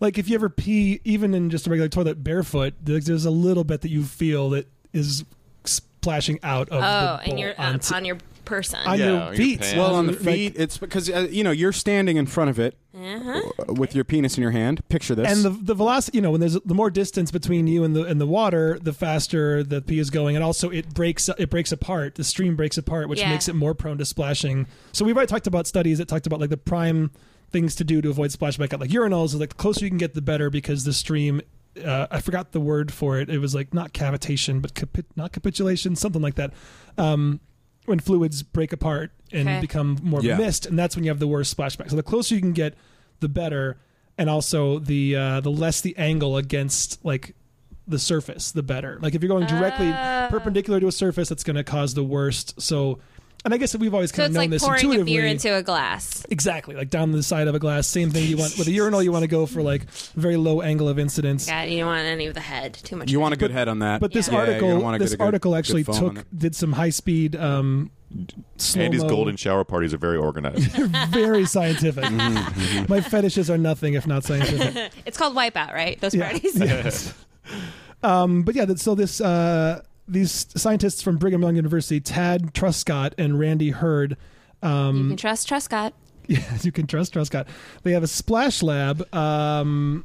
Speaker 1: Like if you ever pee, even in just a regular toilet, barefoot, there's there's a little bit that you feel that is splashing out of
Speaker 5: Oh,
Speaker 1: the bowl
Speaker 5: and you're on,
Speaker 1: onto-
Speaker 5: on your person.
Speaker 1: on
Speaker 4: Yeah,
Speaker 1: your
Speaker 4: your
Speaker 1: feet.
Speaker 4: pants.
Speaker 3: Well, on the
Speaker 1: Like,
Speaker 3: feet, it's because uh, you know you're standing in front of it uh, with your penis in your hand. Picture this.
Speaker 1: and the the velocity, you know, when there's the more distance between you and the and the water, the faster the pee is going, and also it breaks it breaks apart. The stream breaks apart, which
Speaker 5: Yeah.
Speaker 1: makes it more prone to splashing. So we've already talked about studies that talked about like the prime things to do to avoid splashback at like urinals is like the closer you can get, the better because the stream. Uh, I forgot the word for it. It was like not cavitation, but capi- not capitulation, something like that. Um, when fluids break apart and
Speaker 5: Okay.
Speaker 1: become more of a
Speaker 3: Yeah.
Speaker 1: mist, and that's when you have the worst splashback. So the closer you can get, the better, and also the uh, the less the angle against like the surface, the better. Like if you're going directly
Speaker 5: Oh.
Speaker 1: perpendicular to a surface, that's going to cause the worst. So, and I guess we've always
Speaker 5: so
Speaker 1: kind
Speaker 5: it's
Speaker 1: of known
Speaker 5: like
Speaker 1: this
Speaker 5: pouring a
Speaker 1: intuitively.
Speaker 5: beer into a glass.
Speaker 1: exactly, like down the side of a glass. Same thing. You want with a urinal, you want to go for like very low angle of incidence.
Speaker 5: God, you don't want any of the head. Too much.
Speaker 3: you want a good head on that.
Speaker 1: But this
Speaker 3: Yeah, you're gonna
Speaker 1: article,
Speaker 3: wanna get
Speaker 1: this
Speaker 3: a good-
Speaker 1: article
Speaker 3: good
Speaker 1: actually
Speaker 3: foam on
Speaker 1: took
Speaker 3: it.
Speaker 1: did some high speed. Um,
Speaker 4: Andy's
Speaker 1: slow-mo-
Speaker 4: golden shower parties are very organized.
Speaker 1: very scientific.
Speaker 3: Mm-hmm,
Speaker 1: My fetishes are nothing if not scientific.
Speaker 5: It's called wipeout, right? Those
Speaker 1: Yeah.
Speaker 5: parties.
Speaker 1: Yes. um, but yeah, that- so this uh, these scientists from Brigham Young University, Tad Truscott and Randy Hurd.
Speaker 5: You
Speaker 1: Um,
Speaker 5: can trust Truscott.
Speaker 1: Yeah, you can trust Truscott. They have a splash lab, um,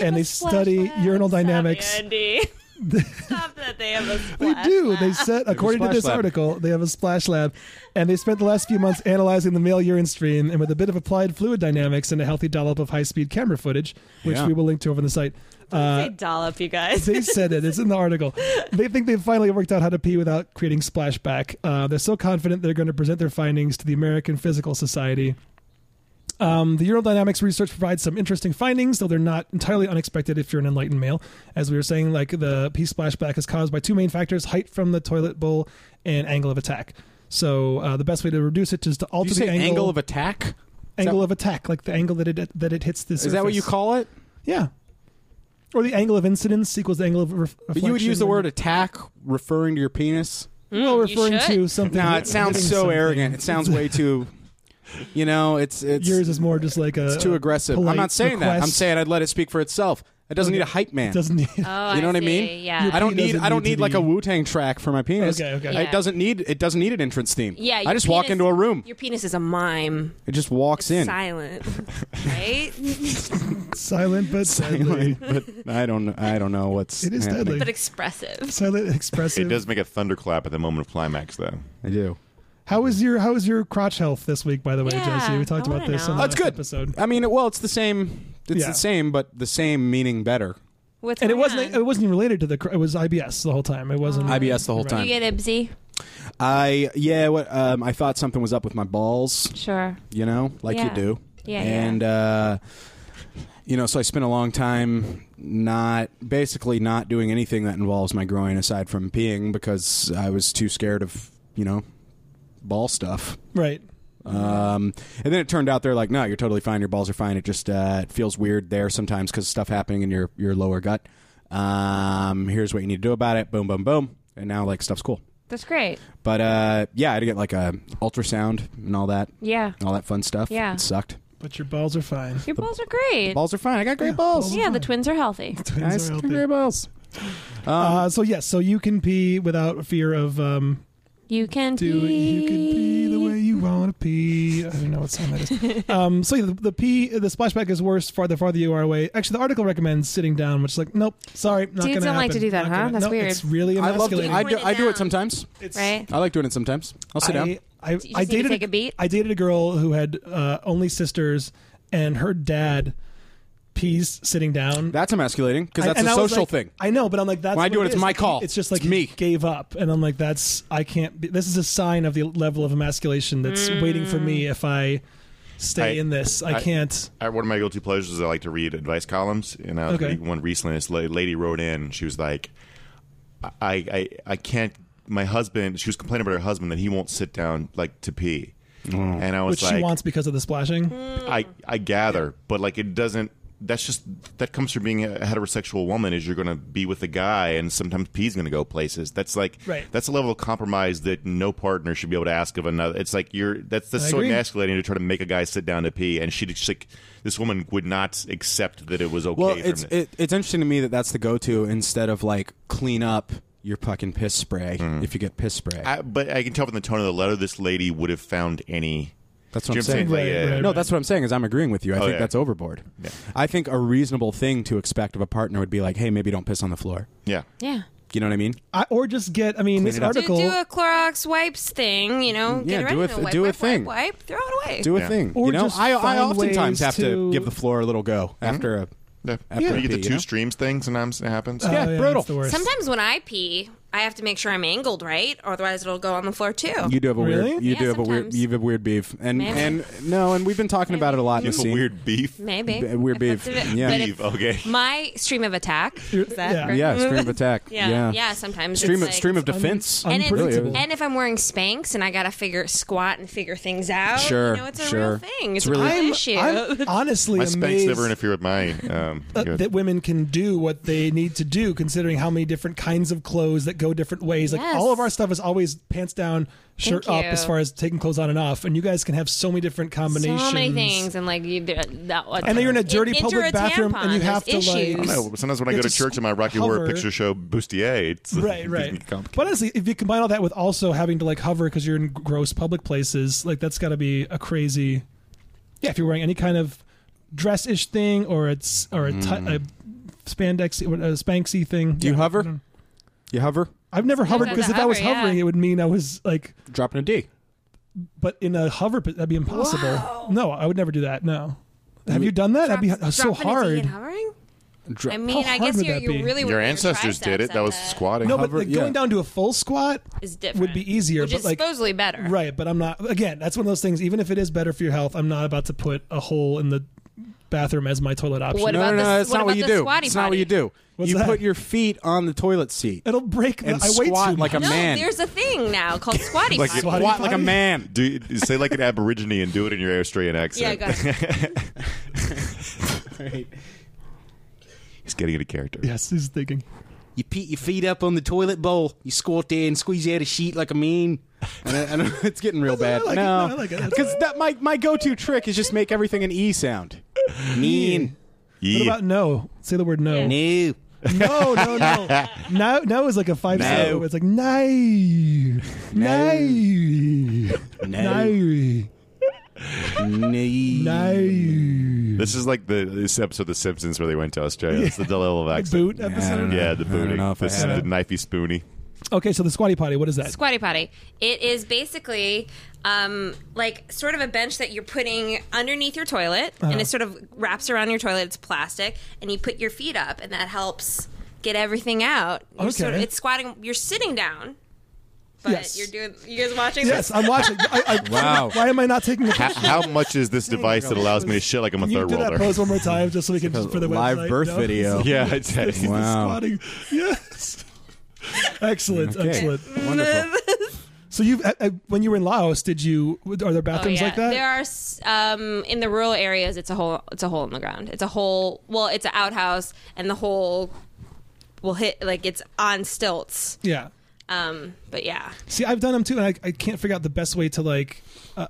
Speaker 1: and they study urinal dynamics.
Speaker 5: Stop that they have a
Speaker 1: They
Speaker 5: splash.
Speaker 1: do. They said, according to
Speaker 3: splash
Speaker 1: this
Speaker 3: lab.
Speaker 1: article, they have a splash lab, and they spent the last few months analyzing the male urine stream, and with a bit of applied fluid dynamics and a healthy dollop of high-speed camera footage, which
Speaker 3: Yeah.
Speaker 1: we will link to over on the site. Uh,
Speaker 5: Say dollop, you guys.
Speaker 1: they said it. It's in the article. They think they've finally worked out how to pee without creating splashback. Uh, they're so confident they're going to present their findings to the American Physical Society. Um, the urodynamics research provides some interesting findings, though they're not entirely unexpected if you're an enlightened male. As we were saying, like the pee splashback is caused by two main factors: height from the toilet bowl and angle of attack. So uh, the best way to reduce it is to alter
Speaker 3: Did you say
Speaker 1: the
Speaker 3: angle,
Speaker 1: angle,
Speaker 3: of attack?
Speaker 1: angle of attack, like the angle that it that it hits the surface.
Speaker 3: Is that what you call it?
Speaker 1: Yeah. Or the angle of incidence equals the angle of ref- reflection.
Speaker 3: You would use the
Speaker 1: or-
Speaker 3: word attack referring to your penis.
Speaker 1: well, referring
Speaker 5: Mm, should.
Speaker 1: to something.
Speaker 3: No, it sounds
Speaker 1: hitting
Speaker 3: so
Speaker 1: something.
Speaker 3: arrogant. It sounds way too. You know, it's it's
Speaker 1: Yours is more just like a.
Speaker 3: it's too aggressive. I'm
Speaker 1: polite
Speaker 3: not saying that. I'm
Speaker 1: request.
Speaker 3: saying I'd let it speak for itself. It doesn't need a hype man.
Speaker 1: It doesn't need.
Speaker 5: Oh,
Speaker 3: you know
Speaker 5: I
Speaker 3: what I
Speaker 5: see.
Speaker 3: mean?
Speaker 5: Yeah.
Speaker 3: I don't
Speaker 1: pee
Speaker 3: need.
Speaker 1: doesn't
Speaker 3: I don't
Speaker 1: need to
Speaker 3: need like
Speaker 1: be-
Speaker 3: a Wu Tang track for my penis.
Speaker 1: Okay, okay.
Speaker 5: Yeah.
Speaker 3: It doesn't need. It doesn't need an entrance theme.
Speaker 5: yeah.
Speaker 3: I
Speaker 5: your
Speaker 3: just walk
Speaker 5: penis-
Speaker 3: into a room.
Speaker 5: Your penis is a mime.
Speaker 3: It just walks in.
Speaker 5: Silent. right?
Speaker 1: silent but deadly.
Speaker 3: but I don't. I don't know what's.
Speaker 1: It is
Speaker 3: happening.
Speaker 1: deadly.
Speaker 5: but expressive.
Speaker 1: Silent, expressive.
Speaker 4: it does make a thunderclap at the moment of climax, though.
Speaker 3: I do.
Speaker 1: How is your How is your crotch health this week? By the way,
Speaker 5: Yeah,
Speaker 1: Jesse, we talked
Speaker 5: I
Speaker 1: about
Speaker 5: wanna
Speaker 1: this. On
Speaker 5: know.
Speaker 1: the
Speaker 3: Oh, it's
Speaker 1: last
Speaker 3: good.
Speaker 1: episode.
Speaker 3: I mean, well, it's the same. It's
Speaker 1: Yeah.
Speaker 3: the same, but the same meaning better.
Speaker 5: What's
Speaker 1: And it
Speaker 5: going
Speaker 1: wasn't. oh.
Speaker 5: on?
Speaker 1: It wasn't related to the. cr- It was IBS the whole time. It wasn't.
Speaker 3: IBS the whole
Speaker 1: Right.
Speaker 5: you
Speaker 3: time.
Speaker 5: get Ibsy?
Speaker 3: I yeah. What um, I thought something was up with my balls.
Speaker 5: Sure.
Speaker 3: You know, like
Speaker 5: Yeah.
Speaker 3: you do.
Speaker 5: Yeah, yeah.
Speaker 3: And uh, you know, so I spent a long time not basically not doing anything that involves my groin aside from peeing because I was too scared of you know ball stuff.
Speaker 1: Right.
Speaker 3: Um, and then it turned out they're like, no, you're totally fine. Your balls are fine. It just uh, it feels weird there sometimes because stuff happening in your your lower gut. Um, here's what you need to do about it. Boom, boom, boom. And now like stuff's cool.
Speaker 5: That's great.
Speaker 3: But uh, yeah, I had to get like a ultrasound and all that,
Speaker 5: Yeah.
Speaker 3: all that fun stuff.
Speaker 5: Yeah.
Speaker 3: it sucked.
Speaker 1: But your balls are fine.
Speaker 5: Your balls are great.
Speaker 3: Balls are fine. I got great balls.
Speaker 5: yeah, the twins are healthy.
Speaker 1: Twins
Speaker 3: Nice,
Speaker 1: are healthy.
Speaker 3: great balls. Um,
Speaker 1: Uh, so yes, so you can pee without fear of um,
Speaker 5: You can
Speaker 1: do it.
Speaker 5: pee.
Speaker 1: You can pee the way you want to pee. I don't know what song that is. Um, so yeah, the, the pee, the splashback is worse far the farther you are away. Actually, the article recommends sitting down, which is like, nope, sorry, not gonna
Speaker 5: Dudes don't like
Speaker 1: happen.
Speaker 5: to do that,
Speaker 1: Not
Speaker 5: huh?
Speaker 1: gonna-
Speaker 5: That's
Speaker 1: no,
Speaker 5: weird.
Speaker 1: It's really
Speaker 3: I love. To,
Speaker 1: emasculating.
Speaker 3: I do.
Speaker 5: Point it
Speaker 3: I do
Speaker 5: down.
Speaker 3: it sometimes.
Speaker 1: It's-
Speaker 5: Right?
Speaker 3: I like doing it sometimes. I'll sit down.
Speaker 1: I, I,
Speaker 5: you
Speaker 1: I
Speaker 5: just need to
Speaker 1: dated
Speaker 5: take a beat?
Speaker 1: I dated a girl who had uh, only sisters, and her dad pees sitting down.
Speaker 3: That's emasculating because that's
Speaker 1: and
Speaker 3: a
Speaker 1: I was
Speaker 3: social
Speaker 1: like-
Speaker 3: thing.
Speaker 1: I know, but I'm like, that's
Speaker 3: When I
Speaker 1: what
Speaker 3: do it, it's
Speaker 1: is.
Speaker 3: my call.
Speaker 1: It's just like
Speaker 3: It's
Speaker 1: he
Speaker 3: me.
Speaker 1: gave up, and I'm like, that's I can't. Be, this is a sign of the level of emasculation that's waiting for me if I stay
Speaker 4: I-
Speaker 1: in this. I,
Speaker 4: I-
Speaker 1: can't.
Speaker 4: I, Uh, one of my guilty pleasures is I like to read advice columns, and I was
Speaker 1: Okay.
Speaker 4: reading one recently. This la- lady wrote in. She was like, I, I, I can't. My husband. She was complaining about her husband that he won't sit down like to pee, and I was
Speaker 1: Which
Speaker 4: like,
Speaker 1: Oh. she wants because of the splashing.
Speaker 4: I, I gather, but like it doesn't. That's just that comes from being a heterosexual woman. Is you're going to be with a guy, and sometimes pee's going to go places. That's like
Speaker 1: Right.
Speaker 4: that's a level of compromise that no partner should be able to ask of another. It's like you're that's that's
Speaker 1: I
Speaker 4: so
Speaker 1: agree.
Speaker 4: emasculating to try to make a guy sit down to pee, and she just like this woman would not accept that it was okay.
Speaker 3: Well,
Speaker 4: for
Speaker 3: it's
Speaker 4: him to-
Speaker 3: it, it's interesting to me that that's the go-to instead of like clean up your fucking piss spray if you get piss spray.
Speaker 4: Mm. I, but I can tell from the tone of the letter, this lady would have found any.
Speaker 3: that's what
Speaker 4: Do you know
Speaker 3: I'm
Speaker 4: what
Speaker 3: saying.
Speaker 4: I'm saying?
Speaker 1: Right,
Speaker 4: Like, yeah.
Speaker 1: right.
Speaker 3: No, that's what I'm saying. Is I'm agreeing with you. I think
Speaker 4: Oh, yeah.
Speaker 3: that's overboard. I think a reasonable thing to expect of a partner would be like, "Hey, maybe don't piss on the floor."
Speaker 4: yeah.
Speaker 5: Yeah.
Speaker 3: You know what I mean?
Speaker 1: I, or just get. I mean, this
Speaker 3: it up.
Speaker 5: Do,
Speaker 1: article.
Speaker 5: do a Clorox wipes thing, you know?
Speaker 3: Mm, Yeah,
Speaker 5: get
Speaker 3: do a
Speaker 5: ready to
Speaker 3: th-
Speaker 5: wipe,
Speaker 3: do a
Speaker 5: wipe,
Speaker 3: thing.
Speaker 5: Wipe, wipe, throw it away.
Speaker 3: Do a
Speaker 4: Yeah.
Speaker 3: thing.
Speaker 1: Or
Speaker 3: you know,
Speaker 1: just
Speaker 3: I, I
Speaker 1: find
Speaker 3: oftentimes
Speaker 1: ways
Speaker 3: have to,
Speaker 1: to-
Speaker 3: give the floor a little go after a.
Speaker 4: Yeah.
Speaker 3: After
Speaker 4: You get
Speaker 3: pee,
Speaker 4: the
Speaker 3: you
Speaker 4: two
Speaker 3: know?
Speaker 4: streams thing. Sometimes it happens.
Speaker 1: Oh,
Speaker 3: yeah, brutal.
Speaker 1: that's the worst.
Speaker 5: Sometimes when I pee, I have to make sure I'm angled right, otherwise it'll go on the floor too.
Speaker 3: You do have a weird.
Speaker 1: Really?
Speaker 3: You
Speaker 5: Yeah,
Speaker 3: do have a weird.
Speaker 5: sometimes.
Speaker 3: You have a weird beef, and
Speaker 5: Maybe.
Speaker 3: and no, and we've been talking about it a lot in
Speaker 4: You
Speaker 3: the
Speaker 4: have a
Speaker 3: scene.
Speaker 4: weird beef.
Speaker 5: Maybe.
Speaker 3: B- weird
Speaker 5: If
Speaker 3: beef.
Speaker 5: that's it.
Speaker 3: Yeah.
Speaker 5: But
Speaker 4: Beef,
Speaker 5: if
Speaker 4: okay.
Speaker 5: My stream of attack. Is that
Speaker 1: Yeah.
Speaker 5: right?
Speaker 3: Yeah, stream of attack.
Speaker 5: Yeah.
Speaker 3: yeah.
Speaker 5: Yeah, sometimes.
Speaker 3: Stream
Speaker 5: it's
Speaker 3: of
Speaker 5: like-
Speaker 3: stream of defense. uh,
Speaker 1: un-
Speaker 5: and, it's-
Speaker 1: Unpredictable.
Speaker 5: and if I'm wearing Spanx and I gotta figure squat and figure things out,
Speaker 3: Sure,
Speaker 5: you know, it's a
Speaker 3: sure.
Speaker 5: real thing.
Speaker 3: It's
Speaker 5: It's,
Speaker 3: really-
Speaker 5: an
Speaker 1: I'm,
Speaker 5: issue.
Speaker 1: I'm honestly
Speaker 4: My spanks
Speaker 1: amazed
Speaker 4: never interfere with my. Um,
Speaker 1: uh,
Speaker 4: good.
Speaker 1: that women can do what they need to do, considering how many different kinds of clothes that go different ways. Like
Speaker 5: Yes.
Speaker 1: all of our stuff is always pants down, shirt
Speaker 5: Thank
Speaker 1: up,
Speaker 5: you.
Speaker 1: as far as taking clothes on and off. And you guys can have so many different combinations.
Speaker 5: so many things, and like you, that,
Speaker 1: And then you're in a dirty
Speaker 5: enter
Speaker 1: public
Speaker 5: a
Speaker 1: bathroom,
Speaker 5: tampon,
Speaker 1: and you have to
Speaker 5: there's
Speaker 1: like.
Speaker 4: No,
Speaker 5: issues.
Speaker 4: but Oh, sometimes when I
Speaker 1: You
Speaker 4: go
Speaker 1: have
Speaker 4: to
Speaker 1: to
Speaker 4: church in my Rocky Horror
Speaker 1: hover.
Speaker 4: Picture Show bustier, it's
Speaker 1: Right, right. But honestly, if you combine all that with also having to like hover because you're in gross public places, like that's got to be a crazy. Yeah, if you're wearing any kind of dress-ish thing or it's or a, ti- a spandex or a spanksy thing.
Speaker 3: Mm. Do you hover? You hover,
Speaker 1: I've never hovered
Speaker 5: does
Speaker 1: because
Speaker 5: it
Speaker 1: if I was
Speaker 5: hover? Yeah.
Speaker 1: hovering, it would mean I was like,
Speaker 3: dropping a D.
Speaker 1: but in a hover, that'd be impossible. No, I would never do that. No. Have you done that? that'd be h-
Speaker 5: Drops-
Speaker 1: so
Speaker 5: dropping a D and
Speaker 1: hard.
Speaker 5: hovering?
Speaker 3: Dro-
Speaker 5: I mean, I
Speaker 1: hard
Speaker 5: guess
Speaker 1: would
Speaker 5: you're,
Speaker 1: that
Speaker 5: you're
Speaker 1: be?
Speaker 5: really
Speaker 4: Your ancestors did it. That
Speaker 5: uh,
Speaker 4: was squatting.
Speaker 1: No,
Speaker 3: Hover-
Speaker 1: but like,
Speaker 3: yeah.
Speaker 1: going down to a full squat
Speaker 5: Is different.
Speaker 1: would be easier.
Speaker 5: Which
Speaker 1: but
Speaker 5: is
Speaker 1: like
Speaker 5: supposedly better.
Speaker 1: Right, but I'm not. Again, that's one of those things. Even if it is better for your health, I'm not about to put a hole in the bathroom as my toilet option.
Speaker 5: What
Speaker 3: no,
Speaker 5: about
Speaker 3: no, no,
Speaker 5: the-
Speaker 3: that's
Speaker 5: what
Speaker 3: not what
Speaker 5: about
Speaker 3: you
Speaker 5: the
Speaker 3: do.
Speaker 5: squatty
Speaker 3: It's not what
Speaker 5: potty?
Speaker 3: you do.
Speaker 1: What's
Speaker 3: you
Speaker 1: that?
Speaker 3: put your feet on the toilet seat.
Speaker 1: It'll break. The,
Speaker 3: And
Speaker 1: I
Speaker 3: squat
Speaker 1: wait too
Speaker 3: like a
Speaker 1: much.
Speaker 5: No,
Speaker 3: man.
Speaker 5: there's a thing now called squatty
Speaker 4: Like
Speaker 5: potty.
Speaker 4: it-
Speaker 1: Squatty
Speaker 3: Squat like a
Speaker 1: potty?
Speaker 3: man.
Speaker 4: Do you, say like an Aborigine and uh, do it in your Australian
Speaker 5: yeah,
Speaker 4: accent.
Speaker 5: go ahead.
Speaker 4: He's getting into character.
Speaker 1: Yes, he's thinking.
Speaker 3: You put your feet up on the toilet bowl. You squat there and squeeze out a sheet like a man. And I, I know it's getting real bad.
Speaker 1: I like it.
Speaker 3: no,
Speaker 1: No, I like it. That's
Speaker 3: because that my my go to trick is just make everything an e sound. Mean.
Speaker 1: What
Speaker 4: Yeah.
Speaker 1: about no? Say the word no.
Speaker 3: No.
Speaker 1: No, no, no. no, no is like a five.
Speaker 3: No.
Speaker 1: syllable. It's like nay, nay,
Speaker 3: No.
Speaker 1: nay,
Speaker 3: No.
Speaker 1: nay.
Speaker 4: This is like the this episode of The Simpsons where they went to Australia. It's the level of accent.
Speaker 1: Boot episode.
Speaker 4: Yeah, the
Speaker 3: I don't
Speaker 4: booting.
Speaker 3: know if I
Speaker 4: This is
Speaker 3: had
Speaker 4: the
Speaker 3: it.
Speaker 4: knifey spoony.
Speaker 1: Okay, so the squatty potty. What is that?
Speaker 5: Squatty potty. It is basically um, like sort of a bench that you're putting underneath your toilet,
Speaker 1: Uh-huh.
Speaker 5: and it sort of wraps around your toilet. It's plastic, and you put your feet up, and that helps get everything out. You're
Speaker 1: Okay.
Speaker 5: sort of- it's squatting. You're sitting down, but
Speaker 1: Yes.
Speaker 5: you're doing. You guys watching
Speaker 1: Yes,
Speaker 5: this?
Speaker 1: I'm watching. I, I,
Speaker 3: Wow.
Speaker 1: Why am I not taking a picture?
Speaker 4: How, how much is this device that allows me to shit like I'm a
Speaker 1: Can you
Speaker 4: third
Speaker 1: do that
Speaker 4: worlder?
Speaker 1: pose one more time just so we can
Speaker 3: Like a
Speaker 1: for the
Speaker 3: live
Speaker 1: website?
Speaker 3: birth video.
Speaker 4: Yeah, it's, it's
Speaker 3: Wow.
Speaker 1: Spotting. Yes. excellent.
Speaker 3: Okay.
Speaker 1: Excellent.
Speaker 3: Wonderful.
Speaker 1: So you, uh, uh, when you were in Laos, did you? Are there
Speaker 5: Oh,
Speaker 1: bathrooms
Speaker 5: yeah.
Speaker 1: uh, like that?
Speaker 5: There are s- um, in the rural areas. It's a hole. It's a hole in the ground. It's a hole. Well, it's an outhouse, and the hole will hit like it's on stilts.
Speaker 1: Yeah.
Speaker 5: Um, but yeah.
Speaker 1: See, I've done them too, and I, I can't figure out the best way to like. Uh,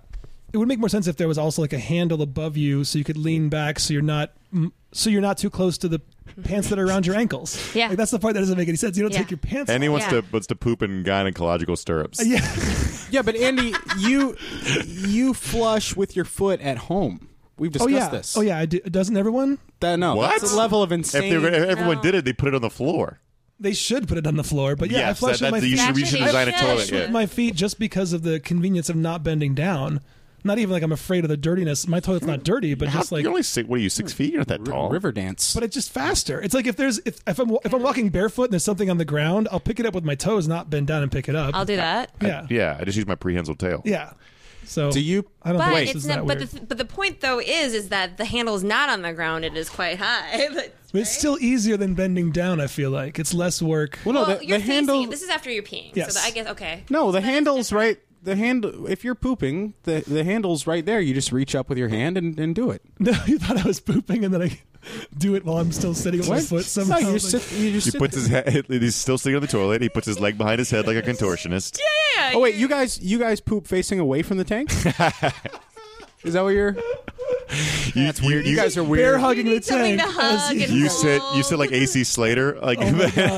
Speaker 1: it would make more sense if there was also like a handle above you, so you could lean back, so you're not, mm, so you're not too close to the pants that are around your ankles.
Speaker 5: Yeah.
Speaker 1: like, that's the part that doesn't make any sense. You don't
Speaker 5: Yeah.
Speaker 1: take your pants.
Speaker 4: And he wants
Speaker 5: Yeah.
Speaker 4: to wants to poop in gynecological stirrups.
Speaker 1: Yeah.
Speaker 3: Yeah, but Andy, you you flush with your foot at home. We've
Speaker 1: Oh
Speaker 3: discussed
Speaker 1: yeah.
Speaker 3: this.
Speaker 1: Oh yeah. I do. Doesn't everyone?
Speaker 3: That, no,
Speaker 4: What?
Speaker 3: that's a level of
Speaker 4: If, they
Speaker 3: insane.
Speaker 4: were, if everyone
Speaker 5: No.
Speaker 4: did it, they put it on the floor.
Speaker 1: They should put it on the floor, but yeah, I
Speaker 4: yes,
Speaker 1: flush
Speaker 4: that,
Speaker 1: with my
Speaker 4: that's- you
Speaker 1: feet.
Speaker 4: should, you should
Speaker 5: Actually,
Speaker 4: design
Speaker 5: they
Speaker 4: a
Speaker 5: should.
Speaker 1: with
Speaker 4: toilet. Yeah.
Speaker 1: my feet just because of the convenience of not bending down. Not even like I'm afraid of the dirtiness. My toilet's not dirty, but
Speaker 4: How-
Speaker 1: just like
Speaker 4: you're only six. What are you? Six feet? You're not that tall.
Speaker 3: river dance.
Speaker 1: but it's just faster. It's like if there's if, if I'm wa- if I'm walking barefoot and there's something on the ground, I'll pick it up with my toes, not bend down and pick it up.
Speaker 5: I'll do that.
Speaker 1: yeah. yeah.
Speaker 4: Yeah, I just use my prehensile tail.
Speaker 1: So
Speaker 3: Do you-
Speaker 1: I don't
Speaker 5: But
Speaker 1: think this
Speaker 5: it's
Speaker 1: is
Speaker 5: not,
Speaker 1: that
Speaker 5: but
Speaker 1: weird.
Speaker 5: the, th- but the point though is is that the handle is not on the ground; it is quite high. But-
Speaker 1: But it's still easier than bending down, I feel like. It's less work.
Speaker 3: well, no,
Speaker 5: well,
Speaker 3: the,
Speaker 5: you're
Speaker 3: the
Speaker 5: facing
Speaker 3: handle.
Speaker 5: it. This is after you're peeing.
Speaker 1: Yes.
Speaker 5: So that, I guess okay.
Speaker 3: no, the handle's right. The handle. If you're pooping, the the handle's right there. You just reach up with your hand and, and do it.
Speaker 1: No, you thought I was pooping and then I do it while I'm still sitting with my foot
Speaker 3: No,
Speaker 1: somehow.
Speaker 3: you
Speaker 1: Like,
Speaker 3: just sit. You just
Speaker 4: He
Speaker 3: sit
Speaker 4: puts
Speaker 3: there.
Speaker 4: his head, he's still sitting on the toilet. He puts his leg behind his head like a contortionist.
Speaker 5: Yeah.
Speaker 3: Oh wait, you guys, you guys poop facing away from the tank. is that what you're?
Speaker 4: That's weird.
Speaker 3: You guys are
Speaker 1: Bear
Speaker 3: weird.
Speaker 1: hugging the
Speaker 5: something
Speaker 1: tank.
Speaker 5: to hug
Speaker 1: as-
Speaker 5: and-
Speaker 4: You sit. You sit like AC Slater, like
Speaker 1: Oh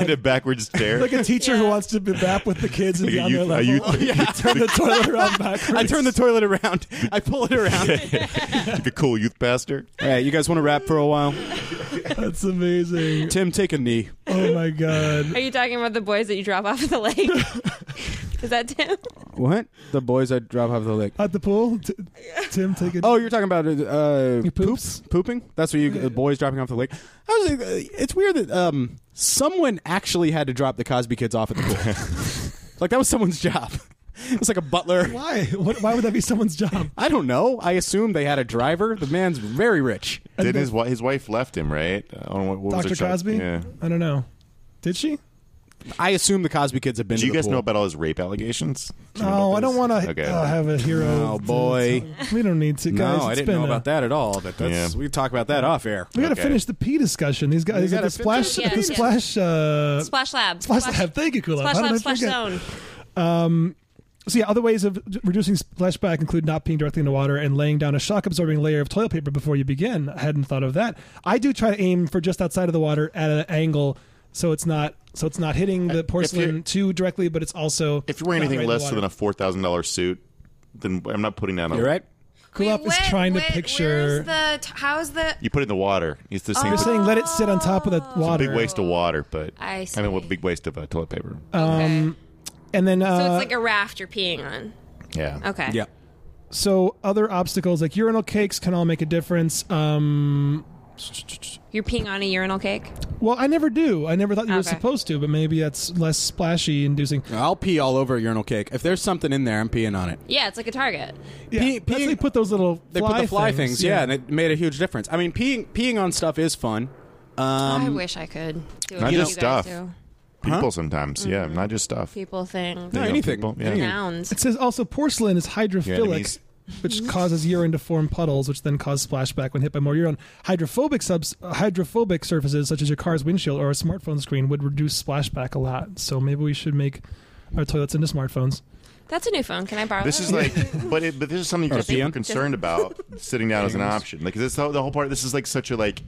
Speaker 4: in a backwards chair.
Speaker 1: like a teacher who wants to be back with the kids and
Speaker 4: Like
Speaker 1: be
Speaker 4: a
Speaker 1: on their
Speaker 4: youth- a
Speaker 1: level.
Speaker 4: youth-
Speaker 1: You turn the toilet around backwards.
Speaker 3: I turn the toilet around. I pull it around.
Speaker 4: like a cool youth pastor.
Speaker 3: hey, you guys want to rap for a while?
Speaker 1: That's amazing.
Speaker 3: Tim, take a knee.
Speaker 1: Oh my god.
Speaker 5: Are you talking about the boys that you drop off at the lake? Is that Tim?
Speaker 3: What? The boys I drop off the lake.
Speaker 1: At the pool, T- Tim taking.
Speaker 3: Oh, you're talking about uh,
Speaker 1: Your
Speaker 3: poop?
Speaker 1: poops?
Speaker 3: pooping? That's what you the boys dropping off the lake. I was like, uh, it's weird that um, someone actually had to drop the Cosby kids off at the pool. like that was someone's job. It was like a butler.
Speaker 1: why? What, why would that be someone's job?
Speaker 3: I don't know. I assume they had a driver. The man's very rich.
Speaker 4: Didn't his wife? His wife left him, right? On what, what was her
Speaker 1: Dr.
Speaker 4: child-
Speaker 1: Cosby?
Speaker 4: Yeah.
Speaker 1: I don't know. Did she?
Speaker 3: I assume the Cosby kids have been.
Speaker 4: Do
Speaker 3: to
Speaker 4: you
Speaker 3: the
Speaker 4: guys
Speaker 3: pool.
Speaker 4: know about all his rape allegations? Do you know
Speaker 1: No,
Speaker 4: about
Speaker 1: Oh, I don't
Speaker 4: those?
Speaker 1: want to
Speaker 4: Okay.
Speaker 1: have a hero.
Speaker 3: Oh,
Speaker 1: to-
Speaker 3: boy.
Speaker 1: we don't need to, guys.
Speaker 3: no, I
Speaker 1: It's
Speaker 3: didn't
Speaker 1: been
Speaker 3: know
Speaker 1: a-
Speaker 3: about that at all. But that's
Speaker 4: Yeah.
Speaker 3: we can talk about that off air.
Speaker 1: We gotta
Speaker 4: Okay.
Speaker 1: finish the pee discussion. These guys at
Speaker 3: gotta
Speaker 1: the splash,
Speaker 5: finish-
Speaker 1: at the
Speaker 5: Yeah, yeah.
Speaker 1: splash, uh,
Speaker 5: Splash Lab.
Speaker 1: splash lab. Thank you, Kula.
Speaker 5: Splash Lab. Splash Zone.
Speaker 1: So yeah, other ways of reducing splashback include not peeing directly into water and laying down a shock-absorbing layer of toilet paper before you begin. I hadn't thought of that. I do try to aim for just outside of the water at an angle, so it's not so it's not hitting the porcelain too directly, but it's also
Speaker 4: Uh, If you're
Speaker 1: not
Speaker 4: wearing
Speaker 1: right
Speaker 4: anything
Speaker 1: in the
Speaker 4: less
Speaker 1: water.
Speaker 4: than a four thousand dollars suit, then I'm not putting that on.
Speaker 3: You're right.
Speaker 1: Kulop is trying to picture.
Speaker 5: Where's the? t- How's the?
Speaker 4: You put it in the water. It's
Speaker 5: Oh.
Speaker 4: the same.
Speaker 1: You're saying let it sit on top of the water,
Speaker 4: big waste of water, but
Speaker 5: I
Speaker 4: mean, what
Speaker 5: see.
Speaker 4: big waste of uh, toilet paper?
Speaker 5: Um,
Speaker 1: and then uh,
Speaker 5: so it's like a raft you're peeing on.
Speaker 4: yeah.
Speaker 5: Okay.
Speaker 3: Yeah.
Speaker 1: so other obstacles like urinal cakes can all make a difference. Um,
Speaker 5: You're peeing on a urinal cake.
Speaker 1: well, I never do. I never thought you were
Speaker 5: Okay.
Speaker 1: supposed to, but maybe that's less splashy inducing.
Speaker 3: I'll pee all over a urinal cake. If there's something in there, I'm peeing on it.
Speaker 5: Yeah, it's like a target.
Speaker 1: Yeah,
Speaker 3: Pee-
Speaker 1: that's
Speaker 3: peeing-
Speaker 1: they put those little
Speaker 3: They
Speaker 1: fly
Speaker 3: put the fly things,
Speaker 1: things,
Speaker 3: yeah, and it made a huge difference. I mean, peeing peeing on stuff is fun.
Speaker 5: I wiys I could do
Speaker 4: Um, Not
Speaker 5: what you
Speaker 4: just stuff.
Speaker 5: guys do.
Speaker 4: People sometimes. Yeah, not just stuff.
Speaker 5: Mm-hmm. People, things,
Speaker 4: You know,
Speaker 3: anything.
Speaker 4: people, yeah.
Speaker 3: Anything.
Speaker 5: nouns.
Speaker 1: It says also porcelain is
Speaker 4: Your enemies.
Speaker 1: hydrophilic, which causes urine to form puddles, which then cause splashback when hit by more urine. Hydrophobic subs uh, hydrophobic surfaces such as your car's windshield or a smartphone screen would reduce splashback a lot. So maybe we should make our toilets into smartphones.
Speaker 5: That's a new phone. Can I borrow
Speaker 4: This
Speaker 5: that?
Speaker 4: is like, but it, but this is something you're
Speaker 3: peon?
Speaker 4: super concerned about sitting down as an option. Like this, the whole part. This is like such a like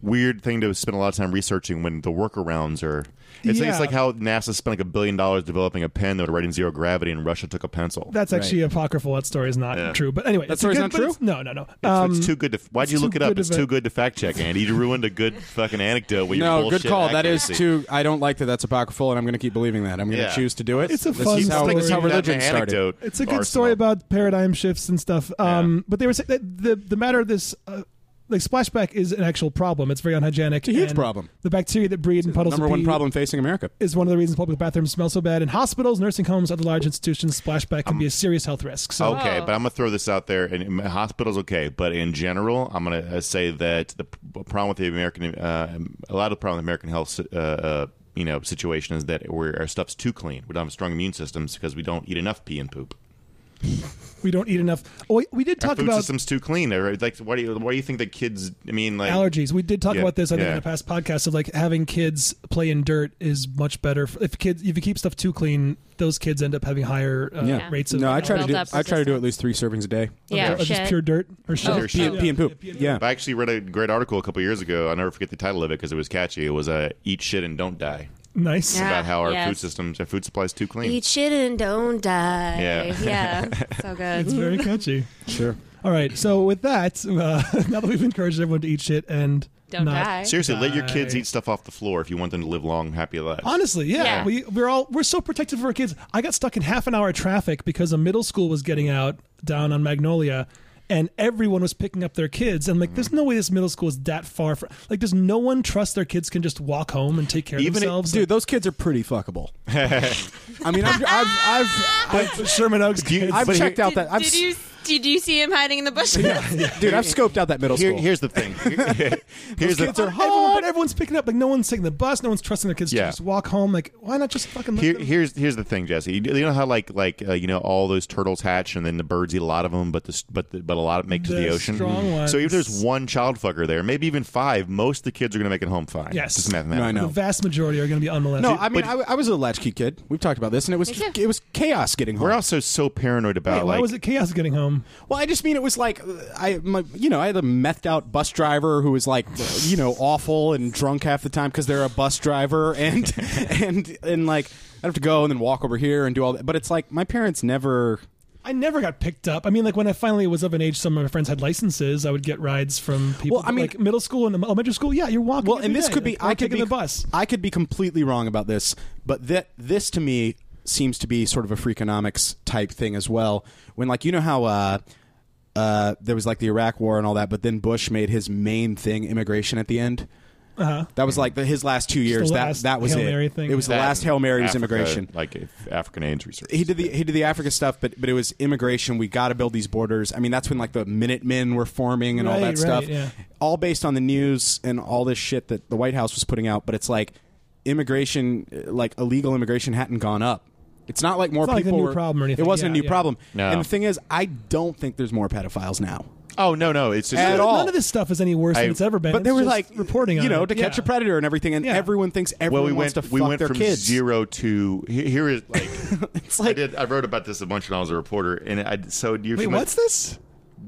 Speaker 4: weird thing to spend a lot of time researching when the workarounds are. It's, like,
Speaker 1: Yeah.
Speaker 4: it's like how NASA spent like a billion dollars developing a pen that would write in zero gravity, and Russia took a pencil.
Speaker 1: That's actually apocryphal. That story is not true. But anyway,
Speaker 3: That
Speaker 1: it's a
Speaker 3: story's
Speaker 1: good-
Speaker 3: not
Speaker 1: but
Speaker 3: true?
Speaker 1: it's- No, no, no.
Speaker 4: So
Speaker 1: Um,
Speaker 4: it's too good to. Why'd you
Speaker 1: it's
Speaker 4: look
Speaker 1: too
Speaker 4: it up?
Speaker 1: good
Speaker 4: It's
Speaker 1: to-
Speaker 4: too good to fact check, Andy. You ruined a good fucking anecdote. With
Speaker 3: No,
Speaker 4: your
Speaker 3: good
Speaker 4: bullshit
Speaker 3: call. That is
Speaker 4: Accuracy.
Speaker 3: too. I don't like that. That's apocryphal, and I'm going to keep believing that. I'm going to
Speaker 4: Yeah.
Speaker 3: choose to do it.
Speaker 1: It's a
Speaker 3: this
Speaker 1: fun
Speaker 3: is how,
Speaker 1: story.
Speaker 3: this is how
Speaker 1: Like,
Speaker 3: religion started.
Speaker 1: It's a good story about paradigm shifts and stuff. Um, But they were saying that the the matter of this. Uh, like splashback is an actual problem. It's very unhygienic.
Speaker 3: It's a huge
Speaker 1: and
Speaker 3: problem.
Speaker 1: The bacteria that breed in puddles of
Speaker 3: Number one
Speaker 1: pee
Speaker 3: problem facing America.
Speaker 1: is one of the reasons public bathrooms smell so bad. In hospitals, nursing homes, other large institutions, splashback
Speaker 3: Um,
Speaker 1: can be a serious health risk. So
Speaker 4: Okay,
Speaker 5: Oh.
Speaker 4: but I'm gonna throw this out there. And in hospitals, okay, but in general, I'm gonna uh, say that the p- problem with the American, uh, a lot of the problem with American health, si- uh, uh, you know, situation is that we're, our stuff's too clean. We don't have strong immune systems because we don't eat enough pee and poop.
Speaker 1: we don't eat enough. Oh, we- we did
Speaker 4: Our
Speaker 1: talk
Speaker 4: food
Speaker 1: about
Speaker 4: system's too clean. Or, Like, why do you why do you think that kids? I mean, like
Speaker 1: allergies. We did talk
Speaker 4: Yeah,
Speaker 1: about this. I think in
Speaker 4: yeah.
Speaker 1: a past podcast of like having kids play in dirt is much better. For, if kids, if you keep stuff too clean, those kids end up having higher uh,
Speaker 3: Yeah.
Speaker 1: rates of
Speaker 3: No, I try to
Speaker 5: Build
Speaker 3: do.
Speaker 5: up
Speaker 3: I try to do at least three servings a day.
Speaker 5: yeah,
Speaker 1: or just
Speaker 5: shit.
Speaker 1: pure dirt or shit.
Speaker 4: Pure
Speaker 3: Pee,
Speaker 4: shit.
Speaker 3: pee and poop. Yeah.
Speaker 4: I actually read a great article a couple years ago. I'll never forget the title of it because it was catchy. It was uh, "Eat Shit and Don't Die."
Speaker 1: Nice.
Speaker 5: Yeah.
Speaker 4: about how our
Speaker 5: Ah, yes.
Speaker 4: food systems, our food supply is too clean.
Speaker 5: Eat shit and don't die.
Speaker 4: Yeah.
Speaker 5: yeah. So
Speaker 1: It's
Speaker 5: good.
Speaker 1: very catchy.
Speaker 3: Sure.
Speaker 1: All right. So with that, uh, now that we've encouraged everyone to eat shit and
Speaker 5: Don't
Speaker 1: not-
Speaker 5: die.
Speaker 4: Seriously, let your kids
Speaker 1: Die.
Speaker 4: eat stuff off the floor if you want them to live long, happy lives.
Speaker 1: Honestly, yeah,
Speaker 5: Yeah.
Speaker 1: we we're all we're so protective of our kids. I got stuck in half an hour of traffic because a middle school was getting out down on Magnolia, and everyone was picking up their kids. And I'm like, there's no way this middle school is that far from. Like, does no one trust their kids can just walk home and take care of
Speaker 4: Even if-
Speaker 1: themselves?
Speaker 3: Dude, those kids are pretty fuckable. I mean, I've, I've, I've,
Speaker 1: Sherman Oaks kids.
Speaker 3: I've, I've
Speaker 4: here-
Speaker 3: checked out that. I've,
Speaker 5: did
Speaker 3: s-
Speaker 5: you did you see him hiding in the bushes?
Speaker 3: dude, I've scoped out that middle
Speaker 4: Here,
Speaker 3: school.
Speaker 4: here's the thing. here's
Speaker 3: kids are
Speaker 4: the,
Speaker 1: Everyone, but everyone's picking up. Like, no one's taking the bus. No one's trusting their kids to
Speaker 4: Yeah.
Speaker 1: just walk home. Like, why not just fucking let
Speaker 4: here,
Speaker 1: them-
Speaker 4: here's here's the thing, Jesse. You, you know how like like uh, you know all those turtles hatch and then the birds eat a lot of them, but this but the, but a lot make to
Speaker 1: The
Speaker 4: the ocean. Hmm.
Speaker 1: strong ones.
Speaker 4: So if there's one child fucker there, maybe even five, most of the kids are going to make it home fine.
Speaker 1: Yes.
Speaker 4: just mathematics.
Speaker 3: No, I know.
Speaker 1: The vast majority are going to be unmolested.
Speaker 3: no, I mean, I, I was a latchkey kid. We've talked about this, and it was
Speaker 5: too.
Speaker 3: it was chaos getting home.
Speaker 4: We're also so paranoid about
Speaker 1: Wait, why
Speaker 4: like
Speaker 1: was it chaos getting home? Um,
Speaker 3: Well, I just mean it was like I, my, you know, I had a methed out bus driver who was like, you know, awful and drunk half the time because they're a bus driver, and and and like I have to go and then walk over here and do all that. But it's like my parents never.
Speaker 1: I never got picked up. I mean, like when I finally was of an age, some of my friends had licenses. I would get rides from people.
Speaker 3: Well, I
Speaker 1: but,
Speaker 3: mean-
Speaker 1: like middle school and elementary school. Yeah, you're walking.
Speaker 3: Well,
Speaker 1: every
Speaker 3: and this
Speaker 1: day,
Speaker 3: could be
Speaker 1: like, or
Speaker 3: I could
Speaker 1: taking
Speaker 3: be
Speaker 1: the bus.
Speaker 3: I could be completely wrong about this, but that this to me seems to be sort of a freakonomics type thing as well. When like you know how. uh uh, there was like the Iraq War and all that, but then Bush made his main thing immigration at the end.
Speaker 1: Uh-huh.
Speaker 3: That was like the, his last two years.
Speaker 1: last
Speaker 3: that that was
Speaker 1: Hail
Speaker 3: it.
Speaker 1: Mary thing.
Speaker 3: It was the
Speaker 4: That
Speaker 3: last
Speaker 4: and
Speaker 3: Hail Mary was
Speaker 4: Africa,
Speaker 3: immigration.
Speaker 4: like if African AIDS research.
Speaker 3: He did the he did the Africa stuff, but but it was immigration. We got to build these borders. I mean, that's when like the Minutemen were forming and all
Speaker 1: Right,
Speaker 3: that
Speaker 1: right,
Speaker 3: stuff.
Speaker 1: yeah.
Speaker 3: All based on the news and all this shit that the White House was putting out. But it's like immigration, uh, like illegal immigration, hadn't gone up. It's not like more
Speaker 1: not like a
Speaker 3: people
Speaker 1: new
Speaker 3: were.
Speaker 1: problem or anything.
Speaker 3: It wasn't
Speaker 1: Yeah,
Speaker 3: a new
Speaker 1: yeah.
Speaker 3: problem.
Speaker 4: No.
Speaker 3: And the thing is, I don't think there's more pedophiles now.
Speaker 4: Oh no, no, it's just
Speaker 3: At
Speaker 4: that-
Speaker 3: all.
Speaker 1: None of this stuff is any worse
Speaker 4: I-
Speaker 1: than it's ever been.
Speaker 3: But
Speaker 1: It's
Speaker 3: there was
Speaker 1: just
Speaker 3: like
Speaker 1: reporting, on
Speaker 3: you know,
Speaker 1: it.
Speaker 3: to catch
Speaker 1: Yeah.
Speaker 3: a predator and everything, and
Speaker 1: Yeah.
Speaker 3: everyone thinks everyone
Speaker 4: Well, we went
Speaker 3: wants to fuck
Speaker 4: we went
Speaker 3: their
Speaker 4: from
Speaker 3: kids.
Speaker 4: zero to he- here is like
Speaker 3: It's like,
Speaker 4: I did. I wrote about this a bunch when I was a reporter, and I so you're
Speaker 3: wait,
Speaker 4: familiar-
Speaker 3: what's this?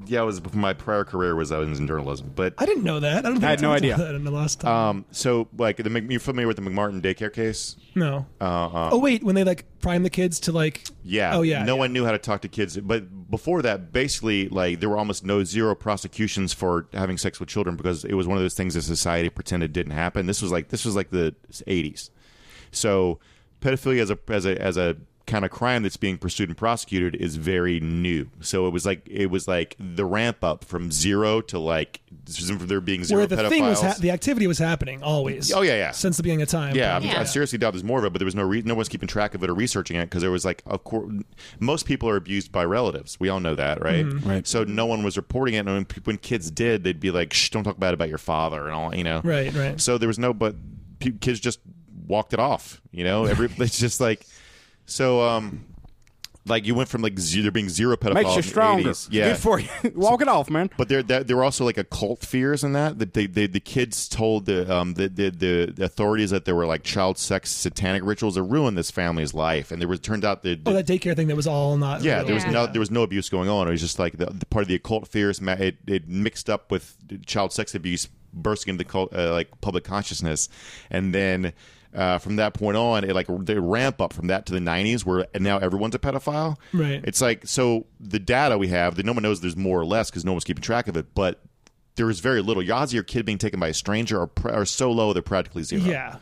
Speaker 4: Yeah, it was my prior career was I was in journalism, but
Speaker 1: I didn't know that. I don't think
Speaker 3: I had no
Speaker 1: talked
Speaker 3: idea.
Speaker 1: about That in the last time.
Speaker 4: um, so like the Mc- you're familiar with the McMartin daycare case?
Speaker 1: no. oh wait, when they like prime the kids to like.
Speaker 4: Yeah.
Speaker 1: Oh yeah.
Speaker 4: No
Speaker 1: yeah.
Speaker 4: one knew how to talk to kids, but before that, basically, like there were almost no zero prosecutions for having sex with children because it was one of those things that society pretended didn't happen. This was like this was like the '80s, so pedophilia as a as a as a kind of crime that's being pursued and prosecuted is very new. So it was like it was like the ramp up from zero to like from there being zero
Speaker 1: Where the
Speaker 4: pedophiles.
Speaker 1: thing was, ha- the activity was happening always.
Speaker 4: Oh, yeah, yeah.
Speaker 1: Since the beginning of time.
Speaker 4: Yeah, I mean,
Speaker 5: Yeah.
Speaker 4: I seriously doubt there's more of it, but there was no re- no one's keeping track of it or researching it because there was like, of course, most people are abused by relatives. We all know that, right?
Speaker 1: Mm-hmm.
Speaker 3: Right.
Speaker 4: So no one was reporting it, and when, pe- when kids did, they'd be like, "Shh, don't talk bad about your father," and all, you know.
Speaker 1: Right, right.
Speaker 4: So there was no, but pe- kids just walked it off. You know, every it's just like, so um, like you went from like zero, there being zero pedophiles,
Speaker 3: Makes
Speaker 4: in
Speaker 3: you
Speaker 4: the
Speaker 3: stronger.
Speaker 4: 80s. yeah,
Speaker 3: Good for you. Walk it off, man.
Speaker 4: but there, there, there were also like occult fears in that. That they, they, the kids told the, um, the, the the authorities that there were like child sex satanic rituals that ruined this family's life, and there was turned out that.
Speaker 1: Oh, that daycare thing that was all not.
Speaker 4: yeah, there was
Speaker 5: Yeah.
Speaker 4: no there was no abuse going on. It was just like the, the part of the occult fears. ma- It, it mixed up with child sex abuse bursting into the cult, uh, like public consciousness, and then uh, from that point on, it like they ramp up from that to the '90s, where now everyone's a pedophile.
Speaker 1: Right.
Speaker 4: It's like so the data we have that no one knows there's more or less because no one's keeping track of it, but there is very little. Your odds of your kid being taken by a stranger are, pr- are so low they're practically zero.
Speaker 1: Yeah. Like,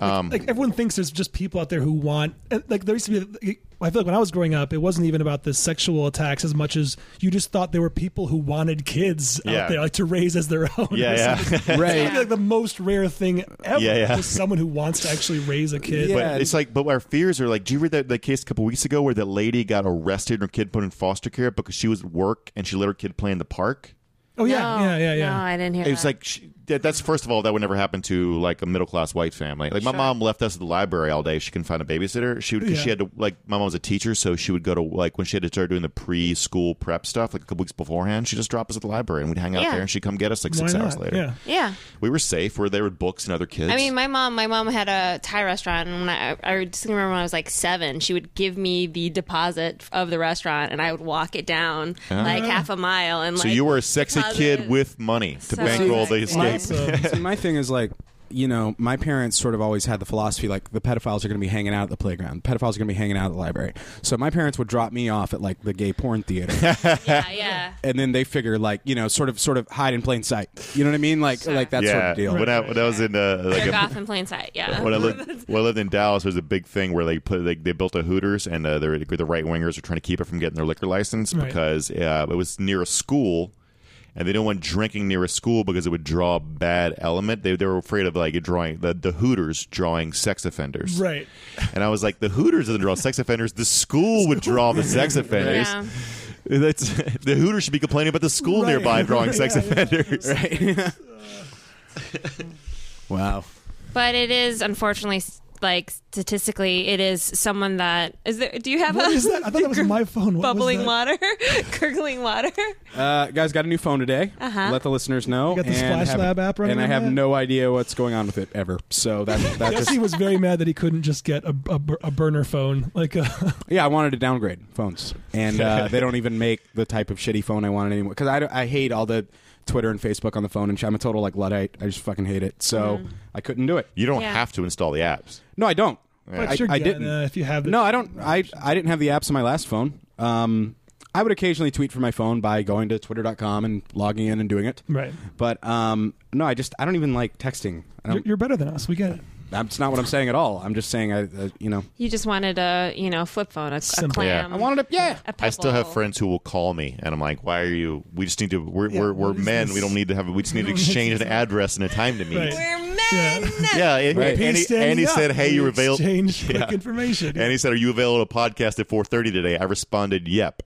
Speaker 4: Um,
Speaker 1: like, everyone thinks there's just people out there who want and, like there used to be I feel like when I was growing up it wasn't even about the sexual attacks as much as you just thought there were people who wanted kids
Speaker 4: Yeah.
Speaker 1: out there like to raise as their own.
Speaker 4: Yeah, yeah.
Speaker 1: It'd be like the most rare thing ever.
Speaker 4: Yeah, yeah.
Speaker 1: Just someone who wants to actually raise a kid.
Speaker 3: Yeah.
Speaker 4: But it's like, but our fears are like, do you read that the case a couple weeks ago where that lady got arrested and her kid put in foster care because she was at work and she let her kid play in the park?
Speaker 1: Oh yeah,
Speaker 5: No,
Speaker 1: yeah, yeah,
Speaker 5: No,
Speaker 1: yeah.
Speaker 5: I didn't hear.
Speaker 4: It was
Speaker 5: that.
Speaker 4: like, she, that, that's first of all, that would never happen to like a middle class white family. Like, my mom left us at the library all day. She couldn't find a babysitter. She would, cause
Speaker 1: Yeah.
Speaker 4: she had to, like, my mom was a teacher, so she would go to, like, when she had to start doing the preschool prep stuff, like a couple weeks beforehand, she'd just drop us at the library and we'd hang out
Speaker 5: Yeah.
Speaker 4: there and she'd come get us like six
Speaker 1: Why
Speaker 4: hours
Speaker 1: not?
Speaker 4: later.
Speaker 1: Yeah.
Speaker 5: yeah.
Speaker 4: We were safe. We were there with books and other kids.
Speaker 5: I mean, my mom. My mom had a Thai restaurant, and when I, I just remember when I was like seven, she would give me the deposit of the restaurant, and I would walk it down like half a mile. And
Speaker 4: Ah. so
Speaker 5: like,
Speaker 4: you were a sexy kid
Speaker 5: deposit-
Speaker 4: with money to
Speaker 5: So
Speaker 4: bankroll the
Speaker 5: sexy.
Speaker 4: escape.
Speaker 1: So-
Speaker 3: See, um, my thing is like, you know, my parents sort of always had the philosophy like the pedophiles are going to be hanging out at the playground, the pedophiles are going to be hanging out at the library. So my parents would drop me off at like the gay porn theater,
Speaker 5: yeah, yeah.
Speaker 3: and then they figure like, you know, sort of, sort of hide in plain sight. You know what I mean? Like, like that sort of deal.
Speaker 4: When I when I was in uh, like
Speaker 5: Jerk
Speaker 4: a,
Speaker 5: off in plain sight. Yeah.
Speaker 4: when I lived when I lived in Dallas, there was a big thing where they put they, they built a Hooters and uh, they're- the right wingers are trying to keep it from getting their liquor license
Speaker 1: Right.
Speaker 4: because uh, it was near a school. And they didn't want drinking near a school because it would draw a bad element. They, they were afraid of like it drawing the, the Hooters drawing sex offenders.
Speaker 1: right.
Speaker 4: And I was like, the Hooters doesn't draw sex offenders. The school would draw the sex offenders.
Speaker 5: Yeah.
Speaker 4: That's, the Hooters should be complaining about the school
Speaker 1: Right.
Speaker 4: nearby drawing sex
Speaker 1: Yeah, yeah.
Speaker 4: offenders.
Speaker 3: right? wow.
Speaker 5: But it is unfortunately s- like statistically, it is someone that is there. Do you have
Speaker 1: What
Speaker 5: a
Speaker 1: is that? I thought that was my phone. What was
Speaker 5: bubbling
Speaker 1: that?
Speaker 5: water, gurgling water.
Speaker 3: Uh, guys, got a new phone today.
Speaker 5: Uh-huh.
Speaker 3: Let the listeners know.
Speaker 1: got the
Speaker 3: and
Speaker 1: Splash
Speaker 3: have-
Speaker 1: Lab app running
Speaker 3: and I
Speaker 1: on
Speaker 3: have
Speaker 1: that?
Speaker 3: no idea what's going on with it ever. So that that just
Speaker 1: Jesse was very mad that he couldn't just get a, a, bur- a burner phone. Like, uh, a,
Speaker 3: yeah, I wanted to downgrade phones, and uh, they don't even make the type of shitty phone I wanted anymore. Because I, don't- I hate all the Twitter and Facebook on the phone, and shit. I'm a total like luddite. I just fucking hate it. So I couldn't do it.
Speaker 4: You don't
Speaker 5: Yeah.
Speaker 4: have to install the apps.
Speaker 3: No, I don't.
Speaker 1: but
Speaker 3: I,
Speaker 1: you're
Speaker 3: I
Speaker 1: gonna,
Speaker 3: didn't.
Speaker 1: uh, if you have the
Speaker 3: No, I don't. I I didn't have the apps on my last phone. Um, I would occasionally tweet from my phone by going to twitter.com and logging in and doing it.
Speaker 1: Right.
Speaker 3: But um, no, I just I don't even like texting. I
Speaker 1: You're,
Speaker 3: don't,
Speaker 1: you're better than us. We get it.
Speaker 3: that's not what I'm saying at all. I'm just saying I uh, you know
Speaker 5: You just wanted a you know flip phone, a, a
Speaker 1: Simple.
Speaker 4: Yeah.
Speaker 5: clam.
Speaker 4: I
Speaker 3: wanted to yeah.
Speaker 5: a
Speaker 4: I still have
Speaker 5: pebble.
Speaker 4: friends who will call me, and I'm like, "Why are you? We just need to. We're
Speaker 1: Yeah,
Speaker 4: we're, we're
Speaker 1: what is
Speaker 4: men.
Speaker 1: this?
Speaker 4: We don't need to have. We just need to exchange an address and a time to meet."
Speaker 1: Right.
Speaker 5: We're men.
Speaker 1: Yeah.
Speaker 4: Yeah, and,
Speaker 3: Right.
Speaker 4: and, he,
Speaker 1: Standing
Speaker 4: and he
Speaker 1: up,
Speaker 4: said, "Hey,
Speaker 1: we
Speaker 4: you're available."
Speaker 1: Exchange quick
Speaker 4: Yeah.
Speaker 1: information.
Speaker 4: And he said, "Are you available to podcast at 4:30 today?" I responded, "Yep."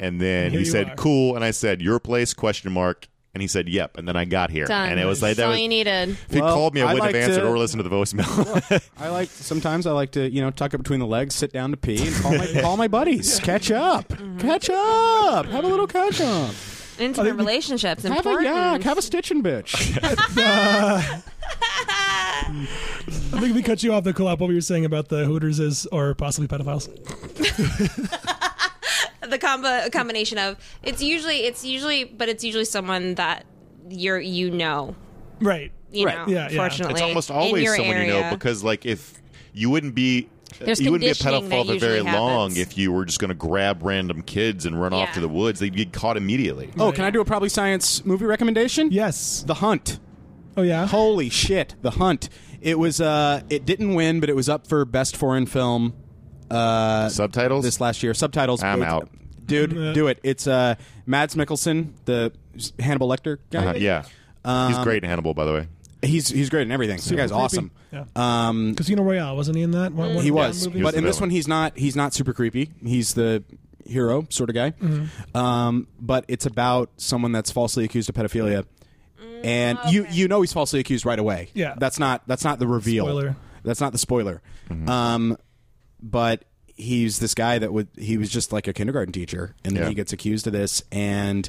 Speaker 4: And then
Speaker 1: Here
Speaker 4: he
Speaker 1: you
Speaker 4: said,
Speaker 1: are.
Speaker 4: "Cool." And I said, "Your place?" Question mark. And he said, "Yep." And then I got here,
Speaker 5: Done.
Speaker 4: and it was like
Speaker 5: That's
Speaker 4: that.
Speaker 5: all
Speaker 4: Was,
Speaker 5: you needed.
Speaker 4: if he
Speaker 3: Well,
Speaker 4: called me, I
Speaker 3: I
Speaker 4: wouldn't
Speaker 3: like
Speaker 4: have answered
Speaker 3: to-
Speaker 4: or listened to the voicemail.
Speaker 3: I like sometimes I like to you know tuck it between the legs, sit down to pee, and call my call my buddies, catch up, catch up, have a little catch up,
Speaker 5: Intimate relationships.
Speaker 3: have a
Speaker 5: important.
Speaker 3: yak, have a stitching bitch.
Speaker 1: I think we cut you off the collab. What were you saying about the Hooters is or possibly pedophiles?
Speaker 5: the combo combination of it's usually it's usually but it's usually someone that you're you know
Speaker 1: Right.
Speaker 5: you
Speaker 3: Right.
Speaker 5: know
Speaker 1: Yeah, yeah.
Speaker 5: fortunately
Speaker 4: it's almost
Speaker 5: in
Speaker 4: always
Speaker 5: your
Speaker 4: someone you know
Speaker 5: area.
Speaker 4: because, like, if you wouldn't be.
Speaker 5: There's
Speaker 4: you wouldn't be a
Speaker 5: conditioning
Speaker 4: pedophile
Speaker 5: that
Speaker 4: for very
Speaker 5: usually
Speaker 4: long
Speaker 5: happens.
Speaker 4: if you were just going to grab random kids and run off
Speaker 5: Yeah.
Speaker 4: to the woods. They'd get caught immediately.
Speaker 3: oh, can I do a probably science movie recommendation?
Speaker 1: Yes.
Speaker 3: The Hunt.
Speaker 1: Oh yeah.
Speaker 3: Holy shit, The Hunt. It was uh it didn't win, but it was up for best foreign film uh
Speaker 4: Subtitles.
Speaker 3: this last year. Subtitles.
Speaker 4: I'm
Speaker 3: It's-
Speaker 4: out.
Speaker 1: Yeah.
Speaker 3: Dude, do it. It's uh Mads Mikkelsen, the Hannibal Lecter guy.
Speaker 4: Uh-huh, yeah,
Speaker 3: Um,
Speaker 4: he's great in Hannibal, by the way.
Speaker 3: He's he's great in everything. That guy's
Speaker 1: creepy.
Speaker 3: awesome.
Speaker 1: Yeah.
Speaker 3: Um
Speaker 1: Casino Royale wasn't he in that? One, one
Speaker 3: he
Speaker 1: of the
Speaker 3: was,
Speaker 1: movies?
Speaker 4: He was
Speaker 3: but
Speaker 4: the
Speaker 3: in this
Speaker 4: villain.
Speaker 3: one, he's not. He's not super creepy. He's the hero sort of guy. Um, but it's about someone that's falsely accused of pedophilia, and you you know he's falsely accused right away.
Speaker 1: Yeah.
Speaker 3: that's not that's not the reveal.
Speaker 1: Spoiler.
Speaker 3: That's not the spoiler. Um, but he's this guy that would he was just like a kindergarten teacher, and then
Speaker 4: Yeah.
Speaker 3: he gets accused of this and.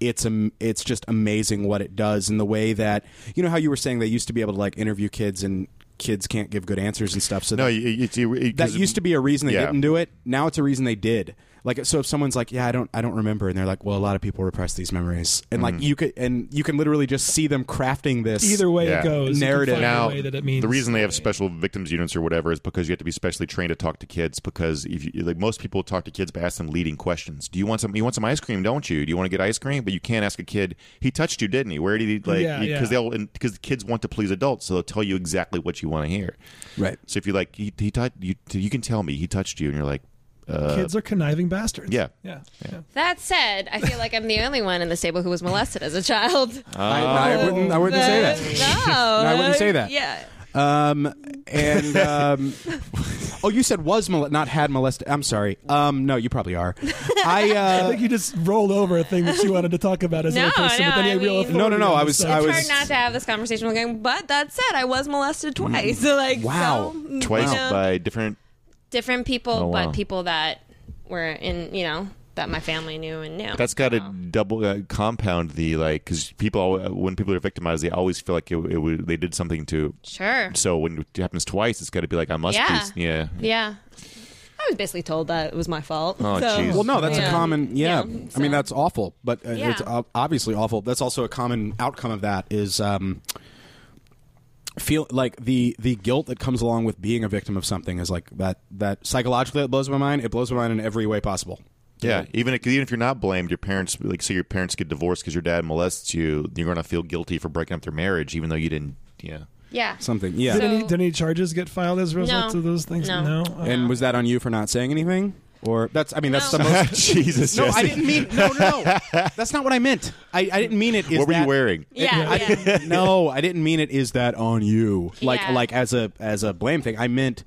Speaker 3: It's um, it's just amazing what it does, and the way that you know how you were saying they used to be able to like interview kids, and kids can't give good answers and stuff. So
Speaker 4: No,
Speaker 3: that-
Speaker 4: Oh, you, you, you, you-
Speaker 3: that
Speaker 4: 'cause-
Speaker 3: used to be a reason they
Speaker 4: yeah.
Speaker 3: didn't do it. Now it's a reason they did. Like so, if someone's like, "Yeah, I don't, I don't remember," and they're like, "Well, a lot of people repress these memories," and like you could, and you can literally just see them crafting this.
Speaker 1: Either way
Speaker 4: Yeah.
Speaker 1: it goes, you can
Speaker 3: Narrative.
Speaker 1: find a
Speaker 4: now
Speaker 1: way that it means
Speaker 4: the reason they have special victims units or whatever is because you have to be specially trained to talk to kids because if you, like most people talk to kids but ask them leading questions do you want some you want some ice cream don't you do you want to get ice cream but you can't ask a kid he touched you didn't he where did he like
Speaker 1: Yeah,
Speaker 4: because
Speaker 1: yeah.
Speaker 4: they'll and because the kids want to please adults so they'll tell you exactly what you want to hear
Speaker 3: right.
Speaker 4: so if you like he, he touched you you can tell me he touched you and you're like uh,
Speaker 1: kids are conniving bastards.
Speaker 4: yeah.
Speaker 1: Yeah. yeah.
Speaker 5: that said i feel like i'm the only one in this table who was molested as a child
Speaker 3: I, I wouldn't, I wouldn't say that.
Speaker 5: no
Speaker 3: I wouldn't say that.
Speaker 5: yeah
Speaker 3: Um, and um, oh, you said was mole- not had molested. I'm sorry. Um, no, you probably are. I
Speaker 1: I
Speaker 3: uh,
Speaker 1: think you just rolled over a thing that you wanted to talk about as
Speaker 5: No,
Speaker 1: a person
Speaker 5: no,
Speaker 1: with any
Speaker 5: I
Speaker 1: real
Speaker 5: mean-
Speaker 1: authority.
Speaker 3: No, no, no,
Speaker 1: on
Speaker 3: I
Speaker 1: the
Speaker 3: was-
Speaker 1: subject.
Speaker 3: I
Speaker 5: it's
Speaker 3: was- Mm.
Speaker 5: hard not to have this conversation with him but that said i was molested twice so like
Speaker 3: Wow.
Speaker 5: so,
Speaker 4: twice
Speaker 5: you know,
Speaker 4: by different
Speaker 5: different people
Speaker 4: Oh, wow.
Speaker 5: but people that were in you know that my family knew and knew
Speaker 4: That's got to double uh, compound the like because people al- when people are victimized, they always feel like it, it was, they did something to.
Speaker 5: sure
Speaker 4: So when it happens twice, it's got to be like I must.
Speaker 5: Yeah.
Speaker 4: Be, yeah.
Speaker 5: Yeah. I was basically told that it was my fault.
Speaker 4: Oh,
Speaker 5: so-
Speaker 4: jeez.
Speaker 3: well, no, that's
Speaker 5: Yeah.
Speaker 3: a common. Yeah,
Speaker 5: Yeah,
Speaker 3: I mean
Speaker 5: so-
Speaker 3: that's awful, but uh,
Speaker 5: Yeah.
Speaker 3: it's ob- obviously awful. That's also a common outcome of that is. Um, feel like the the guilt that comes along with being a victim of something is like that that psychologically it blows my mind it blows my mind in every way possible
Speaker 4: Yeah, even if, even if you're not blamed, your parents like say your parents get divorced because your dad molests you, you're gonna feel guilty for breaking up their marriage, even though you didn't. Yeah,
Speaker 5: Yeah.
Speaker 3: something yeah
Speaker 1: Did,
Speaker 5: So-
Speaker 1: any, did any charges get filed as a result
Speaker 5: No.
Speaker 1: of those things?
Speaker 5: No.
Speaker 1: Uh,
Speaker 3: and was that on you for not saying anything or that's i mean that's
Speaker 5: No.
Speaker 3: the most
Speaker 4: Jesus,
Speaker 3: no i
Speaker 4: Jesse.
Speaker 3: didn't mean no no no that's not what i meant i, I didn't mean it is
Speaker 4: What were you
Speaker 3: that-
Speaker 4: wearing?
Speaker 5: Yeah.
Speaker 3: I
Speaker 5: yeah.
Speaker 3: didn't, no, I didn't mean it. Is that on you? Like
Speaker 5: Yeah.
Speaker 3: like as a as a blame thing. I meant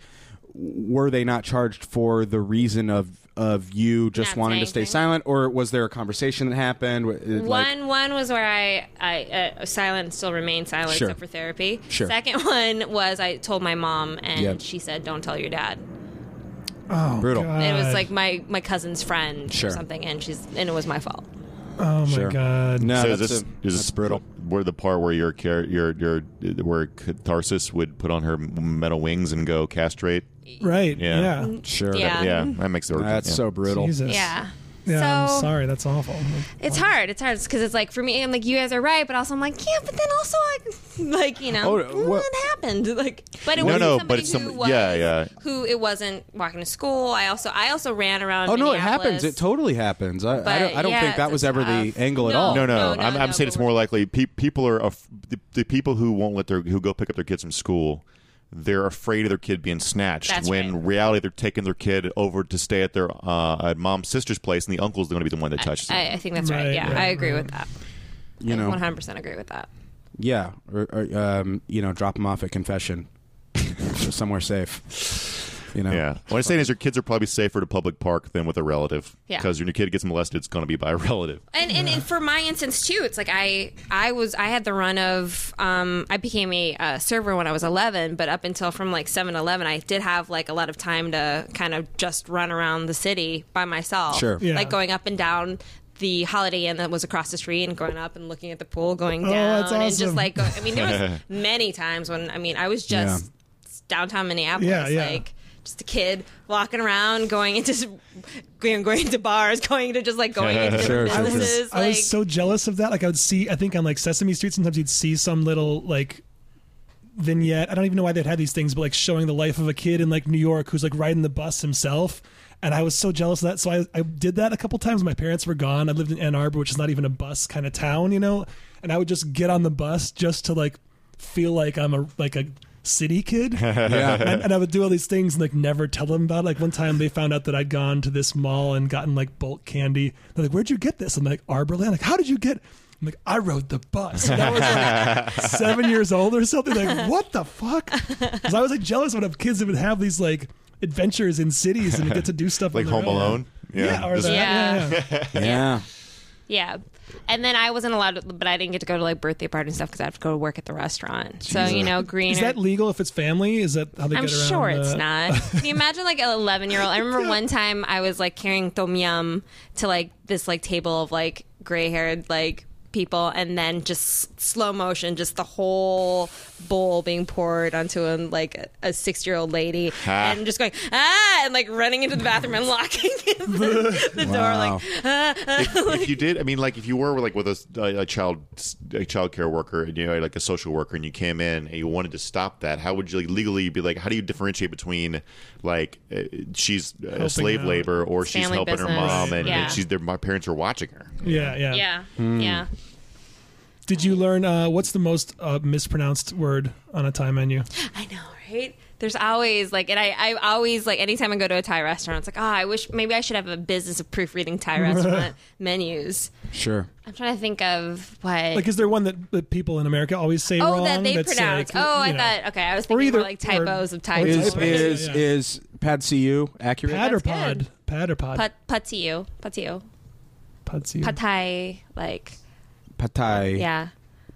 Speaker 3: were they not charged for the reason of of you just
Speaker 5: Not
Speaker 3: wanting to
Speaker 5: saying
Speaker 3: stay
Speaker 5: anything.
Speaker 3: silent, or was there a conversation that happened? Wh- it, like-
Speaker 5: One one was where I I uh, silent still remained silent
Speaker 3: Sure.
Speaker 5: except for therapy.
Speaker 3: Sure.
Speaker 5: Second one was I told my mom and
Speaker 3: Yeah.
Speaker 5: she said don't tell your dad.
Speaker 1: Oh,
Speaker 3: Brutal.
Speaker 1: God.
Speaker 5: it was like my my cousin's friend
Speaker 3: Sure.
Speaker 5: or something, and she's and it was my fault.
Speaker 1: oh my
Speaker 3: Sure.
Speaker 1: god.
Speaker 3: no,
Speaker 4: so
Speaker 3: that's
Speaker 4: is this,
Speaker 3: a-
Speaker 4: is
Speaker 3: that's
Speaker 4: this
Speaker 3: brutal.
Speaker 4: Where the part where your char- your your where catharsis would put on her metal wings and go castrate?
Speaker 1: Right.
Speaker 4: Yeah.
Speaker 1: Yeah.
Speaker 3: Sure.
Speaker 5: Yeah.
Speaker 4: Yeah, that makes the
Speaker 3: That's
Speaker 4: yeah.
Speaker 3: so brutal.
Speaker 1: Jesus.
Speaker 5: Mm. Yeah.
Speaker 1: Yeah, I'm
Speaker 5: so
Speaker 1: sorry. That's awful.
Speaker 5: it's hard. It's hard because it's like for me, I'm like you guys are right, but also I'm like yeah, but then also I like you know
Speaker 3: Oh,
Speaker 5: mm,
Speaker 3: what-
Speaker 5: it happened like, but
Speaker 4: No,
Speaker 5: it wasn't
Speaker 4: no,
Speaker 5: somebody
Speaker 4: but it's
Speaker 5: who
Speaker 4: some-
Speaker 5: was,
Speaker 4: yeah, yeah.
Speaker 5: who it wasn't walking to school. I also I also ran around.
Speaker 3: Oh no, it
Speaker 5: Minneapolis.
Speaker 3: happens. It totally happens. I, I
Speaker 5: But,
Speaker 3: don't, I don't
Speaker 5: yeah,
Speaker 3: think that
Speaker 5: it's
Speaker 3: was ever the
Speaker 5: tough.
Speaker 3: angle at
Speaker 5: No.
Speaker 3: all.
Speaker 4: No, no,
Speaker 5: Oh. no,
Speaker 4: I'm,
Speaker 5: no,
Speaker 4: I'm
Speaker 5: no,
Speaker 4: saying it's
Speaker 5: but
Speaker 4: more likely pe- people are af- the, the people who won't let their who go pick up their kids from school. They're afraid of their kid being snatched.
Speaker 5: That's
Speaker 4: when
Speaker 5: right.
Speaker 4: reality, they're taking their kid over to stay at their uh, at mom's sister's place, and the uncle's going to be the one that touches them.
Speaker 5: I, I think that's right.
Speaker 1: Right,
Speaker 5: Yeah,
Speaker 1: right,
Speaker 5: I agree
Speaker 1: right.
Speaker 5: with that.
Speaker 3: You know,
Speaker 5: 100 percent agree with that.
Speaker 3: yeah, or, or um, you know, drop them off at confession, somewhere safe. You know,
Speaker 4: Yeah. What I'm saying is your kids are probably safer to public park than with a relative.
Speaker 5: Yeah.
Speaker 4: Because when your kid gets molested, it's going to be by a relative.
Speaker 5: And, and and for my instance too, it's like I I was I had the run of um, I became a uh, server when I was 11, but up until from like 7 to 11, I did have like a lot of time to kind of just run around the city by myself.
Speaker 3: Sure.
Speaker 1: Yeah.
Speaker 5: Like going up and down the Holiday Inn that was across the street and going up and looking at the pool going down
Speaker 1: Oh, that's
Speaker 5: and just
Speaker 1: awesome.
Speaker 5: like go, I mean there was many times when I mean I was just downtown Minneapolis
Speaker 1: Yeah, yeah.
Speaker 5: like just a kid walking around, going into going, going to bars, going to just like going into
Speaker 3: Sure, sure,
Speaker 5: different
Speaker 3: sure.
Speaker 5: businesses.
Speaker 1: I
Speaker 5: Like,
Speaker 1: was so jealous of that. Like I would see, I think on like Sesame Street, sometimes you'd see some little like vignette. I don't even know why they'd had these things, but like showing the life of a kid in like New York who's like riding the bus himself. And I was so jealous of that. So I, I did that a couple times. My parents were gone. I lived in Ann Arbor, which is not even a bus kind of town, you know. And I would just get on the bus just to like feel like I'm a like a city kid.
Speaker 3: yeah.
Speaker 1: and, and I would do all these things and like never tell them about. it. Like one time they found out that I'd gone to this mall and gotten like bulk candy. They're like, "Where'd you get this?" I'm like, "Arborland." Like, how did you get? I'm like, I rode the bus. And I was like seven years old or something. Like, what the fuck? Because I was like jealous when kids that would have these like adventures in cities and get to do stuff on
Speaker 4: Like
Speaker 1: their
Speaker 4: Home
Speaker 1: own.
Speaker 4: Alone.
Speaker 1: Yeah, or
Speaker 4: Just-
Speaker 1: that.
Speaker 5: Yeah.
Speaker 1: Yeah, yeah.
Speaker 3: yeah.
Speaker 5: yeah. And then I wasn't allowed, to, but I didn't get to go to like birthday parties and stuff because I have to go to work at the restaurant. So you know, green.
Speaker 1: Is that legal if it's family? Is that how they
Speaker 5: I'm
Speaker 1: get around?
Speaker 5: sure it's
Speaker 1: uh,
Speaker 5: not. Can you imagine like an 11 year old? I remember one time I was like carrying tom yum to like this like table of like gray haired like people, and then just slow motion, just the whole bowl being poured onto him like a six year old lady, and just going ah, and like running into the bathroom and locking the, the door.
Speaker 3: Wow.
Speaker 5: Like
Speaker 4: if, if you did, I mean, like if you were like with a, a, a child a child care worker and you know like a social worker and you came in and you wanted to stop that, how would you like legally be like? How do you differentiate between like uh, she's uh, slave
Speaker 1: out.
Speaker 4: labor or she's
Speaker 5: family
Speaker 4: helping her
Speaker 5: business.
Speaker 4: mom and,
Speaker 5: Yeah.
Speaker 4: and she's their my parents are watching her?
Speaker 1: Yeah, yeah. Hmm.
Speaker 5: yeah, yeah.
Speaker 1: Did you learn uh, what's the most uh, mispronounced word on a Thai menu?
Speaker 5: I know, right? There's always like, and I, I always like, anytime I go to a Thai restaurant, it's like, oh, I wish maybe I should have a business of proofreading Thai restaurant menus.
Speaker 3: Sure.
Speaker 5: I'm trying to think of what.
Speaker 1: Like, is there one that, that people in America always say
Speaker 5: oh,
Speaker 1: wrong?
Speaker 5: that they
Speaker 1: that's
Speaker 5: pronounce.
Speaker 1: like,
Speaker 5: oh, I
Speaker 1: you know,
Speaker 5: thought okay. I was thinking
Speaker 1: either-
Speaker 5: more like typos
Speaker 1: or-
Speaker 5: of Thai
Speaker 1: or
Speaker 3: Is
Speaker 1: Yeah,
Speaker 3: is
Speaker 1: yeah.
Speaker 3: is Pad CU accurate?
Speaker 1: pad or
Speaker 5: That's
Speaker 1: pod?
Speaker 5: good.
Speaker 1: Pad or pod?
Speaker 5: Pat patiyo, patiyo,
Speaker 1: Patsy.
Speaker 5: patai, like
Speaker 3: Pad Thai.
Speaker 5: yeah,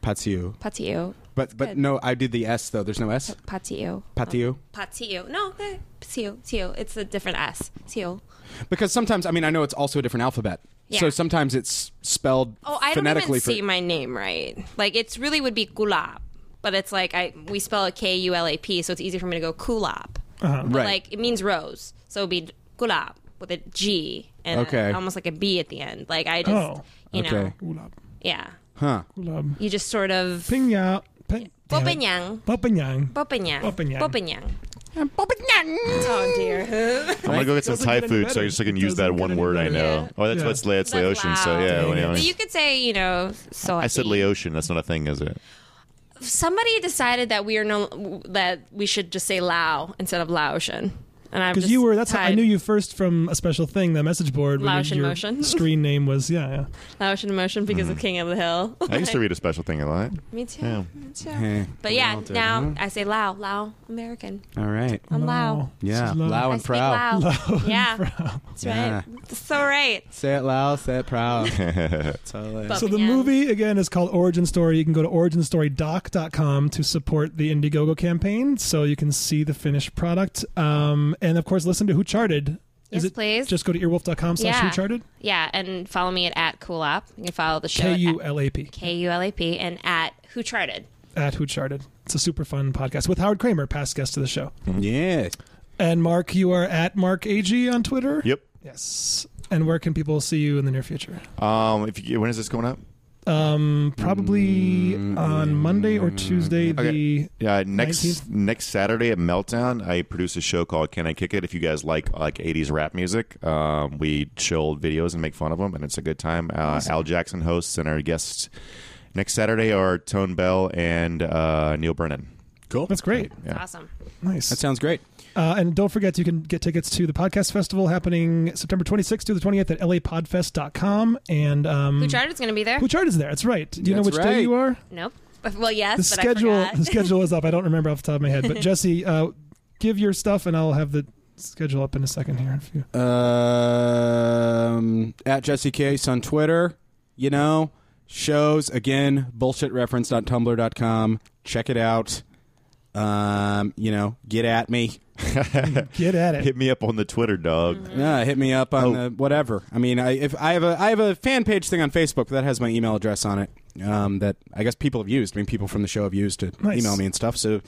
Speaker 3: Pad CU.
Speaker 5: patiyo,
Speaker 3: But but no, I did the S though. There's no S.
Speaker 5: patiyo,
Speaker 3: Pad CU.
Speaker 5: Oh. patiyo. No, eh, tiyo, tiyo. It's a different s. Tiyo.
Speaker 3: Because sometimes I mean I know it's also a different alphabet.
Speaker 5: Yeah.
Speaker 3: So sometimes it's spelled
Speaker 5: Oh, I don't
Speaker 3: phonetically
Speaker 5: even
Speaker 3: for
Speaker 5: see my name right. Like it's really would be gulab, but it's like I we spell it K U L A P, so it's easy for me to go kulap. But
Speaker 3: right.
Speaker 5: like it means rose, so it'd be gulab with a G and a-
Speaker 3: Okay.
Speaker 5: almost like a B at the end. Like I just,
Speaker 1: Oh,
Speaker 5: you know,
Speaker 3: okay.
Speaker 1: Ulab.
Speaker 5: yeah,
Speaker 3: huh.
Speaker 1: Ulab.
Speaker 5: you just sort of
Speaker 1: Pinya. Pin- damn it.
Speaker 5: bopenyang,
Speaker 1: Bopenyang.
Speaker 5: bopenyang,
Speaker 1: Bopenyang.
Speaker 5: bopenyang, bopenyang. Oh dear.
Speaker 4: I'm gonna go get some
Speaker 1: Doesn't
Speaker 4: Thai
Speaker 1: get any
Speaker 4: food so I
Speaker 1: better.
Speaker 4: just so I can
Speaker 1: It
Speaker 4: use that
Speaker 1: doesn't get
Speaker 4: one
Speaker 1: any
Speaker 4: word I
Speaker 1: better.
Speaker 4: know. Oh, that's
Speaker 1: Yeah.
Speaker 4: what's that's Laotian. So
Speaker 5: Lao.
Speaker 4: yeah,
Speaker 5: But
Speaker 4: anyway.
Speaker 5: you could say, you know, so
Speaker 4: I said Laotian. That's not a thing, is it?
Speaker 5: somebody decided that we are no that we should just say Lao instead of Laotian. And I'm
Speaker 1: Because
Speaker 5: just
Speaker 1: you were that's how I
Speaker 5: tied-
Speaker 1: knew you first from a special thing, the message board. where
Speaker 5: Laotian
Speaker 1: your
Speaker 5: motion.
Speaker 1: Screen name was yeah, yeah.
Speaker 5: Laotian motion because of King of the Hill.
Speaker 4: I used to read a special thing a lot.
Speaker 5: Me too.
Speaker 4: Yeah.
Speaker 5: Me too.
Speaker 3: Mm-hmm. Hey,
Speaker 5: But
Speaker 3: we
Speaker 5: yeah,
Speaker 3: all did,
Speaker 5: now
Speaker 3: huh?
Speaker 5: I say Lao, Lao, American.
Speaker 3: All right.
Speaker 5: I'm Lao.
Speaker 1: Oh,
Speaker 3: Yeah.
Speaker 1: She's Lao.
Speaker 3: Loud
Speaker 5: I
Speaker 3: and
Speaker 5: speak
Speaker 3: proud.
Speaker 5: Lao. yeah,
Speaker 1: Wow.
Speaker 5: that's
Speaker 3: Yeah.
Speaker 5: right. That's So right.
Speaker 3: Say it loud, say it proud. That's all it is.
Speaker 5: But-
Speaker 1: So the
Speaker 5: Yeah.
Speaker 1: movie again is called Origin Story. You can go to originstorydoc.com to support the Indiegogo campaign, so you can see the finished product. Um, and of course, listen to Who Charted.
Speaker 5: Yes, please.
Speaker 1: Just go to earwolf.com slash
Speaker 5: Yeah.
Speaker 1: Who Charted.
Speaker 5: Yeah, and follow me at, at @coolap. You can follow the show
Speaker 1: K
Speaker 5: at-
Speaker 1: U L A P
Speaker 5: K U L A P and at Who Charted.
Speaker 1: at Who Charted. It's a super fun podcast with Howard Kramer, past guest of the show.
Speaker 3: Yeah.
Speaker 1: And Mark, you are at Mark AG on Twitter.
Speaker 4: Yep.
Speaker 1: Yes. And where can people see you in the near future?
Speaker 4: Um, if you, when is this going up?
Speaker 1: Um, probably on Monday or Tuesday. The
Speaker 4: Yeah, next next Saturday at Meltdown, I produce a show called "Can I Kick It?" If you guys like like '80s rap music, um, we chill videos and make fun of them, and it's a good time. Uh, Al Jackson hosts, and our guests next Saturday are Tone Bell and uh, Neil Brennan.
Speaker 3: Cool.
Speaker 1: that's great.
Speaker 5: It's
Speaker 4: Yeah.
Speaker 5: awesome.
Speaker 1: Nice.
Speaker 3: That sounds great.
Speaker 1: Uh, and don't forget, you can get tickets to the podcast festival happening September 26th through the 28th at lapodfest.com. And um,
Speaker 5: Who Charted's going to be there?
Speaker 1: Who Charted is there. That's right. Do you know
Speaker 3: That's
Speaker 1: which day
Speaker 3: right.
Speaker 1: you are?
Speaker 5: nope. Well, yes,
Speaker 1: The
Speaker 5: but
Speaker 1: schedule.
Speaker 5: I forgot.
Speaker 1: The schedule is up. I don't remember off the top of my head. But Jesse, uh, give your stuff, and I'll have the schedule up in a second here. If you
Speaker 3: Um, at Jesse Case on Twitter, you know, shows again, bullshitreference.tumblr.com. Check it out. Um, you know, get at me.
Speaker 1: get at it.
Speaker 4: Hit me up on the Twitter, dog.
Speaker 5: Mm-hmm.
Speaker 3: Yeah, hit me up on
Speaker 4: Oh.
Speaker 3: the whatever. I mean, I if I have a I have a fan page thing on Facebook that has my email address on it. Um, that I guess people have used. I mean, people from the show have used to
Speaker 1: Nice.
Speaker 3: email me and stuff. So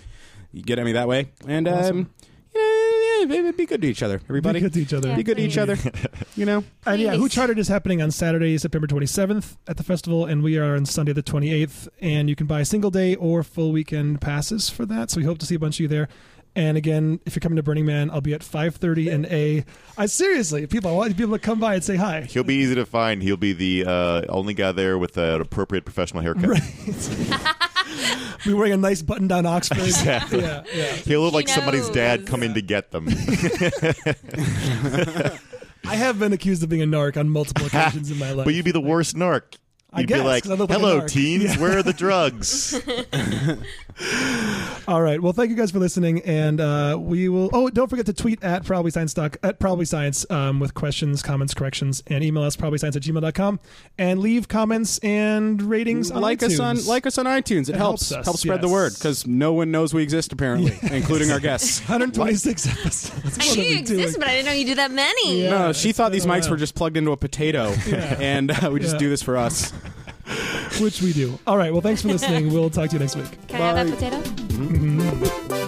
Speaker 3: you get at me that way, and um,
Speaker 1: Awesome.
Speaker 3: you know, yeah, be good to each other, everybody.
Speaker 1: Be good to each other.
Speaker 5: Yeah.
Speaker 3: Be good to each other. you know,
Speaker 1: And yeah, Who
Speaker 5: Please.
Speaker 1: Charted is happening on Saturday, September 27th at the festival, and we are on Sunday the 28th. And you can buy single day or full weekend passes for that. So we hope to see a bunch of you there. And again, if you're coming to Burning Man, I'll be at 5:30 and A. I seriously, people, I want people to come by and say hi.
Speaker 4: He'll be easy to find. He'll be the uh, only guy there with an appropriate professional haircut.
Speaker 1: Be wearing a nice button-down Oxford. exactly. Yeah, yeah.
Speaker 4: He'll look
Speaker 5: He
Speaker 4: like somebody's
Speaker 5: knows.
Speaker 4: dad coming to get them.
Speaker 1: I have been accused of being a narc on multiple occasions in my life.
Speaker 4: But you'd be the worst narc.
Speaker 1: I
Speaker 4: You'd
Speaker 1: guess,
Speaker 4: be like,
Speaker 1: 'cause I look like a
Speaker 4: "Hello,
Speaker 1: narc."
Speaker 4: teens, where are the drugs?"
Speaker 1: All right. Well, thank you guys for listening, and uh, we will. Oh, don't forget to tweet at Probably Science Doc at Probably Science um, with questions, comments, corrections, and email us probably science at gmail.com and leave comments and ratings. On
Speaker 3: like us on
Speaker 1: iTunes.
Speaker 3: like us on iTunes. It, helps
Speaker 1: helps us,
Speaker 3: helps spread the
Speaker 1: yes.
Speaker 3: word because no one knows we exist apparently, including our guests.
Speaker 1: 126 episodes.
Speaker 5: I
Speaker 1: What are
Speaker 5: knew
Speaker 1: we
Speaker 5: you existed,
Speaker 1: doing?
Speaker 5: but I didn't know you did that many.
Speaker 1: Yeah.
Speaker 3: No, she
Speaker 1: it's
Speaker 3: thought
Speaker 1: been
Speaker 3: these
Speaker 1: a
Speaker 3: mics
Speaker 1: while.
Speaker 3: were just plugged into a potato,
Speaker 1: Yeah.
Speaker 3: and uh, we just
Speaker 1: Yeah.
Speaker 3: do this for us.
Speaker 1: Which we do. All right. Well, thanks for listening. We'll talk to you next week.
Speaker 5: Can I have that potato?